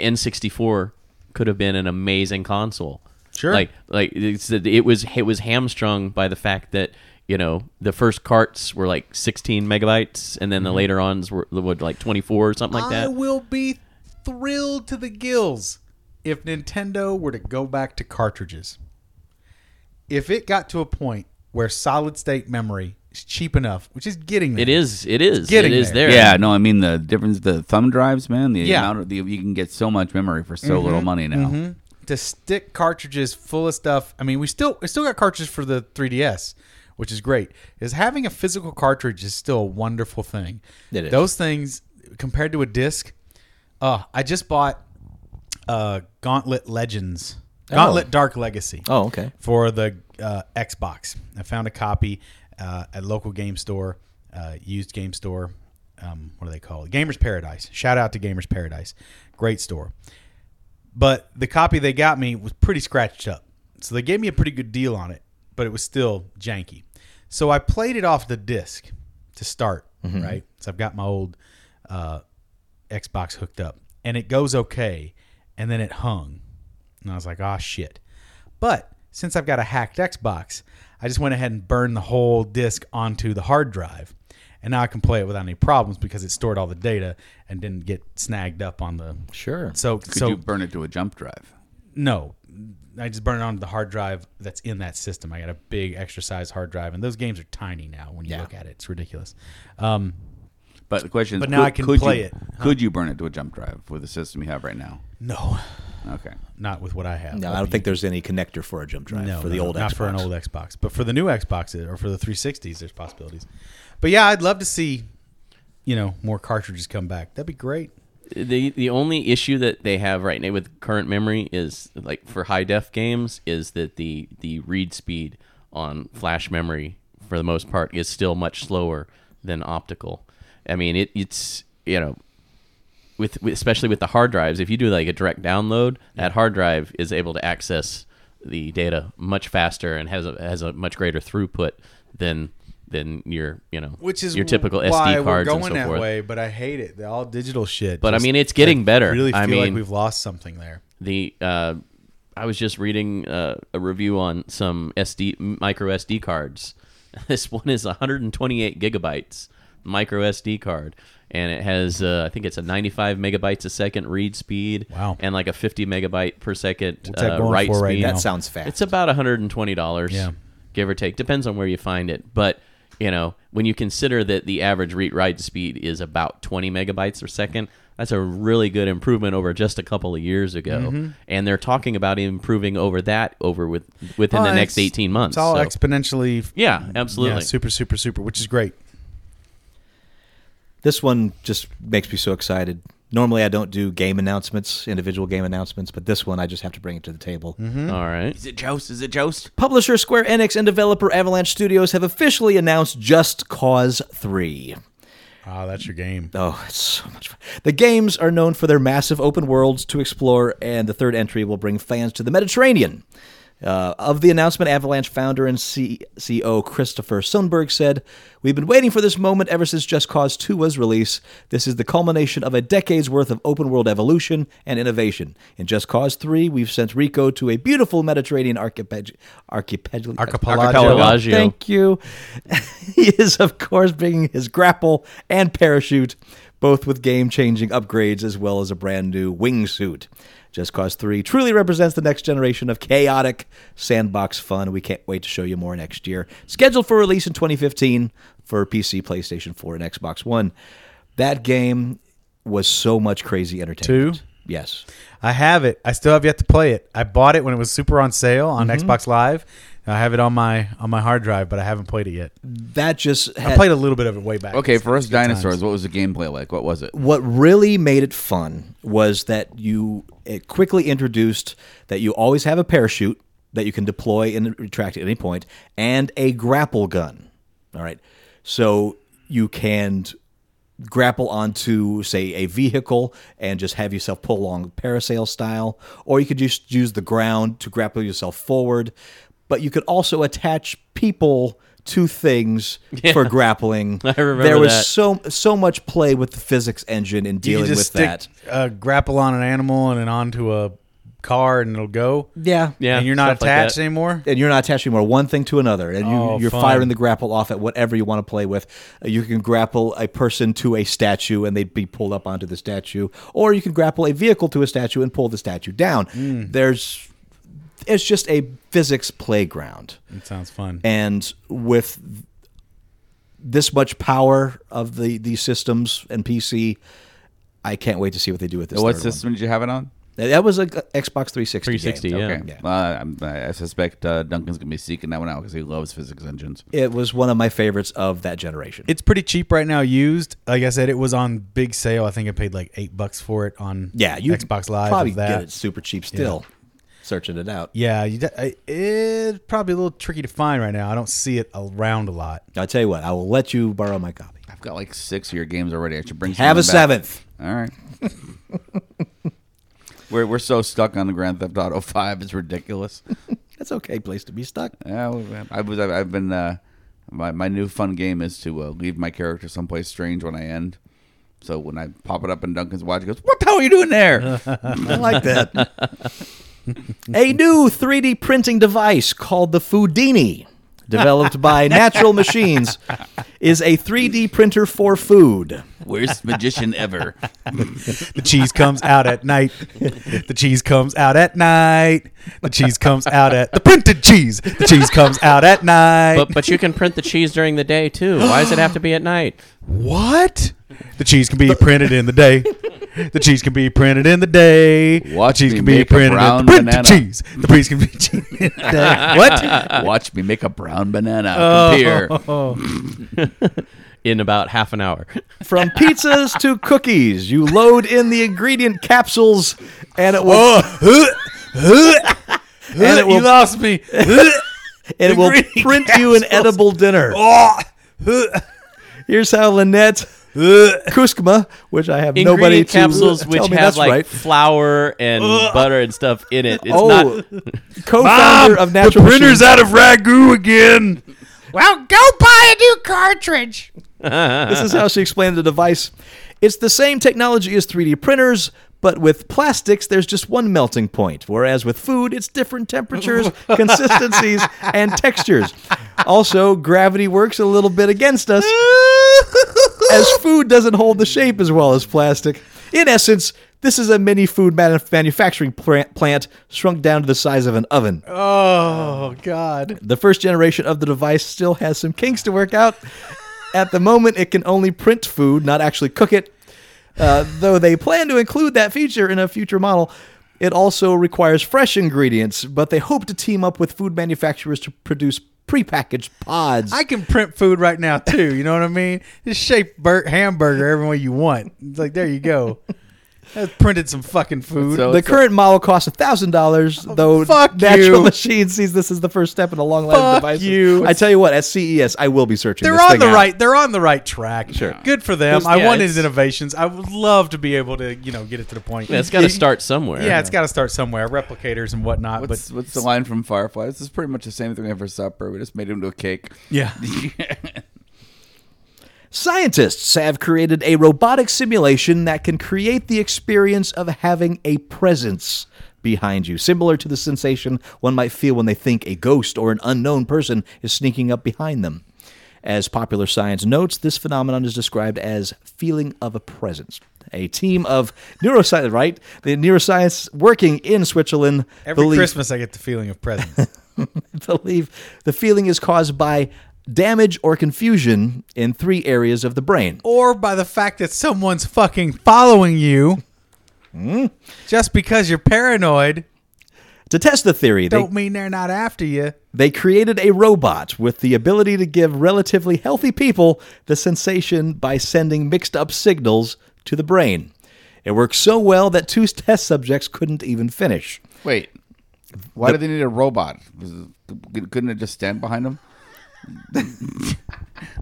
N64 could have been an amazing console. Sure. Like like it's, it was it was hamstrung by the fact that you know the first carts were like 16 megabytes and then the later ons were, were like 24 or something like Mm-hmm. I that. will be thrilled to the gills if Nintendo were to go back to cartridges. If it got to a point where solid state memory is cheap enough, which is getting there, it is it is getting it is there. there. Yeah, no, I mean the difference the thumb drives, man. The Yeah. Mm-hmm. amount of the, you can get so much memory for so little money now. to stick cartridges full of stuff. I mean, we still we still got cartridges for the 3DS, which is great. Is having a physical cartridge is still a wonderful thing. It is. Those things compared to a disc. Uh, I just bought uh, Gauntlet Legends, Gauntlet Dark Legacy Oh, okay. for the uh, Xbox. I found a copy uh, at a local game store, uh, used game store. Um, what do they call it? Gamers Paradise. Shout out to Gamers Paradise. Great store. But the copy they got me was pretty scratched up. So they gave me a pretty good deal on it, but it was still janky. So I played it off the disc to start, right? So I've got my old uh, Xbox hooked up and it goes okay. And then it hung. And I was like, ah, shit. But since I've got a hacked Xbox, I just went ahead and burned the whole disk onto the hard drive. And now I can play it without any problems because it stored all the data and didn't get snagged up on the. Sure. So, Could so you burn it to a jump drive? no, I just burn it onto the hard drive that's in that system. I got a big extra size hard drive, and those games are tiny now when you look at it. It's ridiculous. Um, But the question is, But now could, I can could play you, it. Could you burn it to a jump drive with the system you have right now? no, Okay. not with what I have. No, I don't think there's any connector for a jump drive for the old not Xbox. for an old Xbox, but for the new Xboxes or for the 360s, there's possibilities. But yeah, I'd love to see, you know, more cartridges come back. That'd be great. The the only issue that they have right now with current memory is like for high def games is that the the read speed on flash memory for the most part is still much slower than optical. I mean it it's you know with, with especially with the hard drives if you do like a direct download that hard drive is able to access the data much faster and has a has a much greater throughput than than your you know Which is your typical why SD we're cards going and so that forth. way, but I hate it. The all digital shit. But I just- mean, it's getting I better. Really feel I like mean- we've lost something there. the uh, I was just reading uh, a review on some SD micro SD cards. This one is 128 gigabytes micro SD card, and it has uh, I think it's a 95 megabytes a second read speed. Wow. And like a 50 megabyte per 2nd What's that uh, going write for speed. right now? That sounds fast. It's about $120, Yeah. give or take. Depends on where you find it. But, you know, when you consider that the average read write speed is about 20 megabytes per second, that's a really good improvement over just a couple of years ago. Mm-hmm. And they're talking about improving over that over with within Well, the Oh, it's- next 18 months. It's all So- exponentially. yeah, absolutely. Yeah, super, super, super, which is great. This one just makes me so excited. Normally, I don't do game announcements, individual game announcements, but this one I just have to bring it to the table. All right. Is it Joust? Is it Joust? Publisher Square Enix and developer Avalanche Studios have officially announced Just Cause 3. Oh, that's your game. Oh, it's so much fun. The games are known for their massive open worlds to explore, and the third entry will bring fans to the Mediterranean. Uh, of the announcement, Avalanche founder and CEO Christopher Sundberg said, We've been waiting for this moment ever since Just Cause 2 was released. This is the culmination of a decade's worth of open world evolution and innovation. In Just Cause 3, we've sent Rico to a beautiful Mediterranean archipelago. Archipelago. Archipelago. Pelagio. Thank you. he is, of course, bringing his grapple and parachute, both with game changing upgrades as well as a brand new wingsuit. Just Cause 3 truly represents the next generation of chaotic sandbox fun. We can't wait to show you more next year. Scheduled for release in 2015 for PC, PlayStation 4, and Xbox One. That game was so much crazy entertainment. Two? Yes. I have it. I still have yet to play it. I bought it when it was super on sale on Mm-hmm. Xbox Live. I have it on my on my hard drive, but I haven't played it yet. That just I had, played a little bit of it way back. Okay, It's- for us it's good times. dinosaurs, what was the gameplay like? What was it? what really made it fun was that you it quickly introduced that you always have a parachute that you can deploy and retract at any point and a grapple gun all right so you can grapple onto say a vehicle and just have yourself pull along parasail style or you could just use the ground to grapple yourself forward but you could also attach people to things for grappling I remember there was that. so so much play with the physics engine in You dealing just with stick that a grapple on an animal and then onto a car, and it'll go. yeah Yeah, and you're not stuff like that. attached anymore. and you're not attaching more one thing to another and you, Oh, you're fun. firing the grapple off at whatever you want to play with Uh, you can grapple a person to a statue and they'd be pulled up onto the statue or you can grapple a vehicle to a statue and pull the statue down there's it's just a physics playground It sounds fun. and with this much power of the these systems and pc i can't wait to see what they do with this What third one. system did you have it on? Now, That was a Xbox 360. game. 360, yeah. Okay. Well, I, I'm- I suspect uh, Duncan's going to be seeking that one out because he loves physics engines. It was one of my favorites of that generation. It's pretty cheap right now. Used, like I said, it was on big sale. I think I paid like eight bucks for it on yeah, you Xbox Live. probably of that. get it super cheap still. Searching it out, Yeah, you, de- I- it's probably a little tricky to find right now. I don't see it around a lot. I'll tell you what. I will let you borrow my copy. I've got like six of your games already. I should bring some Have a back. seventh. All right. we're, we're so stuck on the Grand Theft Auto 5. It's ridiculous. That's okay. Place to be stuck. Yeah, well, I was. I've been. Uh, my my new fun game is to uh, leave my character someplace strange when I end. So when I pop it up in Duncan's watch, he goes, "What the hell are you doing there?" I like that. a new 3D printing device called the Foodini, developed by Natural Machines, is a 3D printer for food. Worst magician ever. The cheese comes out at night. The cheese comes out at night. The cheese comes out at the printed cheese. The cheese comes out at night. But but you can print the cheese during the day too. Why does it have to be at night? what? The cheese can be printed in the day. The cheese can be printed in the day. Watch the cheese me can be make a printed in the brown printed banana. cheese. The cheese can be cheese in the day. What? Watch me make a brown banana Oh. appear. In about half an hour. From pizzas to cookies, you load in the ingredient capsules, and it Oh, will and it you will, lost me. and it will ingredient print you an capsules. edible dinner. oh, Here's how Lynette Kuskma, which I have nobody Ingredient to capsules tell which me have that's like right. flour and butter and stuff in it. It's oh, not co-founder of the Natural printer's Machines. out of ragu again. Well, go buy a new cartridge. This is how she explained the device. It's the same technology as 3D printers, but with plastics, there's just one melting point, whereas with food, it's different temperatures, consistencies, and textures. Also, gravity works a little bit against us, as food doesn't hold the shape as well as plastic. In essence, this is a mini food manu- manufacturing plant, plant shrunk down to the size of an oven. Oh God! The first generation of the device still has some kinks to work out. At the moment, it can only print food, not actually cook it. Uh, though they plan to include that feature in a future model, it also requires fresh ingredients, but they hope to team up with food manufacturers to produce prepackaged pods. I can print food right now too. You know what I mean? Just shape bur- hamburger every way you want. It's like there you go. Has printed some fucking food. the current model costs thousand dollars, though. Oh, fuck Natural you. Machines sees this as the first step in a long line of Fuck devices. you. I tell you what, at CES, I will be searching. they're this on thing the out. right. They're on the right track. Sure. Good for them. It's- I yeah, want it's- his innovations. I would love to be able to, you know, get it to the point. Yeah, it's got to You- start somewhere. Yeah, it's got to start somewhere. Replicators and whatnot. What's, but what's the line from Fireflies? This is pretty much the same thing we had for supper. We just made it into a cake. yeah, Scientists have created a robotic simulation that can create the experience of having a presence behind you, similar to the sensation one might feel when they think a ghost or an unknown person is sneaking up behind them. As popular science notes, this phenomenon is described as feeling of a presence. A team of neuroscience, right? The neuroscience working in Switzerland every believe- Christmas I get the feeling of presents. believe the feeling is caused by damage or confusion in three areas of the brain. or by the fact that someone's fucking following you. Hmm? Just because you're paranoid, To test the theory, they, don't mean they're not after you. they created a robot with the ability to give relatively healthy people the sensation by sending mixed up signals to the brain. It worked so well that two test subjects couldn't even finish. Wait, why do they need a robot? Was it- Couldn't it just stand behind them?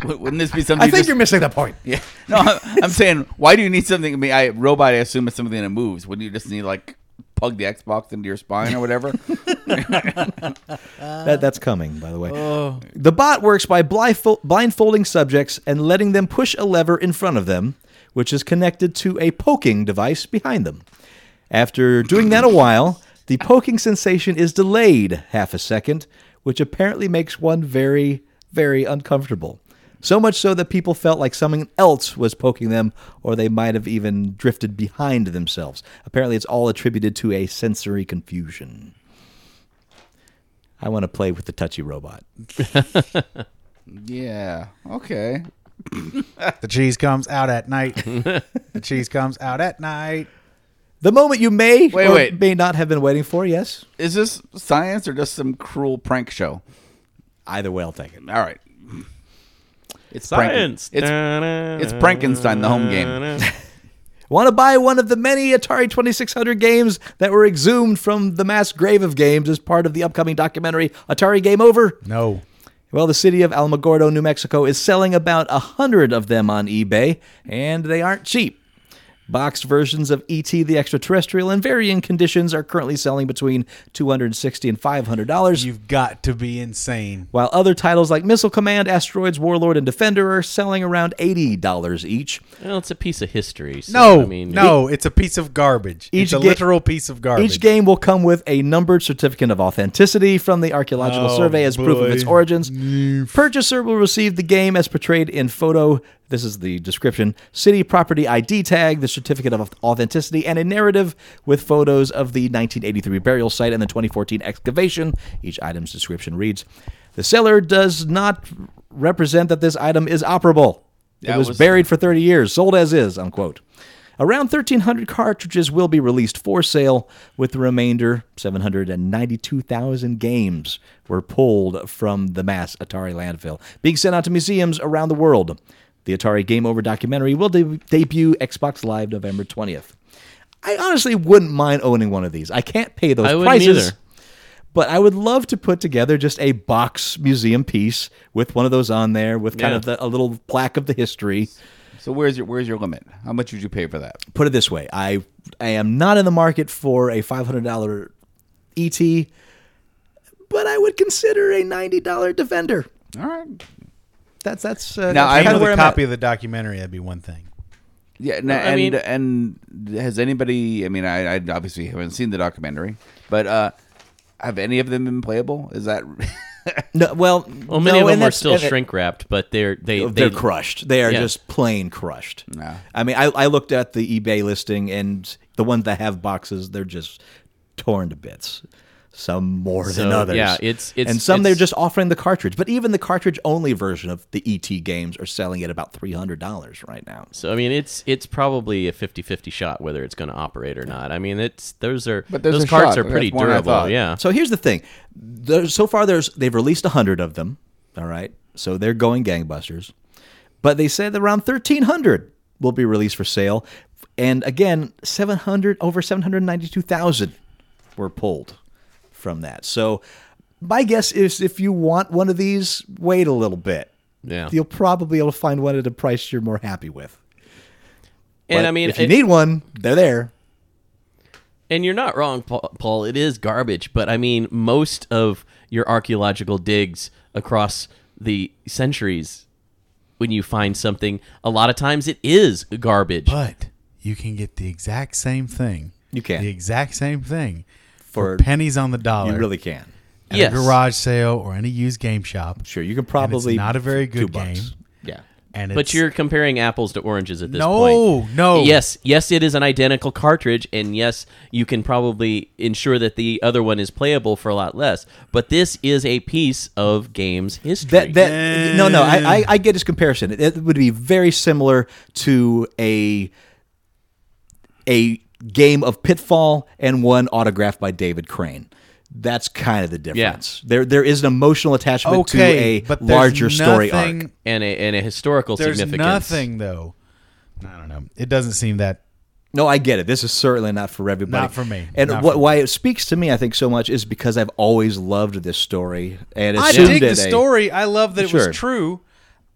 Wouldn't this be something? I you think just- you're missing the point. Yeah. No, I'm, I'm saying, why do you need something? I mean, I robot. I assume it's something that moves. Wouldn't you just need like plug the Xbox into your spine or whatever? That, that's coming, by the way. The bot works by blindfo- blindfolding subjects and letting them push a lever in front of them, which is connected to a poking device behind them. After doing that a while, the poking sensation is delayed half a second, which apparently makes one very, very uncomfortable. So much so that people felt like someone else was poking them, or they might have even drifted behind themselves. Apparently, it's all attributed to a sensory confusion. I want to play with the touchy robot. yeah. Okay. The cheese comes out at night. the cheese comes out at night. The moment you may Wait, or wait. may not have been waiting for, yes. Is this science or just some cruel prank show? Either way, I'll take it. All right. It's Science. Prank- it's it's Frankenstein, the home game. Want to buy one of the many Atari 2600 games that were exhumed from the mass grave of games as part of the upcoming documentary Atari Game Over? No. Well, the city of Alamogordo, New Mexico is selling about a hundred of them on eBay, and they aren't cheap. Boxed versions of E.T. the Extraterrestrial in varying conditions are currently selling between 260 and $500. You've got to be insane. while other titles like Missile Command, Asteroids, Warlord, and Defender are selling around $80 each. Well, it's a piece of history. so, No, I mean, no, it's a piece of garbage. it's a ga- literal piece of garbage. Each game will come with a numbered certificate of authenticity from the Archaeological Oh, Survey as proof of its boy. origins. Purchaser will receive the game as portrayed in photo. This is the description city property ID tag, the certificate of authenticity, and a narrative with photos of the 1983 burial site and the 2014 excavation. Each item's description reads The seller does not represent that this item is operable. It That was, was- buried for 30 years, sold as is, unquote. Around 1,300 cartridges will be released for sale, with the remainder, 792,000 games, were pulled from the mass Atari landfill, being sent out to museums around the world. The Atari Game Over documentary will de- debut Xbox Live November 20th. I honestly wouldn't mind owning one of these. I can't pay those I wouldn't prices. either. But I would love to put together just a box museum piece with one of those on there, with kind Yeah. of the, a little plaque of the history. So where's your where's your limit? How much would you pay for that? put it this way i i am not in the market for a $500 et E but i would consider a $90 defender All right. that's that's uh, Now, that's I kinda Even with where a I'm at. copy of the documentary, that'd be one thing. Yeah, no, I and mean- and has anybody? I mean, I, I obviously haven't seen the documentary, but uh, have any of them been playable? Is that no, well Well, many no, of them and are that's- still and it- shrink wrapped, but they're they they're they- crushed they are Yeah. just plain crushed No. i mean I, I looked at the ebay listing and the ones that have boxes they're just torn to bits some more than So, others yeah, it's- it's- and some it's- they're just offering the cartridge but even the cartridge only version of the et games are selling at about $300 right now So I mean, it's it's probably a 50-50 shot whether it's going to operate or not. I mean, it's those are But there's those a carts shot. are pretty That's more than I durable. thought. Yeah. So here's the thing. There, so far, there's they've released hundred of them. All right, so they're going gangbusters. But they said that around thirteen hundred will be released for sale. and again, seven hundred over seven hundred ninety-two thousand were pulled from that. So my guess is if you want one of these, wait a little bit. Yeah. You'll probably be able to find one at a price you're more happy with. and But I mean, if you it- need one, they're there. And you're not wrong, Paul. Paul. It is garbage, but I mean, most of your archaeological digs across the centuries, when you find something, a lot of times it is garbage. But you can get the exact same thing. You can. The exact same thing For- for, pennies on the Oh, dollar. You really can. at Yes. a garage sale or any used game shop. Sure, you can probably not a very two good bucks. game. Yeah. And it's, But you're comparing apples to oranges at this point. no, no. Yes, yes, it is an identical cartridge, and yes, you can probably ensure that the other one is playable for a lot less. But this is a piece of games history. That that no no I, I I get his comparison. It, it would be very similar to a a game of Pitfall and one autographed by David Crane. That's kind of the difference. There there is an emotional attachment okay, to a but there's larger story nothing- arc. and a and a historical There's significance. nothing though. I don't know. It doesn't seem that No, I get it. This is certainly not for everybody. Not for me. And Not what, for me. why it speaks to me, I think, so much is because I've always loved this story and I assumed dig it the a- story. I love that it Sure. was true,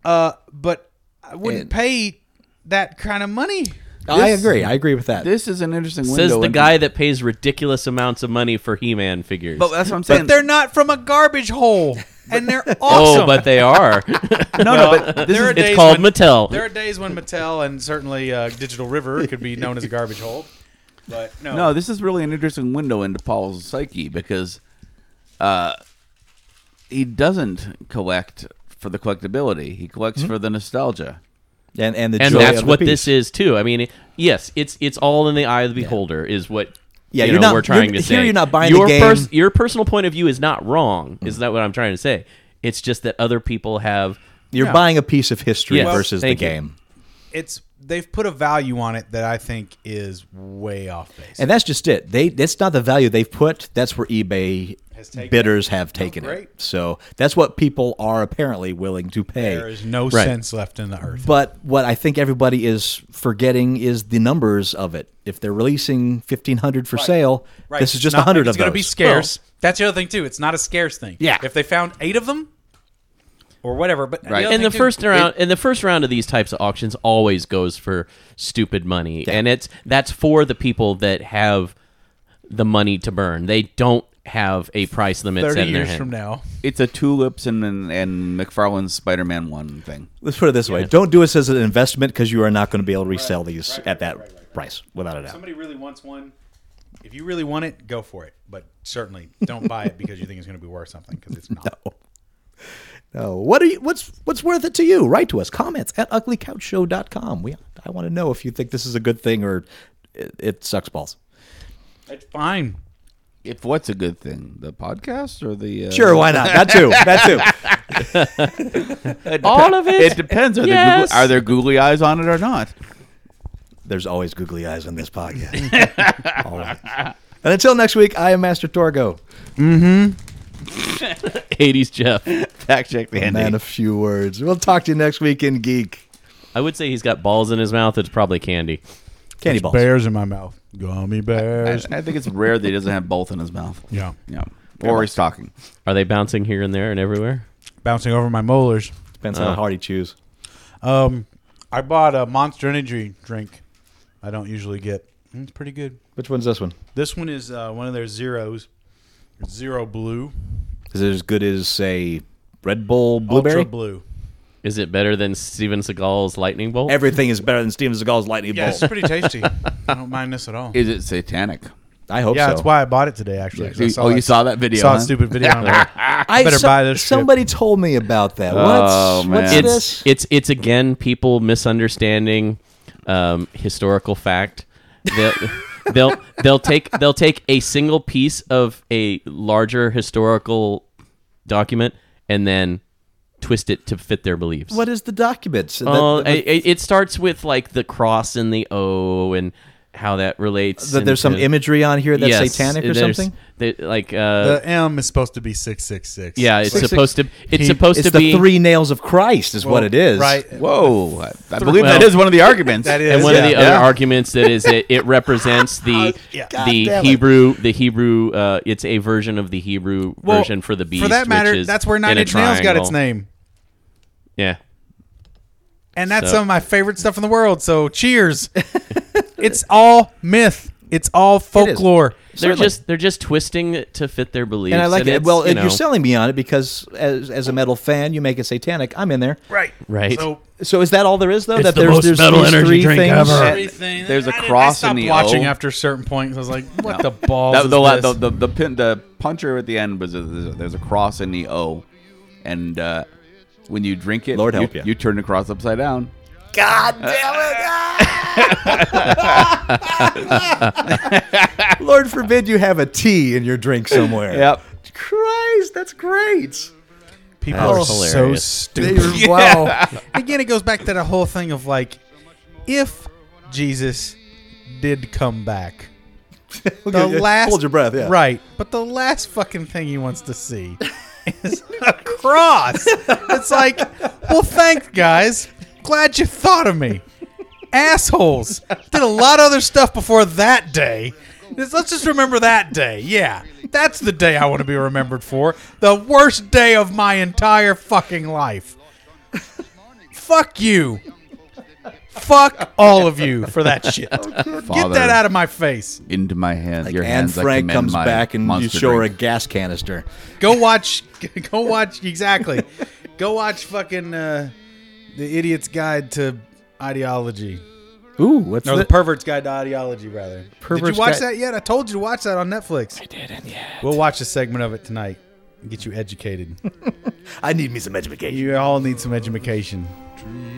uh, but I wouldn't And- pay that kind of money. I agree. I agree with that. This is an interesting window. Says the into- guy that pays ridiculous amounts of money for He-Man figures. But that's what I'm saying. But they're not from a garbage hole, and they're awesome. oh, but they are. no, no. But this There is are it's days called when- Mattel. There are days when Mattel and certainly uh, Digital River could be known as a garbage hole, but no, No, this is really an interesting window into Paul's psyche because uh, he doesn't collect for the collectability. He collects for the nostalgia. and and the and joy that's of what the piece. this is too. I mean, it- yes, it's it's all in the eye of the beholder is what Yeah, you you're know, not- we're trying you're- to here say. you're not buying the your game. Mm. your personal point of view is not wrong. Is that what I'm trying to say? It's just that other people have You're Yeah. buying a piece of history Yes, versus the thank you. game. it's they've put a value on it that I think is way off base. And that's just it. They that's not the value they've put. That's where eBay Has taken Oh, bidders have taken it. great. So that's what people are apparently willing to there pay. is no Right. sense left in the earth. But what I think everybody is forgetting is the numbers of it. If they're releasing fifteen hundred for sale, this is just Not- hundred of It's going to be those. scarce. That's the other thing too. It's not a scarce thing. Yeah. If they found eight of them, or whatever, but Right. the other and the thing, too, first it- round and the first round of these types of auctions always goes for stupid money and it's that's for the people that have the money to burn they don't have a price limit set thirty in their years hand from now. It's a tulips and and, and McFarlane's Spider-Man one thing. Let's put it this way: Don't do this as an investment because you are not going to be able to resell these at that price without a doubt. Somebody really wants one. If you really want it, go for it. But certainly don't buy it because you think it's going to be worth something because it's not. No. Uh, What are you what's what's worth it to you? Write to us. Comments at uglycouchshow.com. We I want to know if you think this is a good thing or it, it sucks balls. It's fine. If what's a good thing, the podcast or the uh, Sure, why not? That too. That too. all of it It depends. Are, there Yes. googly, are there googly eyes on it or not? There's always googly eyes on this podcast. always. And until next week, I am Master Torgo, 80s jeff Fact check the a man of few words. We'll talk to you next week in Geek. i would say he's got balls in his mouth it's probably candy Candy balls. Bears in my mouth. Gummy I, bears. I think it's rare that he doesn't have both in his mouth. yeah. Yeah. Or he's talking. are they bouncing here and there and everywhere Bouncing over my molars. Depends on how hard you choose. Um, I bought a Monster Energy drink. I don't usually get. It's pretty good. Which one's this one? This one is uh, one of their zeros. Zero blue, Is it as good as say Red Bull Blueberry? ultra blue. is it better than steven seagal's lightning bolt Everything is better than Steven Seagal's lightning Yeah, bolt. it's pretty tasty. I don't mind this at all. Is it satanic? I hope yeah, so. that's why I bought it today. Actually, 'cause I You- oh, you that- saw that video? Saw huh? a stupid video. on there. Uh, I Better so- buy this shit. Somebody told me about that. What's, Oh, what's man. this? it's it's it's again people misunderstanding um, historical fact. They'll, they'll they'll take they'll take a single piece of a larger historical document and then twist it to fit their beliefs. what is the documents? Oh, it, it starts with like the cross and the O and how that relates. That there's some into- imagery on here that's Yes, satanic or there's- something. there- like uh, The M is supposed to be six six six. yeah, it's Six, six- supposed to it's He- supposed It's to the be three nails of Christ, is what it is. Right. Whoa, I, I believe that Well, is one of the arguments. that is. and one of yeah. the other arguments that is it, it represents the the Hebrew the Hebrew uh, it's a version of the Hebrew Well, version for the beast. For that matter, which is that's where in Nine a Inch Nails got its triangle. name, Yeah, and that's So- some of my favorite stuff in the world. So cheers! it's all myth. It's all folklore. they're Certainly. just they're just twisting it to fit their beliefs. And I like it. it's, Well, you you know, are selling me on it because as, as a metal fan, you make it satanic. I'm in there. Right. right. So So is that all there is, though? It's that the there's, most there's metal these energy three drink things? ever. everything. There's a I didn't- I cross in stopped the watching O. after a certain point. I was like, what the balls? That, is the, la- this? the, the, the, pin, the puncher at the end was a, there's a cross in the O, and uh, when you drink it, Lord you, help ya. you turn the cross upside down. Lord forbid you have a tea in your drink somewhere. Christ, that's great. People That are was so hilarious. stupid. Wow. Again, it goes back to the whole thing of like, if Jesus did come back, the last Hold your breath. Yeah. right, but the last fucking thing he wants to see is a cross. it's like, well, thanks guys, glad you thought of me. Assholes did a lot of other stuff before that day. Just- Let's just remember that day. Yeah, that's the day I want to be remembered for. The worst day of my entire fucking life. Fuck you. Fuck all of you for that shit. Get Father, that out of my face. into my hands. your and hands. I Frank commend comes my back and you monster show her a drink. gas canister. Go watch. Go watch. Exactly. go watch fucking uh, the Idiot's Guide to Ideology. Ooh, what's Or the the Pervert's Guide to Ideology, rather. Did Pervert's you watch Guide- that yet? I told you to watch that on Netflix. I didn't yet. We'll watch a segment of it tonight. and Get you educated. I need me some education. you all need some education.